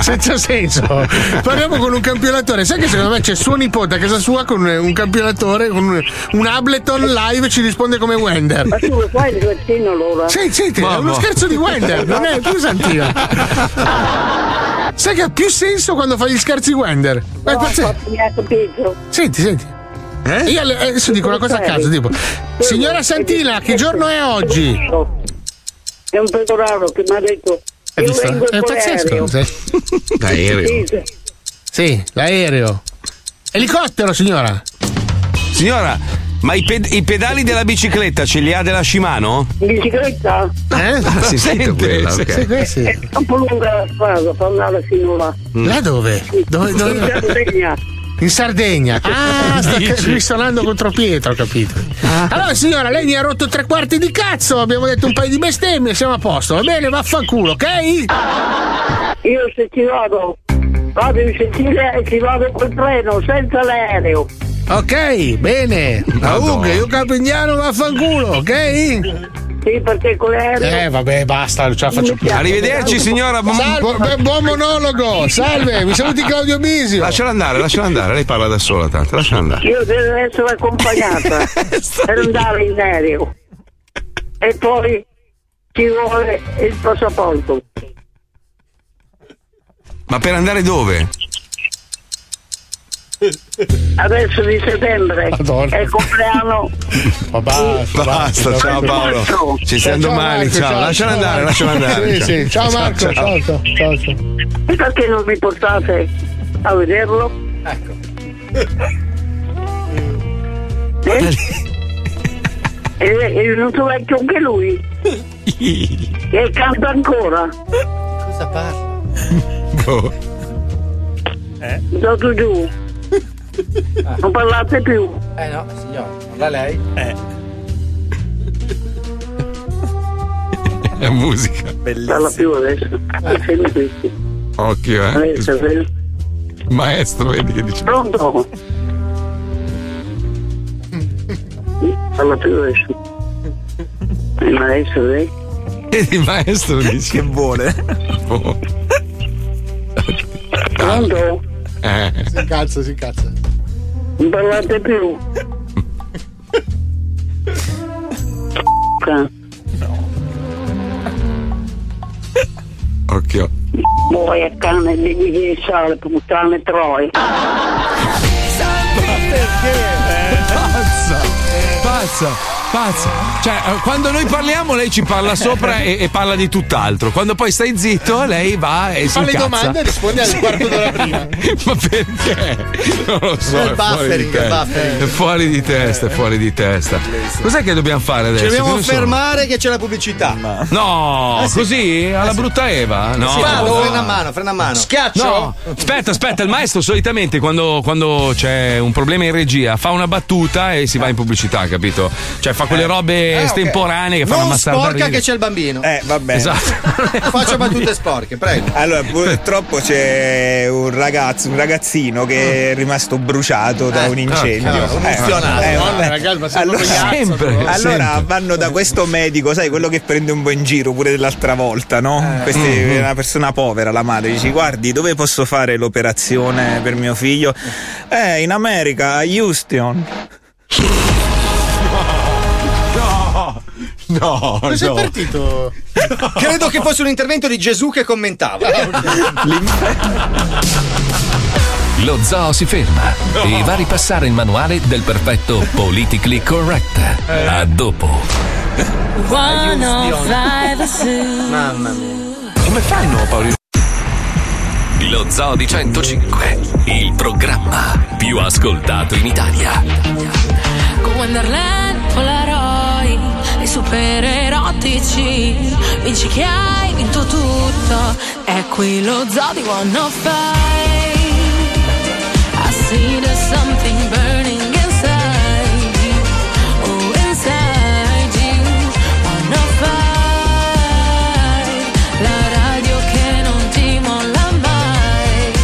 S2: Senza senso. Parliamo con un campionatore. Sai che secondo me c'è suo nipote a casa sua con un campionatore, con un, un Ableton live e ci risponde come Wender.
S13: Ma tu lo fai il vaccino allora?
S2: Senti, senti, è uno scherzo di Wender, non è più Sai che ha più senso quando fa gli scherzi di Wender? Ma è
S13: ecco.
S2: pazzesco. Senti, senti. Io alle- adesso dico una cosa a caso, tipo. Signora Santina, che giorno è oggi?
S13: È un pecoraro che mi ha detto.
S2: Hai
S13: io
S2: visto?
S13: vengo
S2: È
S13: con l'aereo.
S2: pazzesco.
S1: L'aereo.
S13: Dice,
S2: Sì, l'aereo. Elicottero, signora.
S1: Signora, ma i, ped- i pedali della bicicletta ce li ha della Shimano?
S13: Bicicletta?
S2: Eh?
S1: Ah, si sente quella,
S2: sì,
S1: ok.
S2: sì, sì, sì.
S13: È troppo lunga la strada, fa andare fino là.
S2: Là dove? Dove,
S13: In
S2: dove?
S13: Sardegna.
S2: In Sardegna. Ah, sta
S13: Dici?
S2: risuonando contro Pietro, ho capito.
S20: Ah.
S2: Allora, signora, lei mi ha rotto tre quarti di cazzo. Abbiamo detto un paio di bestemmie, siamo a posto. Va bene, vaffanculo, ok?
S13: Io se ci vado
S18: Vado in Sicilia e ci vado col treno, senza l'aereo.
S2: Ok, bene. A Ughe, io Capignano vaffanculo, ok?
S18: Sì, perché con l'aereo.
S2: Eh, vabbè, basta, non ce la faccio più.
S1: Arrivederci, signora. Buon-
S2: Salve, bu- beh, buon monologo. Salve, mi saluti Claudio Bisio.
S1: Lasciala andare, lasciala andare, lei parla da sola tanto, lasciala andare.
S18: Io devo essere accompagnata per andare in aereo. E poi ci vuole il passaporto.
S1: Ma per andare dove?
S18: Adesso di settembre è il compleanno Oh,
S1: basta, ciao Paolo. Ci
S18: Ciao, ciao
S1: sentiamo domani,
S18: Marco,
S1: ciao.
S18: ciao,
S1: Lasciala
S18: ciao
S1: andare,
S18: Marco.
S1: lasciala andare.
S18: Sì, sì, ciao Marco, ciao.
S2: ciao, ciao.
S18: perché non mi portate a vederlo? Eh? Ecco. È venuto vecchio anche lui e canta ancora. Cosa parla? Eh? Dato giù. Non parlate più.
S23: Eh no, signora, non la lei. Eh.
S1: È musica.
S18: Parla più adesso. Fermi questi.
S1: Occhio, eh.
S18: Adesso, fermi.
S1: Maestro, vedi che dice.
S18: Pronto? Parla più adesso. Il maestro, eh?
S1: Il maestro dice che vuole.
S18: Pronto?
S1: Eh.
S2: Si incazza, si incazza.
S18: Non parlate più. Ca-
S1: Occhio.
S18: Muoia cane di di sale, puttane troie.
S1: Pazza, pazza, pazza. Cioè, eh, quando noi parliamo, lei ci parla sopra e, e parla di tutt'altro. Quando poi stai zitto, lei va e si
S2: Fa le
S1: incazza.
S2: domande e risponde al quarto d'ora prima.
S1: Ma perché? Non lo so.
S2: Il
S1: È fuori,
S2: buffering,
S1: di
S2: il
S1: testa.
S2: buffering.
S1: è fuori di testa, è fuori di testa. Cos'è che dobbiamo fare adesso?
S3: Ci dobbiamo
S1: Cosa sono?
S3: fermare che c'è la pubblicità.
S1: No,
S3: Eh sì. Ah,
S1: così? Alla brutta Eva? No.
S3: Sì, vado,
S1: No.
S3: frena a mano, frena a mano. Schiaccio.
S1: No, aspetta, aspetta, il maestro solitamente quando, quando c'è un problema in regia fa una battuta e si va in pubblicità, capito? Cioè fa quelle robe
S3: Eh, ok.
S1: estemporanee che fanno
S3: Non
S1: ammassare da
S3: sporca
S1: ridere.
S3: che c'è il bambino.
S7: Eh, vabbè.
S1: Esatto.
S3: Faccia battute sporche, prego.
S7: Allora, purtroppo c'è un ragazzo, un ragazzino che è rimasto bruciato da
S3: Ah. Eh,
S7: un incendio.
S3: porca,
S7: Eh,
S3: emozionato.
S7: eh,
S3: Madonna,
S7: vabbè.
S3: ragazzi, ma sei
S7: allora,
S3: proprio pazzo,
S7: sempre,
S3: però.
S7: allora
S3: Sempre.
S7: vanno da questo medico, sai, quello che prende un po' in giro pure dell'altra volta, no?
S3: Eh.
S7: Questa
S3: Mhm.
S7: è una persona povera, la madre. Dici, guardi, dove posso fare l'operazione per mio figlio? Eh, in America, a Houston.
S3: No,
S1: no,
S3: Dove sei no.
S2: partito?
S3: Credo che fosse un intervento di Gesù che commentava.
S22: Lo zoo si ferma e va a ripassare il manuale del perfetto Politically Correct. A dopo.
S13: 105 su.
S22: Mamma mia. Come fanno a paura? Lo Zoo di 105, il programma più ascoltato in Italia.
S13: Con Wonderland, Polaroid, i super erotici. Vinci che hai vinto tutto. È qui lo zoo di 105. I see there's something burning inside you. Oh, inside you. 105. La radio che non ti molla mai.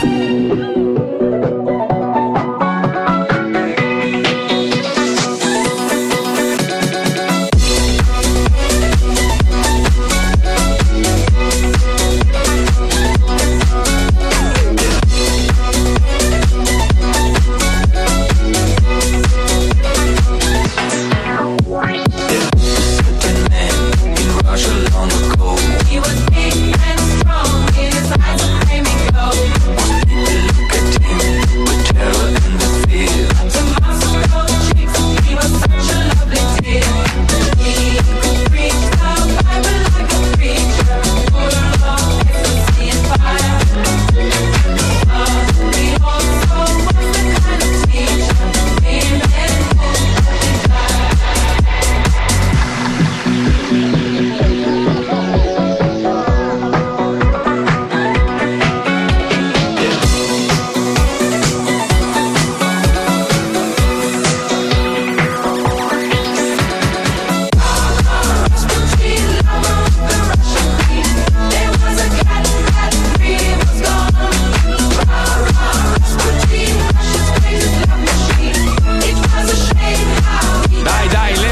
S13: 105.
S15: Lo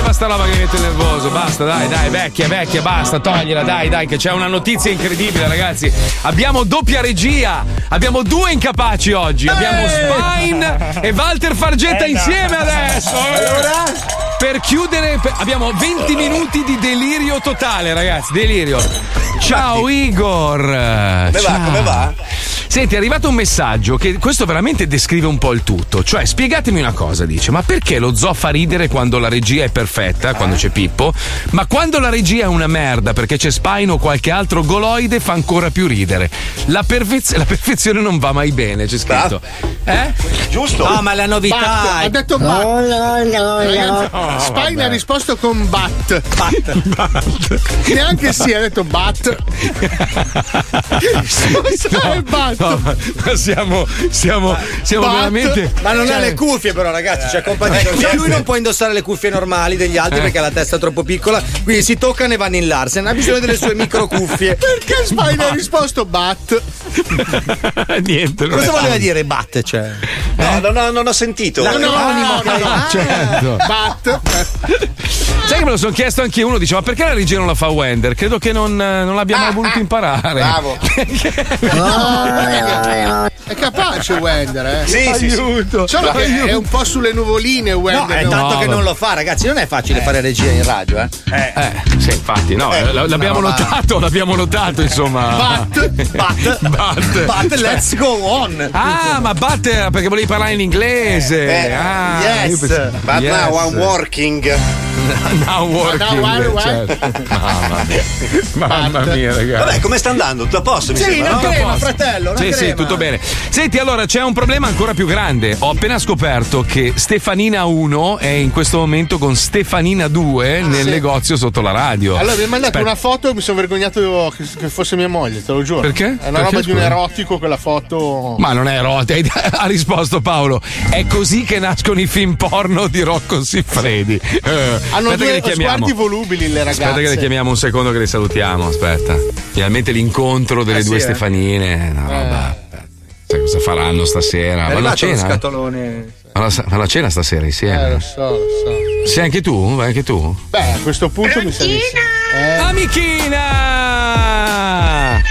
S1: basta l'avvagamento nervoso, basta, dai, dai, vecchia, vecchia, basta, togliela, dai, dai, che c'è una notizia incredibile, ragazzi. Abbiamo doppia regia, abbiamo due incapaci oggi, abbiamo
S3: Eh.
S1: Spine e Walter Fargetta
S13: Eh, no.
S1: insieme adesso. eh.
S13: Allora?
S1: Per chiudere, per- abbiamo 20 minuti di delirio totale, ragazzi, delirio. Ciao Igor. Come
S20: va, come va?
S1: Senti, è arrivato un messaggio che questo veramente descrive un po' il tutto. Cioè, spiegatemi una cosa, dice, ma perché lo zoo fa ridere quando la regia è perfetta, quando c'è Pippo, ma quando la regia è una merda perché c'è Spino o qualche altro goloide fa ancora più ridere. La, perfez- la perfezione non va mai bene, c'è scritto. Eh?
S20: Giusto.
S1: Ah,
S2: Ah,
S20: ma la novità
S2: Bat,
S20: è-
S2: ha detto Bat.
S20: No,
S2: Ragazzi,
S20: no.
S2: Spine
S20: Vabbè.
S2: ha risposto con Bat. Neanche sì, ha detto Bat. Scusa, è Bat.
S1: No, ma ma siamo, siamo, siamo
S3: Bat,
S1: veramente.
S3: ma non ha
S1: cioè-
S3: le cuffie però ragazzi cioè compatibile
S1: Eh,
S3: lui non può indossare le cuffie normali degli altri
S1: Eh.
S3: perché ha la testa troppo piccola quindi si toccano e vanno in Larsen ha bisogno delle sue micro cuffie
S2: perché Spine ha risposto Bat
S1: Niente.
S20: non
S3: cosa
S20: è-
S3: voleva dire Bat cioè
S1: Eh?
S20: No, no, no, non ho sentito.
S3: L'acronimo che-
S1: Ah, Certo.
S2: Ah, Bat.
S1: Sai che me lo sono chiesto anche uno, dice, ma perché la regia non la fa Wender? Credo che non, eh, non l'abbia mai voluto imparare.
S3: bravo.
S2: Ah,
S1: Eh.
S2: È capace Wender, eh?
S3: Sì, sì, sì.
S1: Aiuto.
S2: Solo che
S3: Aiuto.
S2: è un po' sulle nuvoline
S3: no
S2: Wender.
S3: è tanto che non lo fa ragazzi non è
S6: Eh.
S3: facile fare regia in radio eh
S1: Eh, sì, infatti, no,
S3: Eh,
S1: l- l'abbiamo
S3: no, ma-
S1: notato, l'abbiamo notato, insomma.
S3: Bat, bat,
S1: bat,
S3: But
S1: Cioè-
S3: let's go on.
S1: Ah, ma bat era perché volevi parlare in inglese.
S21: Eh,
S1: ah, io pensavo-
S20: Eh, But
S1: Yes.
S20: now I'm working.
S1: Now working, certo. Mamma mia. Mamma mia, ragazzi.
S20: Vabbè, come sta andando? Tutto a posto, mi
S3: Sì,
S20: sembra.
S3: una
S20: no?
S3: crema,
S20: Tutto a posto.
S3: fratello, una
S1: Sì, sì,
S3: crema.
S1: tutto bene. Senti, allora c'è un problema ancora più grande. Ho appena scoperto che Stefanina 1 è in questo momento con Stefanina 2 nel
S2: Ah, sì.
S1: negozio sotto la radio.
S2: Allora, mi hai mandato
S1: Aspetta.
S2: una foto e mi sono vergognato che, che fosse mia moglie, te lo giuro.
S1: Perché?
S2: È una
S1: Perché,
S2: roba di un
S1: scusa?
S2: erotico quella foto.
S1: Ma non è erotico, ha risposto Paolo. È così che nascono i film porno di Rocco Siffredi. Eh,
S2: Hanno
S1: aspetta che
S2: due
S1: li chiamiamo.
S2: sguardi volubili le ragazze.
S1: Aspetta che le chiamiamo un secondo che le salutiamo, aspetta. Finalmente l'incontro delle
S2: Eh sì,
S1: due
S2: eh.
S1: Stefanine, una roba. Sai cosa faranno stasera?
S3: è
S1: Vanno a
S3: arrivato uno
S1: Ah, cena? eh?
S3: scatolone
S1: Vanno a vanno a cena stasera
S2: Eh,
S1: insieme.
S2: lo so, lo so.
S1: Sei anche tu? Vai anche tu?
S2: Beh, a questo punto mi sei visto. Eh?
S6: Ah,
S1: Amichina!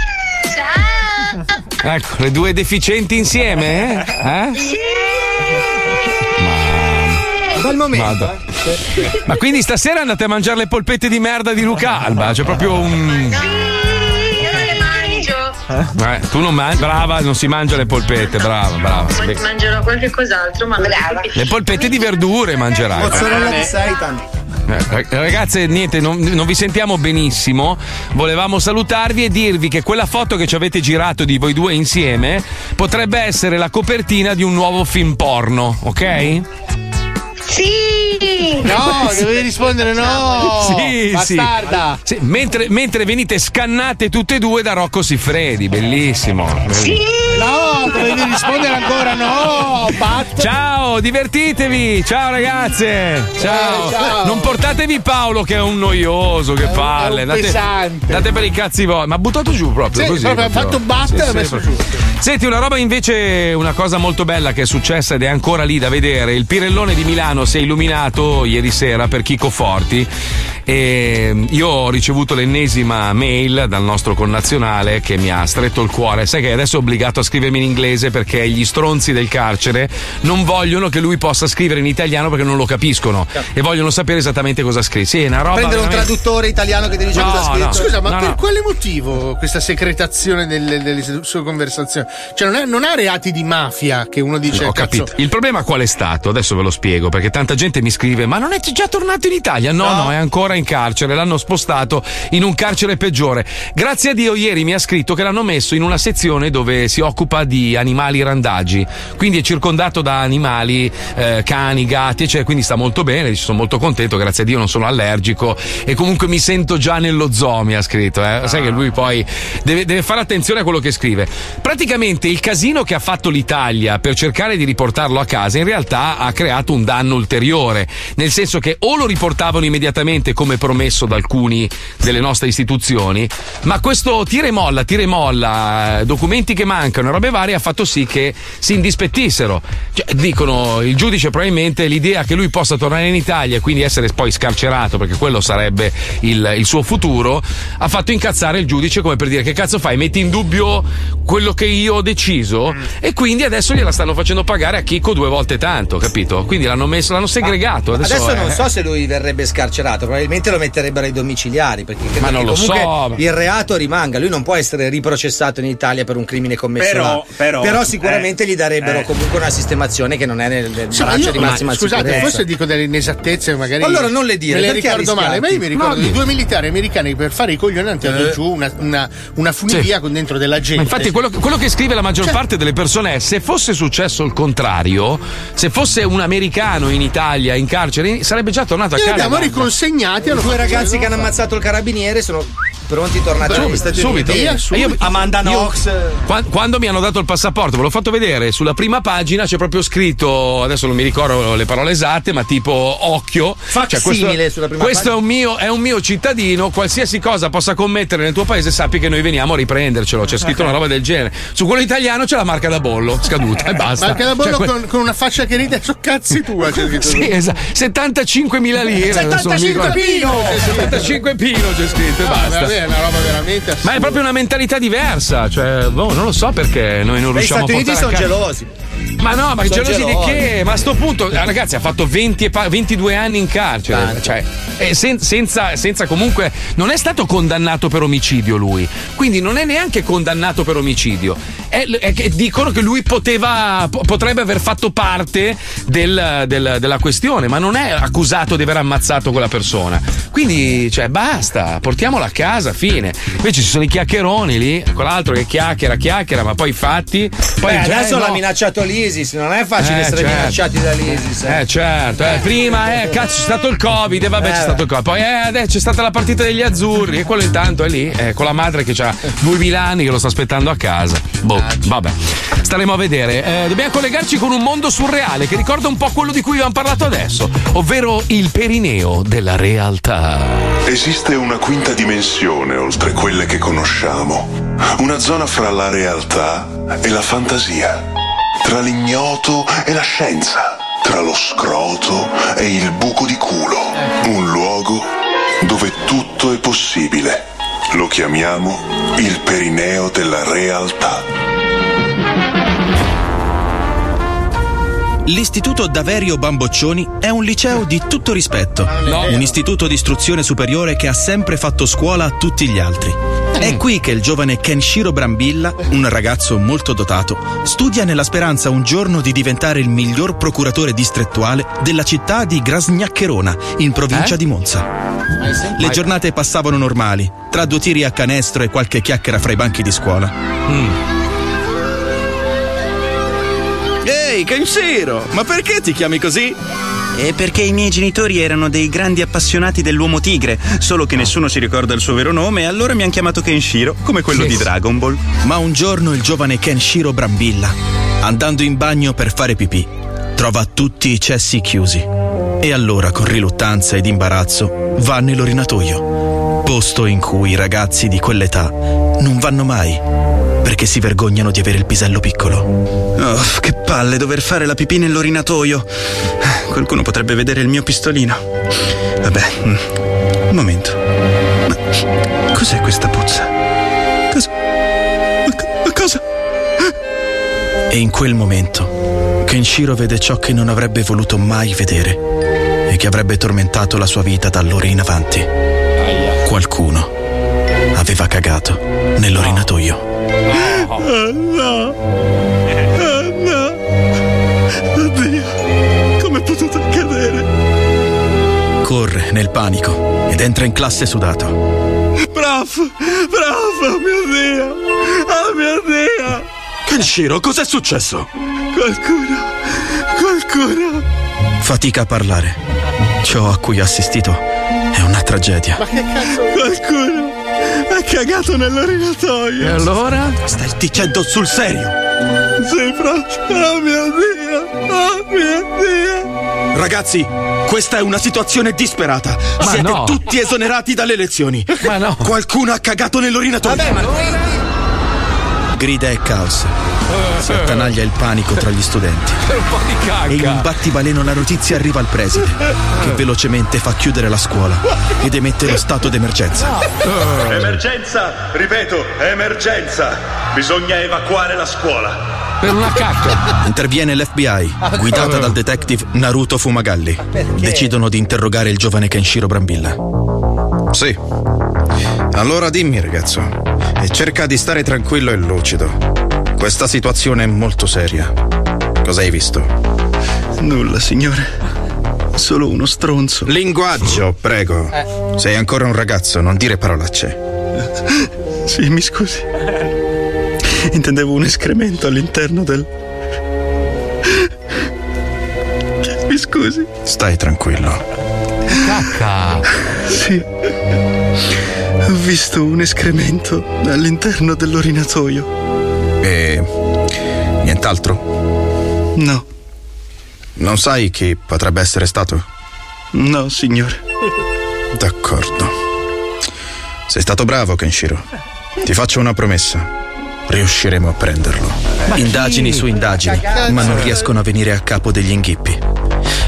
S1: Ecco, le due deficienti insieme? Eh? Ma...
S3: Bel momento. eh.
S1: Ma quindi stasera andate a mangiare le polpette di merda di Luca Alba? C'è proprio un.
S16: Io non le mangio.
S1: Eh, tu non mangi. Brava, non si mangia le polpette, brava, brava.
S16: Man- Mangerò qualche cos'altro, ma brava.
S1: Le polpette di verdure mangerai.
S3: mozzarella di
S16: Eh.
S3: seitan
S1: Eh, rag- Ragazze, niente, non, non vi sentiamo benissimo. Volevamo salutarvi e dirvi che quella foto che ci avete girato di voi due insieme potrebbe essere la copertina di un nuovo film porno, ok?
S16: Sì!
S2: No, dovevi rispondere no.
S1: sì,
S2: Bastarda.
S1: sì. Sì, mentre, mentre venite scannate tutte e due da Rocco Siffredi, bellissimo.
S2: No, dovevi rispondere ancora no. Bat.
S1: Ciao, divertitevi! Ciao ragazze! Ciao.
S2: Eh, ciao. Eh,
S1: Non portatevi Paolo che è un noioso, che palle!
S2: un
S1: Date-
S2: pesante.
S1: Date per i cazzi vostri, ma buttato giù proprio
S2: Sì,
S1: così.
S2: proprio, ha
S1: proprio.
S2: fatto un bat
S1: Sì,
S2: e
S1: sì,
S2: ha messo
S1: proprio. Senti, una roba invece, una cosa molto bella che è successa ed è ancora lì da vedere. Il Pirellone di Milano si è illuminato ieri sera per Chico Forti. E io ho ricevuto l'ennesima mail dal nostro connazionale che mi ha stretto il cuore. Sai che adesso è obbligato a scrivermi in inglese perché gli stronzi del carcere non vogliono che lui possa scrivere in italiano perché non lo capiscono e vogliono sapere esattamente cosa ha scritto. Sì, è una roba.
S3: prendere un
S1: veramente-
S3: traduttore italiano che ti dice
S1: No,
S3: cosa ha scritto
S1: no.
S2: Scusa, ma
S1: No,
S2: per
S1: no.
S2: quale motivo questa secretazione delle, delle se- sue conversazioni? Cioè, non, è- non ha reati di mafia che uno dice.
S1: Ho
S2: "Cazzo,
S1: capito. Il problema qual è stato? Adesso ve lo spiego perché tanta gente mi scrive: Ma non è già tornato in Italia? No, no, è ancora in carcere. L'hanno spostato in un carcere peggiore. Grazie a Dio, ieri mi ha scritto che l'hanno messo in una sezione dove si occupa di animali randaggi. Quindi è circondato da animali, eh, cani, gatti, eccetera. Quindi sta molto bene. Dice, Sono molto contento. Grazie a Dio, non sono allergico. E comunque mi sento già nello zoo. Mi ha scritto. eh. Sai che lui poi deve, deve fare attenzione a quello che scrive. Praticamente il casino che ha fatto l'Italia per cercare di riportarlo a casa in realtà ha creato un danno ulteriore, nel senso che o lo riportavano immediatamente come come promesso da alcuni delle nostre istituzioni, ma questo tira e molla, tira e molla, eh, documenti che mancano, robe varie, ha fatto sì che si indispettissero. Cioè, dicono il giudice probabilmente l'idea che lui possa tornare in Italia e quindi essere poi scarcerato, perché quello sarebbe il, il suo futuro, ha fatto incazzare il giudice come per dire che cazzo fai, metti in dubbio quello che io ho deciso e quindi adesso gliela stanno facendo pagare a Chico due volte tanto, capito? Quindi l'hanno messo, l'hanno segregato.
S6: Adesso,
S1: Adesso,
S6: non
S1: eh,
S6: so se lui verrebbe scarcerato, probabilmente lo metterebbero ai domiciliari. Perché credo
S1: Ma non
S6: che
S1: lo
S6: comunque
S1: so.
S6: Il reato rimanga, lui non può essere riprocessato in Italia per un crimine commesso.
S2: Però-
S6: là.
S2: però-
S6: sicuramente
S2: eh,
S6: gli darebbero
S2: eh.
S6: comunque una sistemazione che non è nel, nel
S2: Sì, ma
S6: braccio
S2: io-
S6: di
S2: ma
S6: massima
S2: Scusate,
S6: sicurezza.
S2: forse dico delle inesattezze, magari.
S6: Allora non le dire,
S2: Me le
S6: perché
S2: ricordo
S6: arrischiarti?
S2: male, ma io mi
S6: No,
S2: ricordo di
S6: dire.
S2: due militari americani che per fare i coglioni hanno tirato
S1: Eh.
S2: giù una, una, una funivia
S1: Sì.
S2: con dentro della gente.
S1: Ma infatti quello, quello che scrive la
S2: Cioè
S1: maggior parte delle persone è se fosse successo il contrario, se fosse un americano in Italia in carcere, sarebbe già tornato a
S2: Li
S1: casa.
S2: abbiamo riconsegnati.
S6: Due ragazzi che hanno ammazzato il carabiniere sono pronti tornati
S1: Subito,
S6: negli Stati
S1: subito.
S6: Uniti.
S1: Io- io-
S6: Amanda
S1: io-
S6: Knox.
S1: Qua- Quando mi hanno dato il passaporto, ve l'ho fatto vedere, sulla prima pagina c'è proprio scritto, adesso non mi ricordo le parole esatte, ma tipo occhio. Cioè,
S6: Facsimile sulla prima
S1: questo
S6: pagina.
S1: è un, mio, è un mio cittadino, qualsiasi cosa possa commettere nel tuo paese, sappi che noi veniamo a riprendercelo. C'è scritto una roba del genere. Su quello italiano c'è la marca da bollo, scaduta e basta.
S2: Ma anche da bollo
S1: Cioè, que-
S2: con, con una faccia che ride, so cazzi cioè, tua. c'è scritto.
S1: Sì, esatto. 75.000 lire. adesso non mi
S2: 75
S1: ricordo.
S2: pino!
S1: Sì, 75 pino c'è scritto e
S2: No,
S1: basta.
S2: vabbè, è una roba veramente assurda.
S1: Ma è proprio una mentalità diversa, cioè, boh, non lo so perché noi non
S2: Beh, gli
S1: riusciamo
S2: Stati
S1: a
S2: Uniti
S1: portare a
S2: sono
S1: casa-
S2: gelosi.
S1: Ma no, ma
S2: Sono
S1: gelosi di
S2: gelosi.
S1: che? Ma a sto punto, eh, ragazzi, ha fatto 20 e pa- 22 anni in carcere.
S2: Tanto.
S1: Cioè, eh, sen- senza, senza comunque. Non è stato condannato per omicidio lui. Quindi non è neanche condannato per omicidio. È, è che dicono che lui poteva. po- potrebbe aver fatto parte del- del- della questione, ma non è accusato di aver ammazzato quella persona. Quindi, cioè, basta, portiamola a casa, fine. Invece ci sono i chiacchieroni lì, quell'altro che chiacchiera, chiacchiera, ma poi i fatti. Poi
S6: Beh,
S1: cioè,
S6: adesso
S1: no.
S6: l'ha minacciato l'ISIS, non è facile
S1: Eh,
S6: essere
S1: certo.
S6: minacciati dall'ISIS. eh.
S1: Eh certo, eh, prima eh, cazzo c'è stato il Covid, e vabbè
S6: Eh,
S1: c'è
S6: beh.
S1: stato il Covid, poi eh, adesso c'è stata la partita degli azzurri e quello intanto è lì eh, con la madre che ha 2000 anni che lo sta aspettando a casa. Boh, vabbè, staremo a vedere. Eh, dobbiamo collegarci con un mondo surreale che ricorda un po' quello di cui abbiamo parlato adesso, ovvero il perineo della realtà.
S4: Esiste una quinta dimensione oltre quelle che conosciamo, una zona fra la realtà e la fantasia, tra l'ignoto e la scienza, tra lo scroto e il buco di culo, un luogo dove tutto è possibile. Lo chiamiamo il perineo della realtà.
S21: L'Istituto Daverio Bamboccioni è un liceo di tutto rispetto. Un istituto di istruzione superiore che ha sempre fatto scuola a tutti gli altri. È qui che il giovane Kenshiro Brambilla, un ragazzo molto dotato, studia nella speranza un giorno di diventare il miglior procuratore distrettuale della città di Grasgnaccherona, in provincia
S4: Eh?
S21: di Monza. Le giornate passavano normali, tra due tiri a canestro e qualche chiacchiera fra i banchi di scuola. Ehi, Kenshiro, ma perché ti chiami così?
S12: E perché i miei genitori erano dei grandi appassionati dell'uomo tigre, solo che nessuno si ricorda il suo vero nome e allora mi hanno chiamato Kenshiro, come quello di Dragon Ball.
S21: Ma un giorno il giovane Kenshiro Brambilla, andando in bagno per fare pipì, trova tutti i cessi chiusi. E allora, con riluttanza ed imbarazzo, va nell'orinatoio, posto in cui i ragazzi di quell'età non vanno mai, perché si vergognano di avere il pisello piccolo.
S12: Oh, che palle dover fare la pipì nell'orinatoio. Qualcuno potrebbe vedere il mio pistolino. Vabbè, mm, un momento. Ma cos'è questa puzza? Cosa? ma co- ma cosa?
S21: E in quel momento, Kenshiro vede ciò che non avrebbe voluto mai vedere e che avrebbe tormentato la sua vita d'allora in avanti. Qualcuno aveva cagato nell'orinatoio.
S12: Oh, no. Oh, no. Oddio. Com'è potuto accadere?
S21: Corre nel panico ed entra in classe sudato.
S12: Bravo, bravo, mio Dio. Oh, mio Dio.
S21: Kenshiro, cos'è successo?
S12: Qualcuno, qualcuno.
S21: Fatica a parlare. Ciò a cui ha assistito è una tragedia.
S12: che cazzo? Qualcuno ha cagato nell'orinatoio.
S21: E allora? Stai dicendo sul serio?
S12: Sei pronto? Oh mio Dio! Oh mio Dio!
S21: Ragazzi, Questa è una situazione disperata.
S1: Ma
S21: Siete
S1: no.
S21: tutti esonerati dalle elezioni.
S1: Ma no.
S21: Qualcuno ha cagato nell'orinatoio. Grida e caos. Si attanaglia il panico tra gli studenti.
S1: Per un po' di
S21: E in un battibaleno la notizia arriva al preside, che velocemente fa chiudere la scuola ed emette lo stato d'emergenza.
S8: Emergenza, ripeto, emergenza. Bisogna evacuare la scuola.
S1: Per una cacca.
S21: Interviene l'FBI, guidata dal detective Naruto Fumagalli. Decidono di interrogare il giovane Kenshiro Brambilla. Sì. Allora dimmi, ragazzo, e cerca di stare tranquillo e lucido. Questa situazione è molto seria. Cosa hai visto? Nulla, signore. Solo uno stronzo. Linguaggio, prego. Sei ancora un ragazzo, non dire parolacce. Sì, mi scusi. Intendevo un escremento all'interno del. Cioè, Mi scusi. Stai tranquillo.
S1: Cacca.
S21: Sì. Ho visto un escremento all'interno dell'orinatoio. E. nient'altro? No. Non sai chi potrebbe essere stato? No, signore. D'accordo. Sei stato bravo, Kenshiro. Ti faccio una promessa. Riusciremo a prenderlo. indagini su indagini, ma non riescono a venire a capo degli inghippi.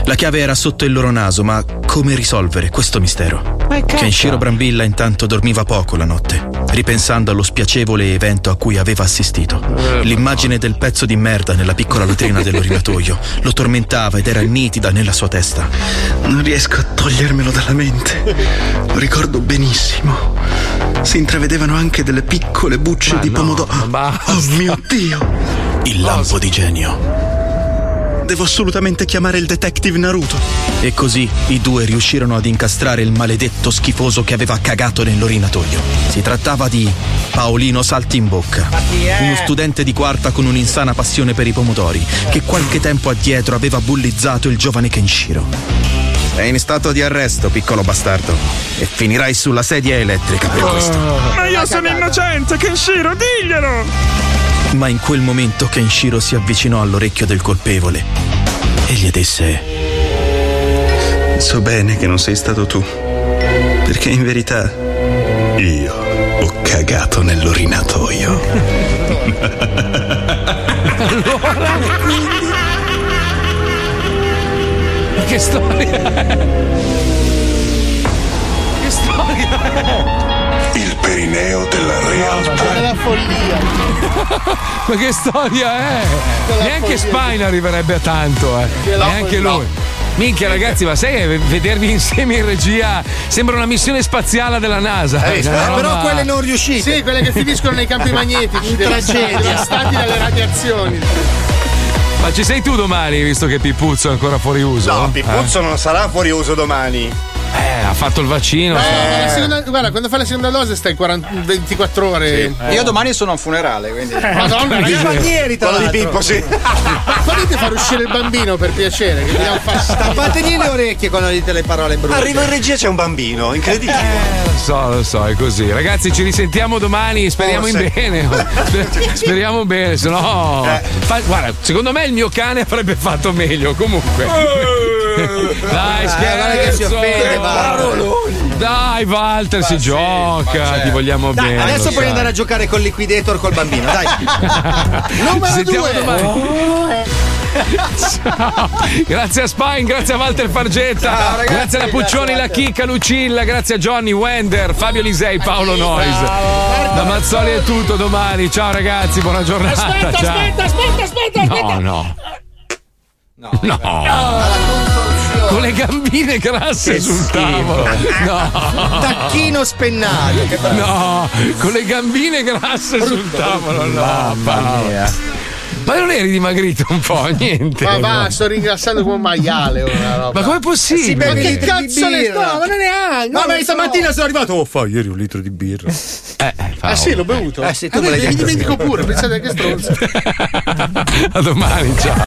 S21: La chiave era sotto il loro naso, ma come risolvere questo mistero?
S1: Ma è cacca.
S21: Kenshiro Brambilla intanto dormiva poco la notte, ripensando allo spiacevole evento a cui aveva assistito.
S12: Eh,
S21: L'immagine del pezzo di merda nella piccola latrina dell'orinatoio lo tormentava ed era nitida nella sua testa.
S12: Non riesco a togliermelo dalla mente. Lo ricordo benissimo. Si intravedevano anche delle piccole bucce di pomodoro. Oh mio Dio!
S21: Il lampo di genio.
S12: Devo assolutamente chiamare il detective Naruto.
S21: E così i due riuscirono ad incastrare il maledetto schifoso che aveva cagato nell'orinatoio. Si trattava di Paolino Saltimbocca, uno studente di quarta con un'insana passione per i pomodori, che qualche tempo addietro aveva bullizzato il giovane Kenshiro. Sei in stato di arresto, piccolo bastardo, e finirai sulla sedia elettrica per questo.
S25: Ma io sono innocente, Kenshiro, diglielo!
S21: Ma in quel momento Kenshiro si avvicinò all'orecchio del colpevole e gli disse:
S12: So bene che non sei stato tu. Perché in verità io ho cagato nell'orinatoio.
S1: Allora. Ma Che storia è? Che storia è?
S4: Il perineo della realtà.
S2: È la follia.
S1: Ma che storia è?
S2: Quella
S1: Neanche
S2: follia.
S1: Spine arriverebbe a tanto, eh.
S2: Quella
S1: Neanche
S2: follia.
S1: lui. Minchia ragazzi, ma sai che vedervi insieme in regia sembra una missione spaziale della NASA.
S3: Eh,
S1: Una
S3: però
S1: roba-
S3: quelle non riuscite.
S2: Sì, quelle che finiscono nei campi magnetici.
S3: Tragedia.
S2: Devastati dalle radiazioni.
S1: Ma ci sei tu domani, visto che Pippuzzo è ancora fuori uso?
S3: No,
S1: Pippuzzo
S3: non sarà fuori uso domani.
S1: Eh, ha fatto il vaccino.
S2: No,
S1: sta-
S2: Eh,
S3: Eh.
S2: la seconda- guarda, quando fai la seconda dose stai 40 24 ore.
S5: Sì. Io domani sono a un funerale, quindi.
S2: Madonna, ragazzi.
S5: Quello di
S2: l'altro.
S5: Pippo, sì.
S2: Ma Potete far uscire il bambino per piacere? Che mi dà un fastidio.
S3: Tappategli le orecchie quando dite le parole brutte.
S2: Arriva in
S3: regia c'è un bambino,
S1: Eh, lo so, lo so, è così. Ragazzi, ci risentiamo domani. Speriamo in
S3: Forse.
S1: bene. Sper- speriamo bene, se no.
S3: Eh.
S1: Fa- guarda, secondo me il mio cane avrebbe fatto meglio. Comunque. Dai,
S3: guarda che si
S1: scherzo.
S3: offende, Walter.
S1: Dai, Walter, si gioca. Ti vogliamo
S3: cioè. Dai,
S1: bene.
S3: adesso
S1: lo
S3: puoi
S1: sai.
S3: andare a giocare col liquidator col bambino, dai.
S1: Ci
S3: Numero
S1: sentiamo
S3: due.
S1: domani. Ciao. Grazie a Spine, grazie a Walter Fargetta,
S3: ragazzi,
S1: grazie alla Puccioni, la Chicca, Lucilla, grazie a Johnny Wender, Fabio Lisei, Paolo Nois. Da Mazzoli è tutto domani. Ciao ragazzi, buona giornata.
S13: Aspetta,
S1: ciao.
S13: aspetta, aspetta, aspetta, aspetta.
S1: No, no. No. Con le gambine grasse
S3: Che
S1: sul
S3: schifo.
S1: tavolo. No.
S3: Tacchino spennato. che bello.
S1: No, con le gambine grasse sul tavolo. No, Paolo. Eh. Ma non eri dimagrito un po', niente.
S2: Ma va,
S1: no?
S2: sto ringrassando come un maiale.
S1: Ma com'è possibile?
S2: Si ma che cazzo ne sto? Ma non ne ha.
S3: Ma, ma
S2: non
S3: stamattina sono arrivato. Oh, fa ieri un litro di birra.
S2: Ah sì, l'ho bevuto.
S3: Eh sì, tu
S2: Ah,
S3: me l'hai
S2: beh, mi
S3: detto.
S2: dimentico pure, pensate che stronzo.
S1: A domani, ciao.